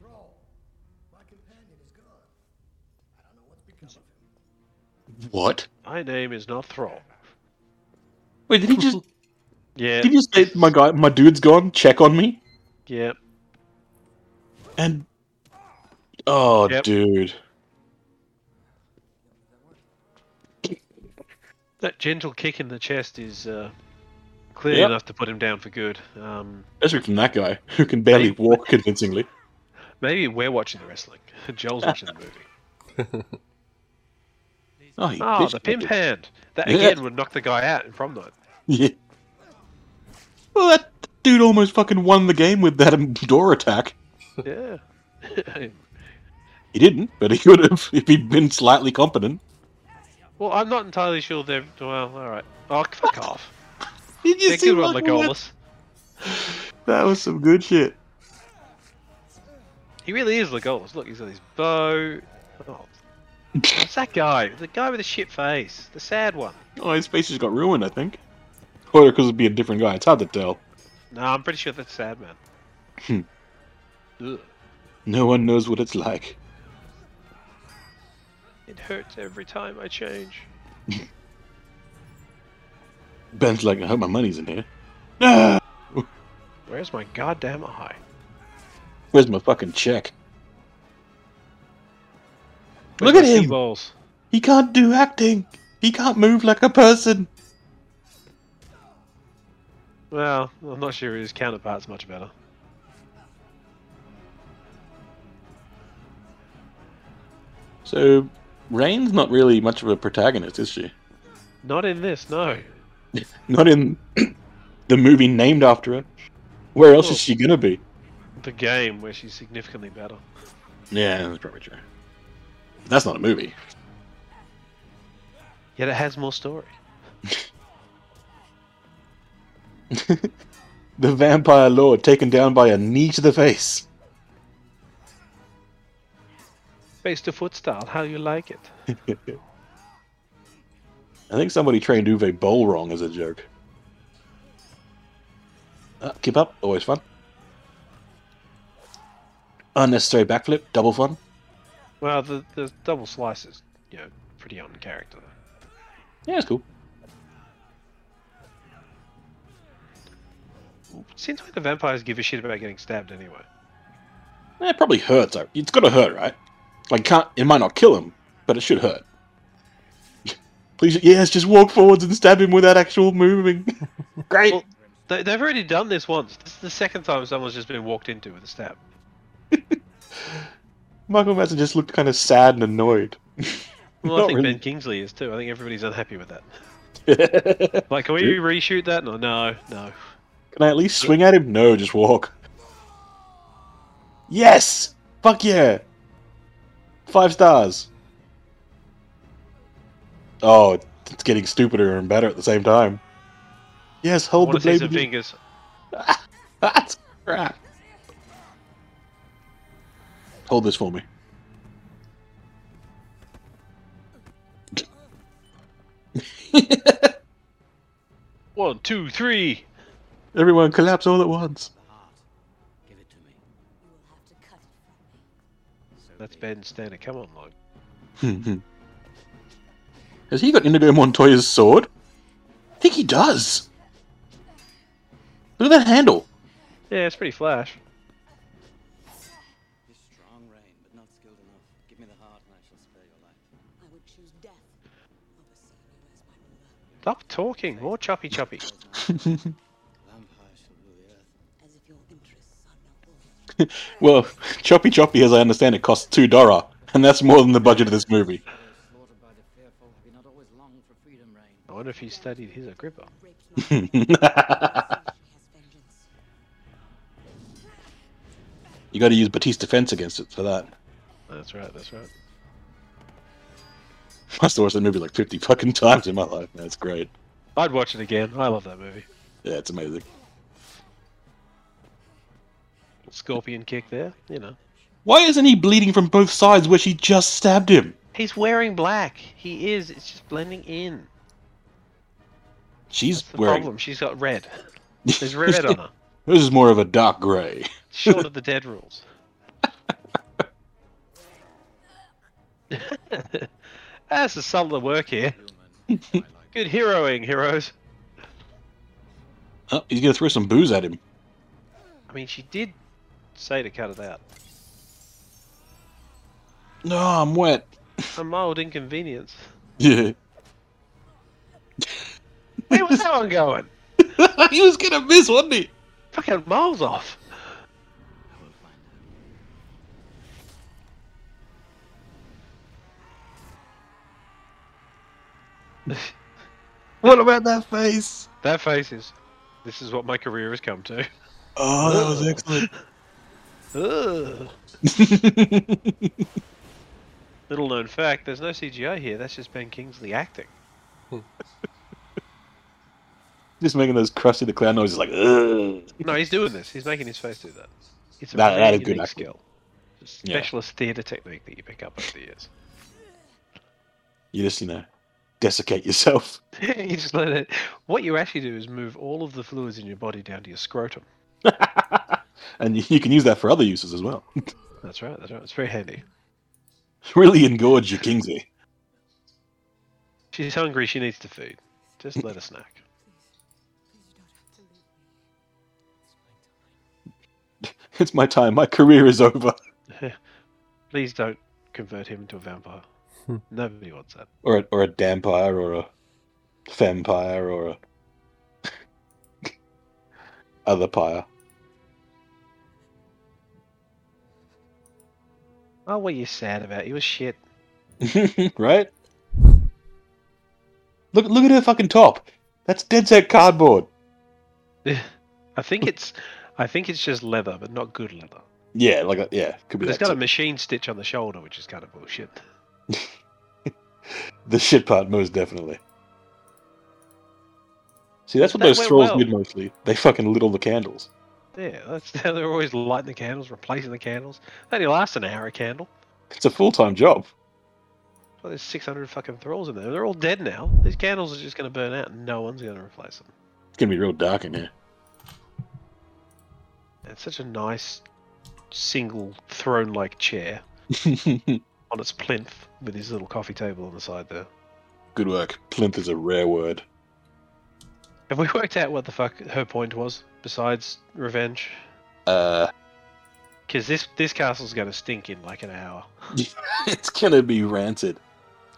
[SPEAKER 5] Thrall, my companion is gone. I don't know what's become of him.
[SPEAKER 1] What?
[SPEAKER 2] My name is not Thrall.
[SPEAKER 1] Wait, did he just.
[SPEAKER 2] Yeah,
[SPEAKER 1] Did you say my guy, my dude's gone? Check on me?
[SPEAKER 2] yeah.
[SPEAKER 1] And. Oh,
[SPEAKER 2] Yep.
[SPEAKER 1] dude.
[SPEAKER 2] That gentle kick in the chest is uh, clear
[SPEAKER 1] Yep.
[SPEAKER 2] enough to put him down for good. Um,
[SPEAKER 1] Especially from that guy who can barely
[SPEAKER 2] Hey.
[SPEAKER 1] walk convincingly.
[SPEAKER 2] maybe we're watching the wrestling. Joel's watching the movie.
[SPEAKER 1] Oh, he
[SPEAKER 2] Oh,
[SPEAKER 1] bitch-
[SPEAKER 2] the pimp hand. That
[SPEAKER 1] Yeah.
[SPEAKER 2] again would knock the guy out in prom night.
[SPEAKER 1] Yeah. Well, that dude almost fucking won the game with that um, door attack.
[SPEAKER 2] Yeah.
[SPEAKER 1] He didn't, but he could have if he'd been slightly competent.
[SPEAKER 2] well, I'm not entirely sure they're. Well, alright. Oh, fuck off.
[SPEAKER 1] Did you
[SPEAKER 2] They're
[SPEAKER 1] see
[SPEAKER 2] good on
[SPEAKER 1] Michael Madsen?
[SPEAKER 2] Legolas.
[SPEAKER 1] That was some good shit.
[SPEAKER 2] He really is Legolas. Look, he's got his bow. Oh. What's that guy? The guy with the shit face. The sad one.
[SPEAKER 1] Oh, his face just got ruined, I think. Or because it'd be a different guy. It's hard to tell.
[SPEAKER 2] No, I'm pretty sure that's sad man. Ugh.
[SPEAKER 1] No one knows what it's like.
[SPEAKER 2] It hurts every time I change.
[SPEAKER 1] Ben's like, I hope my money's in here. Ah!
[SPEAKER 2] Where's my goddamn eye?
[SPEAKER 1] Where's my fucking check?
[SPEAKER 2] Where's
[SPEAKER 1] Look at
[SPEAKER 2] my sea
[SPEAKER 1] him.
[SPEAKER 2] Balls.
[SPEAKER 1] He can't do acting. He can't move like a person.
[SPEAKER 2] Well, I'm not sure his counterpart's much better.
[SPEAKER 1] So, Rain's not really much of a protagonist, is she?
[SPEAKER 2] Not in this, no.
[SPEAKER 1] Not in the movie named after her. Where else
[SPEAKER 2] Oh.
[SPEAKER 1] is she gonna be?
[SPEAKER 2] The game where she's significantly better.
[SPEAKER 1] Yeah, that's probably true. That's not a movie.
[SPEAKER 2] Yet it has more story.
[SPEAKER 1] The vampire lord taken down by a knee to the face.
[SPEAKER 2] Face to foot style, how you like it.
[SPEAKER 1] I think somebody trained Uwe Boll wrong as a joke. Uh, keep up, always fun. Unnecessary backflip, double fun.
[SPEAKER 2] Well, the, the double slice is, you know, pretty on character.
[SPEAKER 1] Yeah, it's cool.
[SPEAKER 2] Since when do vampires give a shit about getting stabbed anyway?
[SPEAKER 1] Eh, It probably hurts. though. It's got to hurt, right? Like, can't it might not kill him, but it should hurt. Please, yes, just walk forwards and stab him without actual moving. Great.
[SPEAKER 2] Well- They, they've already done this once. This is the second time someone's just been walked into with a stab.
[SPEAKER 1] Michael Madsen just looked kind of sad and annoyed.
[SPEAKER 2] Well, I
[SPEAKER 1] Not
[SPEAKER 2] think
[SPEAKER 1] really.
[SPEAKER 2] Ben Kingsley is too. I think everybody's unhappy with that. Like, can we
[SPEAKER 1] Dude.
[SPEAKER 2] reshoot that? No, no, no.
[SPEAKER 1] Can I at least swing at him? No, just walk. Yes! Fuck yeah! Five stars. Oh, it's getting stupider and better at the same time. Yes,
[SPEAKER 2] I
[SPEAKER 1] hold
[SPEAKER 2] want
[SPEAKER 1] the
[SPEAKER 2] to see some
[SPEAKER 1] blade.
[SPEAKER 2] fingers.
[SPEAKER 1] That's crap. Hold this for me.
[SPEAKER 2] One, two, three.
[SPEAKER 1] Everyone collapse all at once.
[SPEAKER 5] The heart. Give it to me.
[SPEAKER 6] You will have to cut it from me.
[SPEAKER 5] So
[SPEAKER 2] That's
[SPEAKER 5] be it.
[SPEAKER 2] Ben Stanley. Come on, Lloyd.
[SPEAKER 1] Has he got Indigo Montoya's sword? I think he does. Look at that handle.
[SPEAKER 2] Yeah, it's pretty flash.
[SPEAKER 5] You're strong, Rain, but not skilled enough. Give me the heart and I shall spare your life.
[SPEAKER 6] I would choose death over seeing you as my ruler,
[SPEAKER 2] Stop talking. More choppy choppy.
[SPEAKER 5] There's no answer. Vampire shall rule the earth.
[SPEAKER 6] as if your interests are not all.
[SPEAKER 1] Well, Choppy Choppy, as I understand it, costs two dollar, and that's more than the budget of this movie.
[SPEAKER 5] Those slaughtered by the fearful have you not always longed for freedom, Rain.
[SPEAKER 2] I wonder if he studied his Agrippa.
[SPEAKER 6] Raped my soul, she has vengeance.
[SPEAKER 1] You got to use Batiste defense against it for that.
[SPEAKER 2] That's right. That's right.
[SPEAKER 1] I still watched that movie like fifty fucking times in my life. That's great.
[SPEAKER 2] I'd watch it again. I love that movie.
[SPEAKER 1] Yeah, it's amazing.
[SPEAKER 2] Scorpion kick there. You know.
[SPEAKER 1] Why isn't he bleeding from both sides where she just stabbed him?
[SPEAKER 2] He's wearing black. He is. It's just blending in.
[SPEAKER 1] She's
[SPEAKER 2] That's the
[SPEAKER 1] wearing.
[SPEAKER 2] problem. She's got red. There's red on her.
[SPEAKER 1] This is more of a dark grey.
[SPEAKER 2] Short of the dead rules. That's the subtler work here. Good heroing, heroes.
[SPEAKER 1] Oh, he's gonna throw some booze at him.
[SPEAKER 2] I mean, she did say to cut it out.
[SPEAKER 1] No, I'm wet.
[SPEAKER 2] A mild inconvenience.
[SPEAKER 1] Yeah.
[SPEAKER 2] Where was that one going?
[SPEAKER 1] he was gonna miss, wasn't he?
[SPEAKER 2] Fucking miles off.
[SPEAKER 5] I will find her.
[SPEAKER 1] What about that face?
[SPEAKER 2] That face is. This is what my career has come to.
[SPEAKER 1] Oh, that was excellent.
[SPEAKER 2] Ugh. Little known fact: there's no CGI here. That's just Ben Kingsley acting.
[SPEAKER 1] Just making those crusty the clown noises, like Ugh.
[SPEAKER 2] No, he's doing this. He's making his face do that. It's a
[SPEAKER 1] That-
[SPEAKER 2] very
[SPEAKER 1] that is good
[SPEAKER 2] unique
[SPEAKER 1] acting.
[SPEAKER 2] skill. It's a
[SPEAKER 1] Yeah.
[SPEAKER 2] specialist theatre technique that you pick up over the years.
[SPEAKER 1] you just you know desiccate yourself.
[SPEAKER 2] you just let it. What you actually do is move all of the fluids in your body down to your scrotum.
[SPEAKER 1] and you, you can use that for other uses as well.
[SPEAKER 2] That's right. That's right. It's very handy.
[SPEAKER 1] really engorge your Kingsley.
[SPEAKER 2] She's hungry. She needs to feed. Just let her snack.
[SPEAKER 6] Please, you don't have to leave me.
[SPEAKER 1] It's my time. My career is over.
[SPEAKER 2] Please don't convert him into a vampire. Nobody wants that.
[SPEAKER 1] Or a, or a dampire or a vampire or a other pyre.
[SPEAKER 2] Oh, what are you sad about? He was shit.
[SPEAKER 1] right? Look look at her fucking top. That's dead set cardboard.
[SPEAKER 2] I think it's, I think it's just leather, but not good leather.
[SPEAKER 1] Yeah, like a, yeah, could be
[SPEAKER 2] But it's
[SPEAKER 1] that.
[SPEAKER 2] got a
[SPEAKER 1] too.
[SPEAKER 2] machine stitch on the shoulder, which is kind of bullshit.
[SPEAKER 1] The shit part, most definitely. See, that's what
[SPEAKER 2] That
[SPEAKER 1] those
[SPEAKER 2] went
[SPEAKER 1] thralls
[SPEAKER 2] well.
[SPEAKER 1] did mostly. They fucking lit all the candles.
[SPEAKER 2] Yeah, that's they're always lighting the candles, replacing the candles. That only lasts an hour a candle.
[SPEAKER 1] It's a full time job.
[SPEAKER 2] Well, there's 600 fucking thralls in there. They're all dead now. These candles are just going to burn out, and no one's going to replace them.
[SPEAKER 1] It's gonna be real dark in here.
[SPEAKER 2] It's such a nice single throne-like chair on its plinth with his little coffee table on the side there.
[SPEAKER 1] Good work. Plinth is a rare word.
[SPEAKER 2] Have we worked out what the fuck her point was? besides revenge?
[SPEAKER 1] Uh,
[SPEAKER 2] Because this this castle's going to stink in like an hour.
[SPEAKER 1] it's gonna be rancid.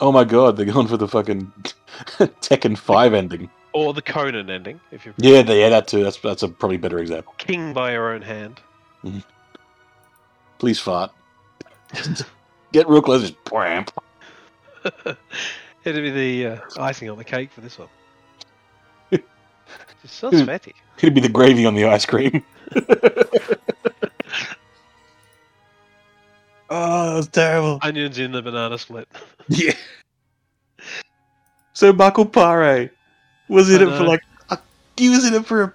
[SPEAKER 1] Oh my god, they're going for the fucking Tekken Five ending.
[SPEAKER 2] Or the Conan ending, if you're
[SPEAKER 1] Yeah, they, yeah, that too. That's that's a probably better example.
[SPEAKER 2] king by your own hand.
[SPEAKER 1] Please fart. Get real close. Just bramp.
[SPEAKER 2] It'd be the uh, icing on the cake for this one. It's so sweaty.
[SPEAKER 1] It'd be the gravy on the ice cream. oh, that was terrible.
[SPEAKER 2] Onions in the banana split.
[SPEAKER 1] Yeah. So Michael Pare was in
[SPEAKER 2] I
[SPEAKER 1] it for
[SPEAKER 2] know.
[SPEAKER 1] like a, he was in it for a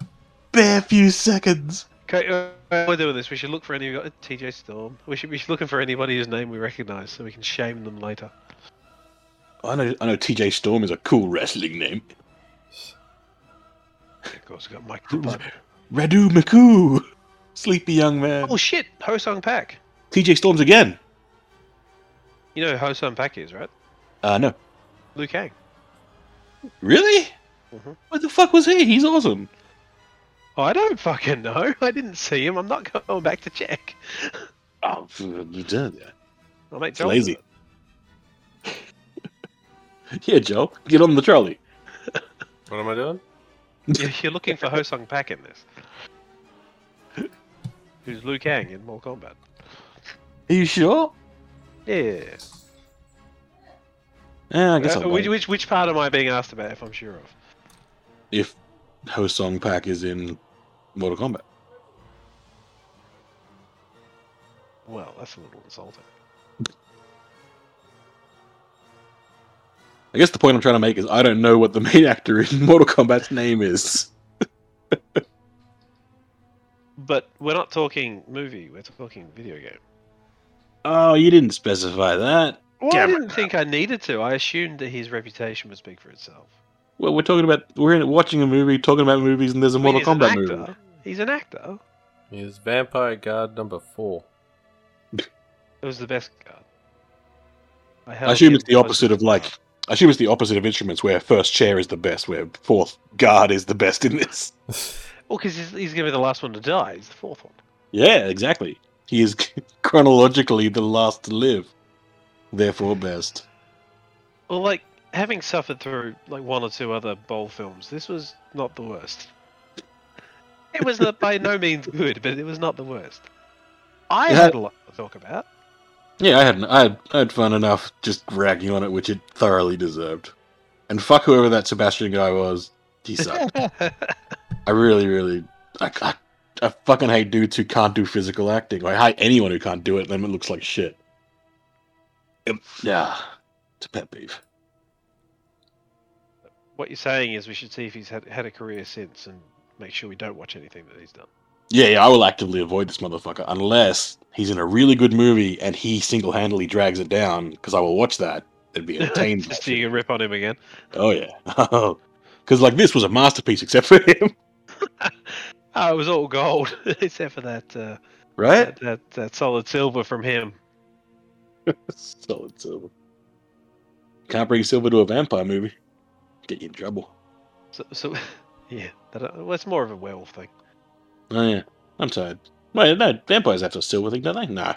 [SPEAKER 1] bare few seconds.
[SPEAKER 2] Okay, uh, while we're doing this, we should look for any TJ Storm. We should be looking for anybody whose name we recognise, so we can shame them later.
[SPEAKER 1] I know I know TJ Storm is a cool wrestling name.
[SPEAKER 2] Of course, we got Mike DeBud.
[SPEAKER 1] Radu McCoo. Sleepy young man.
[SPEAKER 2] Oh shit, Ho Sung Pak.
[SPEAKER 1] TJ Storms again.
[SPEAKER 2] You know who Ho Sung Pak is, right?
[SPEAKER 1] Uh no.
[SPEAKER 2] Liu Kang.
[SPEAKER 1] Really?
[SPEAKER 2] Mhm.
[SPEAKER 1] What the fuck was he? He's awesome.
[SPEAKER 2] Oh, I don't fucking know. I didn't see him. I'm not going back to check.
[SPEAKER 1] Oh,
[SPEAKER 2] Oh,
[SPEAKER 1] it's
[SPEAKER 2] I make jokes
[SPEAKER 1] lazy.
[SPEAKER 2] about
[SPEAKER 1] yeah, Joe, get on the trolley.
[SPEAKER 3] What am I doing?
[SPEAKER 2] it. You're- You're looking for Ho Sung Pak in this. Who's Liu Kang in Mortal Kombat?
[SPEAKER 1] Are you sure?
[SPEAKER 2] Yeah.
[SPEAKER 1] Yeah, Eh, I guess
[SPEAKER 2] Uh,
[SPEAKER 1] I'll
[SPEAKER 2] which,
[SPEAKER 1] wait.
[SPEAKER 2] which which part am I being asked about? If I'm sure of.
[SPEAKER 1] if Ho Song Pak is in Mortal Kombat.
[SPEAKER 2] Well, that's a little insulting.
[SPEAKER 1] I guess the point I'm trying to make is I don't know what the main actor in Mortal Kombat's name is.
[SPEAKER 2] But we're not talking movie. We're talking video game.
[SPEAKER 1] Oh, you didn't specify that.
[SPEAKER 2] Well, I
[SPEAKER 1] Damn it.
[SPEAKER 2] didn't think I needed to. I assumed that his reputation would speak for itself.
[SPEAKER 1] Well, we're talking about we're in, watching a movie, talking about movies, and there's a
[SPEAKER 2] I mean,
[SPEAKER 1] Mortal Kombat
[SPEAKER 2] he's an
[SPEAKER 1] movie.
[SPEAKER 2] actor. He's an actor.
[SPEAKER 3] Is Vampire Guard number four?
[SPEAKER 2] It was the best card.
[SPEAKER 1] I assume it's the opposite of like. I assume it's the opposite of instruments, where first chair is the best, where fourth guard is the best in this.
[SPEAKER 2] Well, because he's, he's going to be the last one to die. He's the fourth one.
[SPEAKER 1] Yeah, exactly. He is chronologically the last to live, therefore best.
[SPEAKER 2] Well, like having suffered through like one or two other bowl films, this was not the worst. It was not, by no means good, but it was not the worst. I
[SPEAKER 1] It had-
[SPEAKER 2] had a lot to talk about.
[SPEAKER 1] Yeah, I had I had, I had fun enough just ragging on it, which it thoroughly deserved. And fuck whoever that Sebastian guy was, he sucked. I really, really, I, I, I fucking hate dudes who can't do physical acting. I hate anyone who can't do it. Then it looks like shit. Um, Yeah, it's a pet peeve.
[SPEAKER 2] what you're saying is we should see if he's had, had a career since and make sure we don't watch anything that he's done.
[SPEAKER 1] Yeah, yeah, I will actively avoid this motherfucker unless he's in a really good movie and he single-handedly drags it down. Because I will watch that and be entertained. by
[SPEAKER 2] Just so
[SPEAKER 1] it.
[SPEAKER 2] you can rip on him again.
[SPEAKER 1] Oh yeah, because like this was a masterpiece except for him,
[SPEAKER 2] Oh, it was all gold except for that uh,
[SPEAKER 1] right?
[SPEAKER 2] that, that that solid silver from him.
[SPEAKER 1] Solid silver. Can't bring silver to a vampire movie. Get you in trouble.
[SPEAKER 2] So, so yeah, that, uh, well, it's more of a werewolf thing.
[SPEAKER 1] Oh yeah, I'm tired. Wait, no, vampires have to silver thing, don't they? Nah,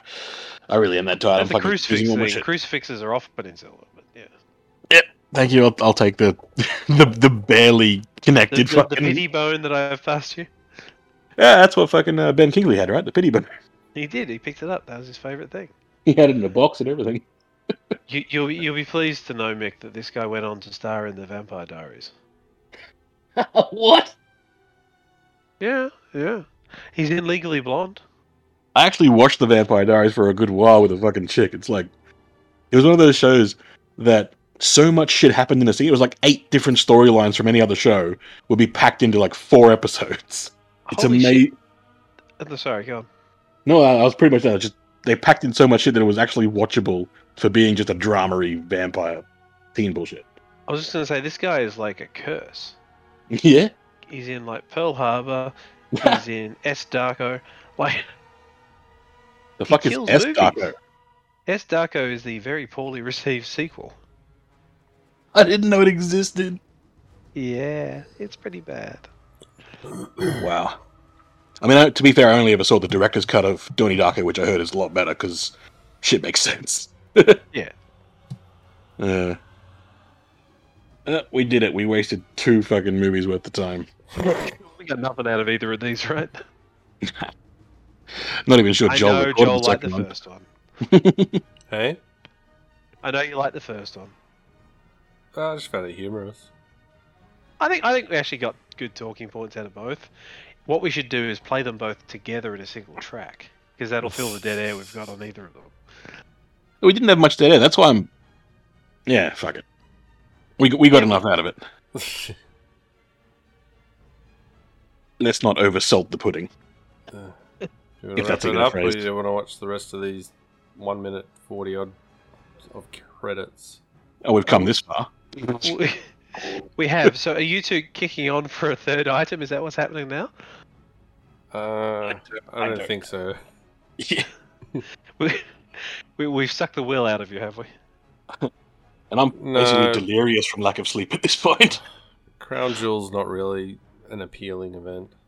[SPEAKER 1] I really am that tired. I'm
[SPEAKER 2] And the
[SPEAKER 1] fucking
[SPEAKER 2] crucifix
[SPEAKER 1] using all my
[SPEAKER 2] thing.
[SPEAKER 1] shit.
[SPEAKER 2] Crucifixes are off, but in silver. But yeah,
[SPEAKER 1] Thank you. I'll, I'll take the, the the barely
[SPEAKER 2] the,
[SPEAKER 1] connected
[SPEAKER 2] the, the
[SPEAKER 1] fucking.
[SPEAKER 2] pity bone that I've passed you.
[SPEAKER 1] yeah, that's what fucking uh, Ben Kingley had, right? The pity bone.
[SPEAKER 2] He did. He picked it up. That was his favorite thing.
[SPEAKER 1] He had it in a box and everything.
[SPEAKER 2] You, you'll be- you'll be pleased to know, Mick, that this guy went on to star in the Vampire Diaries.
[SPEAKER 1] what?
[SPEAKER 2] Yeah, yeah. He's in Legally Blonde.
[SPEAKER 1] I actually watched The Vampire Diaries for a good while with a fucking chick. It's like, it was one of those shows that so much shit happened in a scene. It was like eight different storylines from any other show would be packed into like four episodes. It's
[SPEAKER 2] Holy shit.
[SPEAKER 1] amazing.
[SPEAKER 2] Oh, sorry, go on.
[SPEAKER 1] No, I, I was pretty much that. Just they packed in so much shit that it was actually watchable for being just a dramery vampire teen bullshit.
[SPEAKER 2] I was just gonna say this guy is like a curse.
[SPEAKER 1] yeah.
[SPEAKER 2] He's in like Pearl Harbor. He's in S Darko. Like
[SPEAKER 1] the fuck is
[SPEAKER 2] kills
[SPEAKER 1] S
[SPEAKER 2] movies.
[SPEAKER 1] Darko?
[SPEAKER 2] S Darko is the very poorly received sequel.
[SPEAKER 1] I didn't know it existed.
[SPEAKER 2] Yeah, it's pretty bad.
[SPEAKER 1] Wow. I mean, I- to be fair, I only ever saw the director's cut of Donnie Darko, which I heard is a lot better because shit makes sense.
[SPEAKER 2] Yeah.
[SPEAKER 1] Uh, uh, we did it. We wasted two fucking movies worth of time.
[SPEAKER 2] We got nothing out of either of these, right?
[SPEAKER 1] Not even sure
[SPEAKER 2] I
[SPEAKER 1] Joel
[SPEAKER 2] know
[SPEAKER 1] recorded
[SPEAKER 2] Joel
[SPEAKER 1] the
[SPEAKER 2] liked the
[SPEAKER 1] second one.
[SPEAKER 2] first one.
[SPEAKER 3] Hey?
[SPEAKER 2] I know you liked the first one.
[SPEAKER 3] Oh, I just found it humorous.
[SPEAKER 2] I think I think we actually got good talking points out of both. What we should do is play them both together in a single track because that'll fill the dead air we've got on either of them.
[SPEAKER 1] We didn't have much dead air. That's why I'm. Yeah, fuck it. We we got enough out of it. Let's not oversalt the pudding.
[SPEAKER 3] Do you want
[SPEAKER 1] If
[SPEAKER 3] to wrap
[SPEAKER 1] that's a
[SPEAKER 3] it
[SPEAKER 1] good
[SPEAKER 3] up, or
[SPEAKER 1] phrase.
[SPEAKER 3] do you want to watch the rest of these one minute forty odd of credits?
[SPEAKER 1] Oh, we've come this far.
[SPEAKER 2] We, we have. So are you two kicking on for a third item? Is that what's happening now?
[SPEAKER 3] Uh, I don't
[SPEAKER 1] don't
[SPEAKER 3] think so.
[SPEAKER 1] Yeah.
[SPEAKER 2] We, we we've sucked the will out of you, have we?
[SPEAKER 1] And I'm
[SPEAKER 3] No.
[SPEAKER 1] basically delirious from lack of sleep at this point.
[SPEAKER 3] Crown Jewel's not really an appealing event.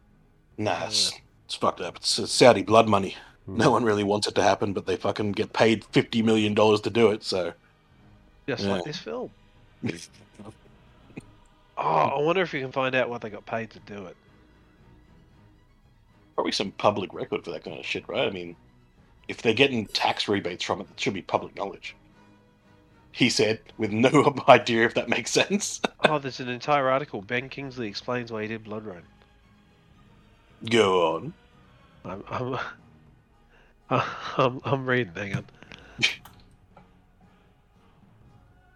[SPEAKER 1] Nah, it's, it's fucked up. It's, it's Saudi blood money. No one really wants it to happen, but they fucking get paid $50 million to do it, so.
[SPEAKER 2] Just
[SPEAKER 1] Yeah.
[SPEAKER 2] like this film. Oh, I wonder if you can find out what they got paid to do it.
[SPEAKER 1] Probably some public record for that kind of shit, right? I mean, if they're getting tax rebates from it, that should be public knowledge. He said, with no idea if that makes sense.
[SPEAKER 2] Oh, there's an entire article. Ben Kingsley explains why he did Blood Rain.
[SPEAKER 1] Go on.
[SPEAKER 2] I'm I'm I'm, I'm reading. Hang on.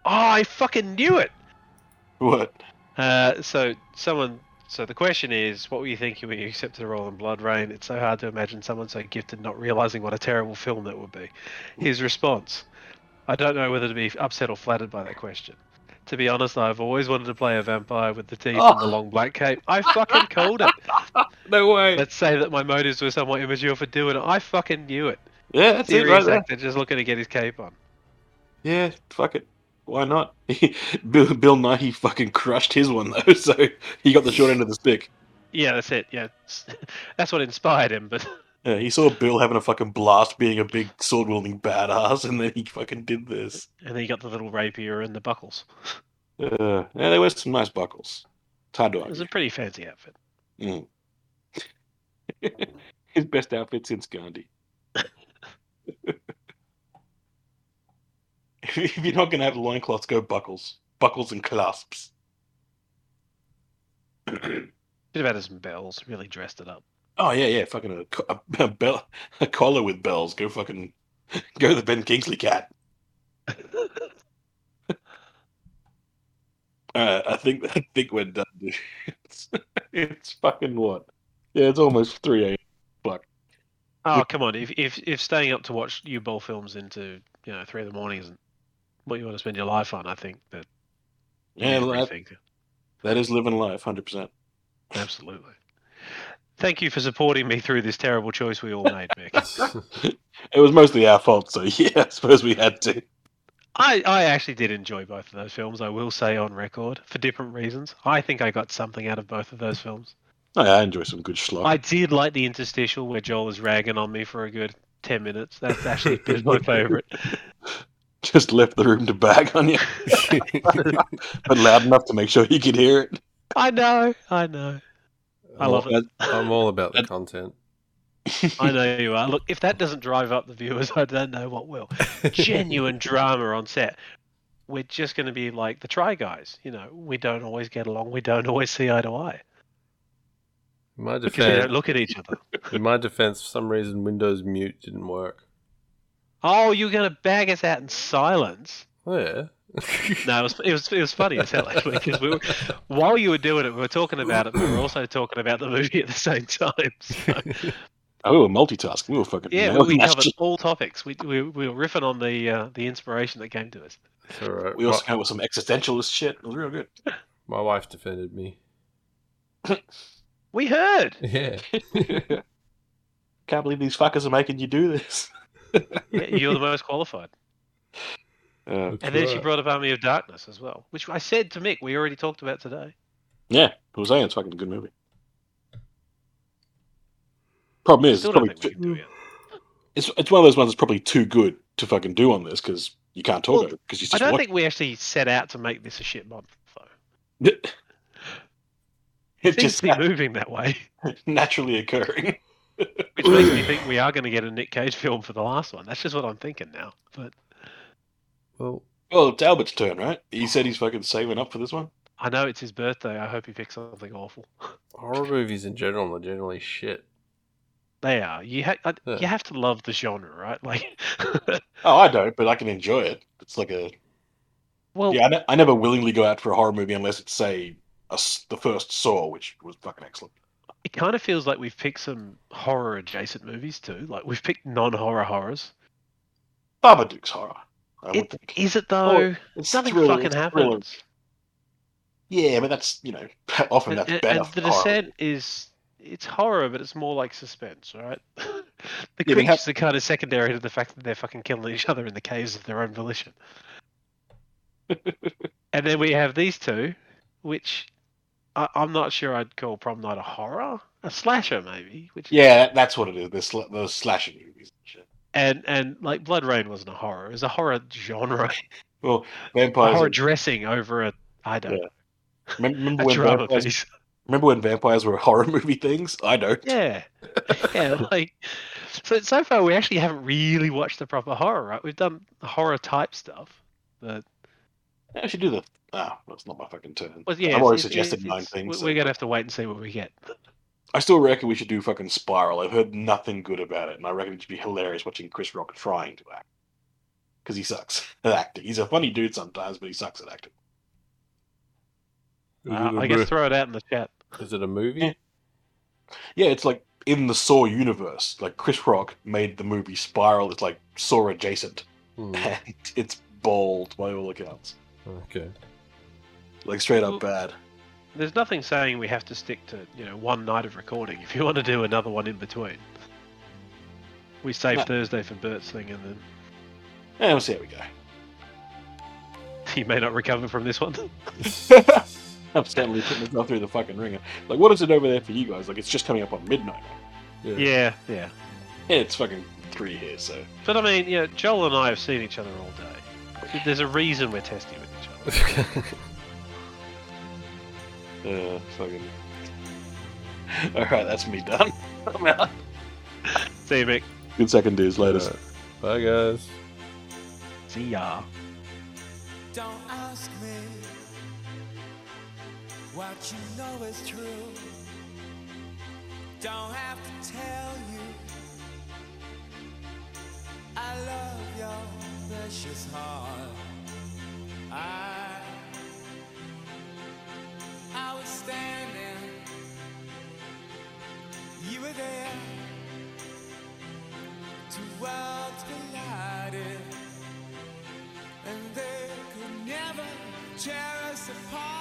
[SPEAKER 2] oh, I fucking knew it.
[SPEAKER 1] What?
[SPEAKER 2] Uh, so someone. So the question is, what were you thinking when you accepted a role in Blood Rain? It's so hard to imagine someone so gifted not realizing what a terrible film that would be. His response: I don't know whether to be upset or flattered by that question. To be honest, I've always wanted to play a vampire with the teeth and the long black cape. I fucking called it.
[SPEAKER 3] Oh. No way.
[SPEAKER 2] Let's say that my motives were somewhat immature for doing it. I fucking knew it.
[SPEAKER 1] Yeah, that's it right
[SPEAKER 2] serious
[SPEAKER 1] there.
[SPEAKER 2] actor just looking to get his cape on.
[SPEAKER 1] Yeah, fuck it. Why not? Bill, Bill Nighy fucking crushed his one, though, so he got the short end of the stick.
[SPEAKER 2] Yeah, that's it. Yeah, that's what inspired him. But
[SPEAKER 1] Yeah, he saw Bill having a fucking blast being a big sword wielding badass, and then he fucking did this.
[SPEAKER 2] and then you got the little rapier and the buckles.
[SPEAKER 1] Uh, yeah, they were some nice buckles. It's hard to
[SPEAKER 2] It was
[SPEAKER 1] argue.
[SPEAKER 2] a pretty fancy outfit.
[SPEAKER 1] Mm. His best outfit since Gandhi. if if you're not going to have loincloths, go buckles. Buckles and clasps.
[SPEAKER 2] Should have added some bells. Really dressed it up.
[SPEAKER 1] Oh, yeah, yeah. Fucking a, co- a, a, bell, a collar with bells. Go fucking. Go the Ben Kingsley cat. Uh, I think I think we're done. dude. It's, it's fucking what? Yeah, it's almost three a.m.
[SPEAKER 2] Oh come on! If if if staying up to watch U ball films into you know three in the morning isn't what you want to spend your life on, I think that you
[SPEAKER 1] Yeah,
[SPEAKER 2] need to
[SPEAKER 1] well, that,
[SPEAKER 2] rethink it.
[SPEAKER 1] that is living life, hundred percent.
[SPEAKER 2] absolutely. Thank you for supporting me through this terrible choice we all made, Mick.
[SPEAKER 1] It was mostly our fault, so yeah, I suppose we had to.
[SPEAKER 2] I, I actually did enjoy both of those films, I will say on record, for different reasons. I think I got something out of both of those films.
[SPEAKER 1] Oh, yeah, I enjoy some good schlock.
[SPEAKER 2] I did like the interstitial where Joel is ragging on me for a good 10 minutes. That's actually been my favorite.
[SPEAKER 1] Just left the room to bag on you, but loud enough to make sure you could hear it.
[SPEAKER 2] I know, I know. I love it.
[SPEAKER 3] I'm all about the content.
[SPEAKER 1] Uh,
[SPEAKER 2] I know you are. Look, if that doesn't drive up the viewers, I don't know what will. Genuine drama on set. We're just going to be like the Try Guys. You know, we don't always get along. We don't always see eye to eye
[SPEAKER 3] In my
[SPEAKER 2] because we don't
[SPEAKER 3] defense,
[SPEAKER 2] look at each other.
[SPEAKER 3] in my defense, for some reason, Windows Mute didn't work.
[SPEAKER 2] Oh, you're going to bag us out in silence?
[SPEAKER 3] Oh, yeah.
[SPEAKER 2] No, it was it was, it was funny as hell actually because we were, while you were doing it, we were talking about it, but we were also talking about the movie at the same time. So,
[SPEAKER 1] Oh, we were multitasking. We were fucking
[SPEAKER 2] yeah,
[SPEAKER 1] nailing
[SPEAKER 2] we
[SPEAKER 1] that
[SPEAKER 2] covered
[SPEAKER 1] shit.
[SPEAKER 2] all topics. We, we, we were riffing on the uh, the inspiration that came to us.
[SPEAKER 3] It's all right.
[SPEAKER 1] We also
[SPEAKER 3] my,
[SPEAKER 1] came up with some existentialist shit. It was real good.
[SPEAKER 3] my wife defended me.
[SPEAKER 2] We heard.
[SPEAKER 3] Yeah.
[SPEAKER 1] Can't believe these fuckers are making you do this.
[SPEAKER 2] Yeah, you're the most qualified.
[SPEAKER 1] Uh,
[SPEAKER 3] That's
[SPEAKER 2] And then she
[SPEAKER 3] right.
[SPEAKER 2] brought up Army of Darkness as well, which I said to Mick we already talked about today.
[SPEAKER 1] yeah, I was saying it's fucking a good movie. Problem is, it's
[SPEAKER 2] Still don't
[SPEAKER 1] probably
[SPEAKER 2] think we
[SPEAKER 1] too,
[SPEAKER 2] can do it.
[SPEAKER 1] it's it's one of those ones that's probably too good to fucking do on this because you can't talk
[SPEAKER 2] Well,
[SPEAKER 1] over it because you
[SPEAKER 2] I
[SPEAKER 1] just
[SPEAKER 2] don't
[SPEAKER 1] watch.
[SPEAKER 2] think we actually set out to make this a shit month, though.
[SPEAKER 1] it.
[SPEAKER 2] It
[SPEAKER 1] It
[SPEAKER 2] seems
[SPEAKER 1] just
[SPEAKER 2] to be moving that way,
[SPEAKER 1] naturally occurring.
[SPEAKER 2] which makes me think we are going to get a Nick Cage film for the last one. That's just what I'm thinking now. But
[SPEAKER 3] Well,
[SPEAKER 1] Well, it's Albert's turn, right? He said he's fucking saving up for this one.
[SPEAKER 2] I know it's his birthday. I hope he picks something awful.
[SPEAKER 3] horror movies in general are generally shit.
[SPEAKER 2] They are. You ha- I-
[SPEAKER 3] Yeah.
[SPEAKER 2] you have to love the genre, right? Like,
[SPEAKER 1] Oh, I don't, but I can enjoy it. It's like a
[SPEAKER 2] well,
[SPEAKER 1] yeah. I, ne- I never willingly go out for a horror movie unless it's say a s the first Saw, which was fucking excellent.
[SPEAKER 2] it kind of feels like we've picked some horror adjacent movies too. Like we've picked non horror horrors.
[SPEAKER 1] Babadook's horror. I would
[SPEAKER 2] It,
[SPEAKER 1] think.
[SPEAKER 2] is it though?
[SPEAKER 1] It's
[SPEAKER 2] Nothing
[SPEAKER 1] thriller,
[SPEAKER 2] fucking
[SPEAKER 1] it's thriller.
[SPEAKER 2] happens.
[SPEAKER 1] Yeah, but that's you know often
[SPEAKER 2] And,
[SPEAKER 1] that's
[SPEAKER 2] and-
[SPEAKER 1] better.
[SPEAKER 2] and the
[SPEAKER 1] for horror.
[SPEAKER 2] descent is it's horror, but it's more like suspense, right? the
[SPEAKER 1] you
[SPEAKER 2] creatures
[SPEAKER 1] have-
[SPEAKER 2] are kind of secondary to the fact that they're fucking killing each other in the caves of their own volition. and then we have these two, which I, I'm not sure I'd call prom night a horror, a slasher maybe. Which
[SPEAKER 1] Yeah, that, that's what it is. The, sl- the slasher movies. and shit.
[SPEAKER 2] and and like Blood Rain wasn't a horror; it was a horror genre, a
[SPEAKER 1] Vampires.
[SPEAKER 2] horror
[SPEAKER 1] and-
[SPEAKER 2] dressing over a I don't
[SPEAKER 1] Yeah,
[SPEAKER 2] know,
[SPEAKER 1] remem- remember,
[SPEAKER 2] a
[SPEAKER 1] when
[SPEAKER 2] drama
[SPEAKER 1] vampires
[SPEAKER 2] piece.
[SPEAKER 1] remember when vampires were horror movie things? I don't.
[SPEAKER 2] Yeah. Yeah, like so so far we actually haven't really watched the proper horror, right? We've done horror type stuff. But
[SPEAKER 1] I should do the. Ah, that's not my fucking turn.
[SPEAKER 2] well, yeah,
[SPEAKER 1] I've
[SPEAKER 2] it's-
[SPEAKER 1] already
[SPEAKER 2] it's-
[SPEAKER 1] suggested
[SPEAKER 2] it's-
[SPEAKER 1] nine
[SPEAKER 2] it's-
[SPEAKER 1] things.
[SPEAKER 2] we-
[SPEAKER 1] so-
[SPEAKER 2] We're gonna have to wait and see what we get.
[SPEAKER 1] I still reckon we should do fucking Spiral. I've heard nothing good about it, and I reckon it'd be hilarious watching Chris Rock trying to act because he sucks at acting. He's a funny dude sometimes, but he sucks at acting.
[SPEAKER 3] Is,
[SPEAKER 2] Uh,
[SPEAKER 3] it, a
[SPEAKER 2] I
[SPEAKER 3] mo-
[SPEAKER 2] guess throw it out in the chat.
[SPEAKER 3] is it a movie?
[SPEAKER 1] Yeah. Yeah, it's like in the Saw universe. Like Chris Rock made the movie Spiral. It's like Saw adjacent,
[SPEAKER 3] Hmm,
[SPEAKER 1] and it's bald by all accounts.
[SPEAKER 3] okay.
[SPEAKER 1] Like straight up bad.
[SPEAKER 2] There's nothing saying we have to stick to, you know, one night of recording. If you want to do another one in between. We save
[SPEAKER 1] No.
[SPEAKER 2] Thursday for Bert's thing and then
[SPEAKER 1] Yeah, Eh, we'll see how we go.
[SPEAKER 2] he may not recover from this one.
[SPEAKER 1] I'm certainly putting myself through the fucking ringer. Like, what is it over there for you guys? Like, it's just coming up on midnight.
[SPEAKER 3] Yeah.
[SPEAKER 2] Yeah, yeah.
[SPEAKER 1] Yeah, it's fucking three here, so.
[SPEAKER 2] But I mean, yeah, Joel and I have seen each other all day. There's a reason we're testy with each other.
[SPEAKER 1] Yeah, uh, fucking. Alright, that's me done. I'm out.
[SPEAKER 2] See you, Mick.
[SPEAKER 1] Good second, dudes. Later.
[SPEAKER 3] Alright. Bye, guys.
[SPEAKER 2] See ya.
[SPEAKER 8] Don't ask me what you know is true. Don't have to tell you. I love your precious heart. I I was standing. You were there. Two worlds collided and they could never tear us apart.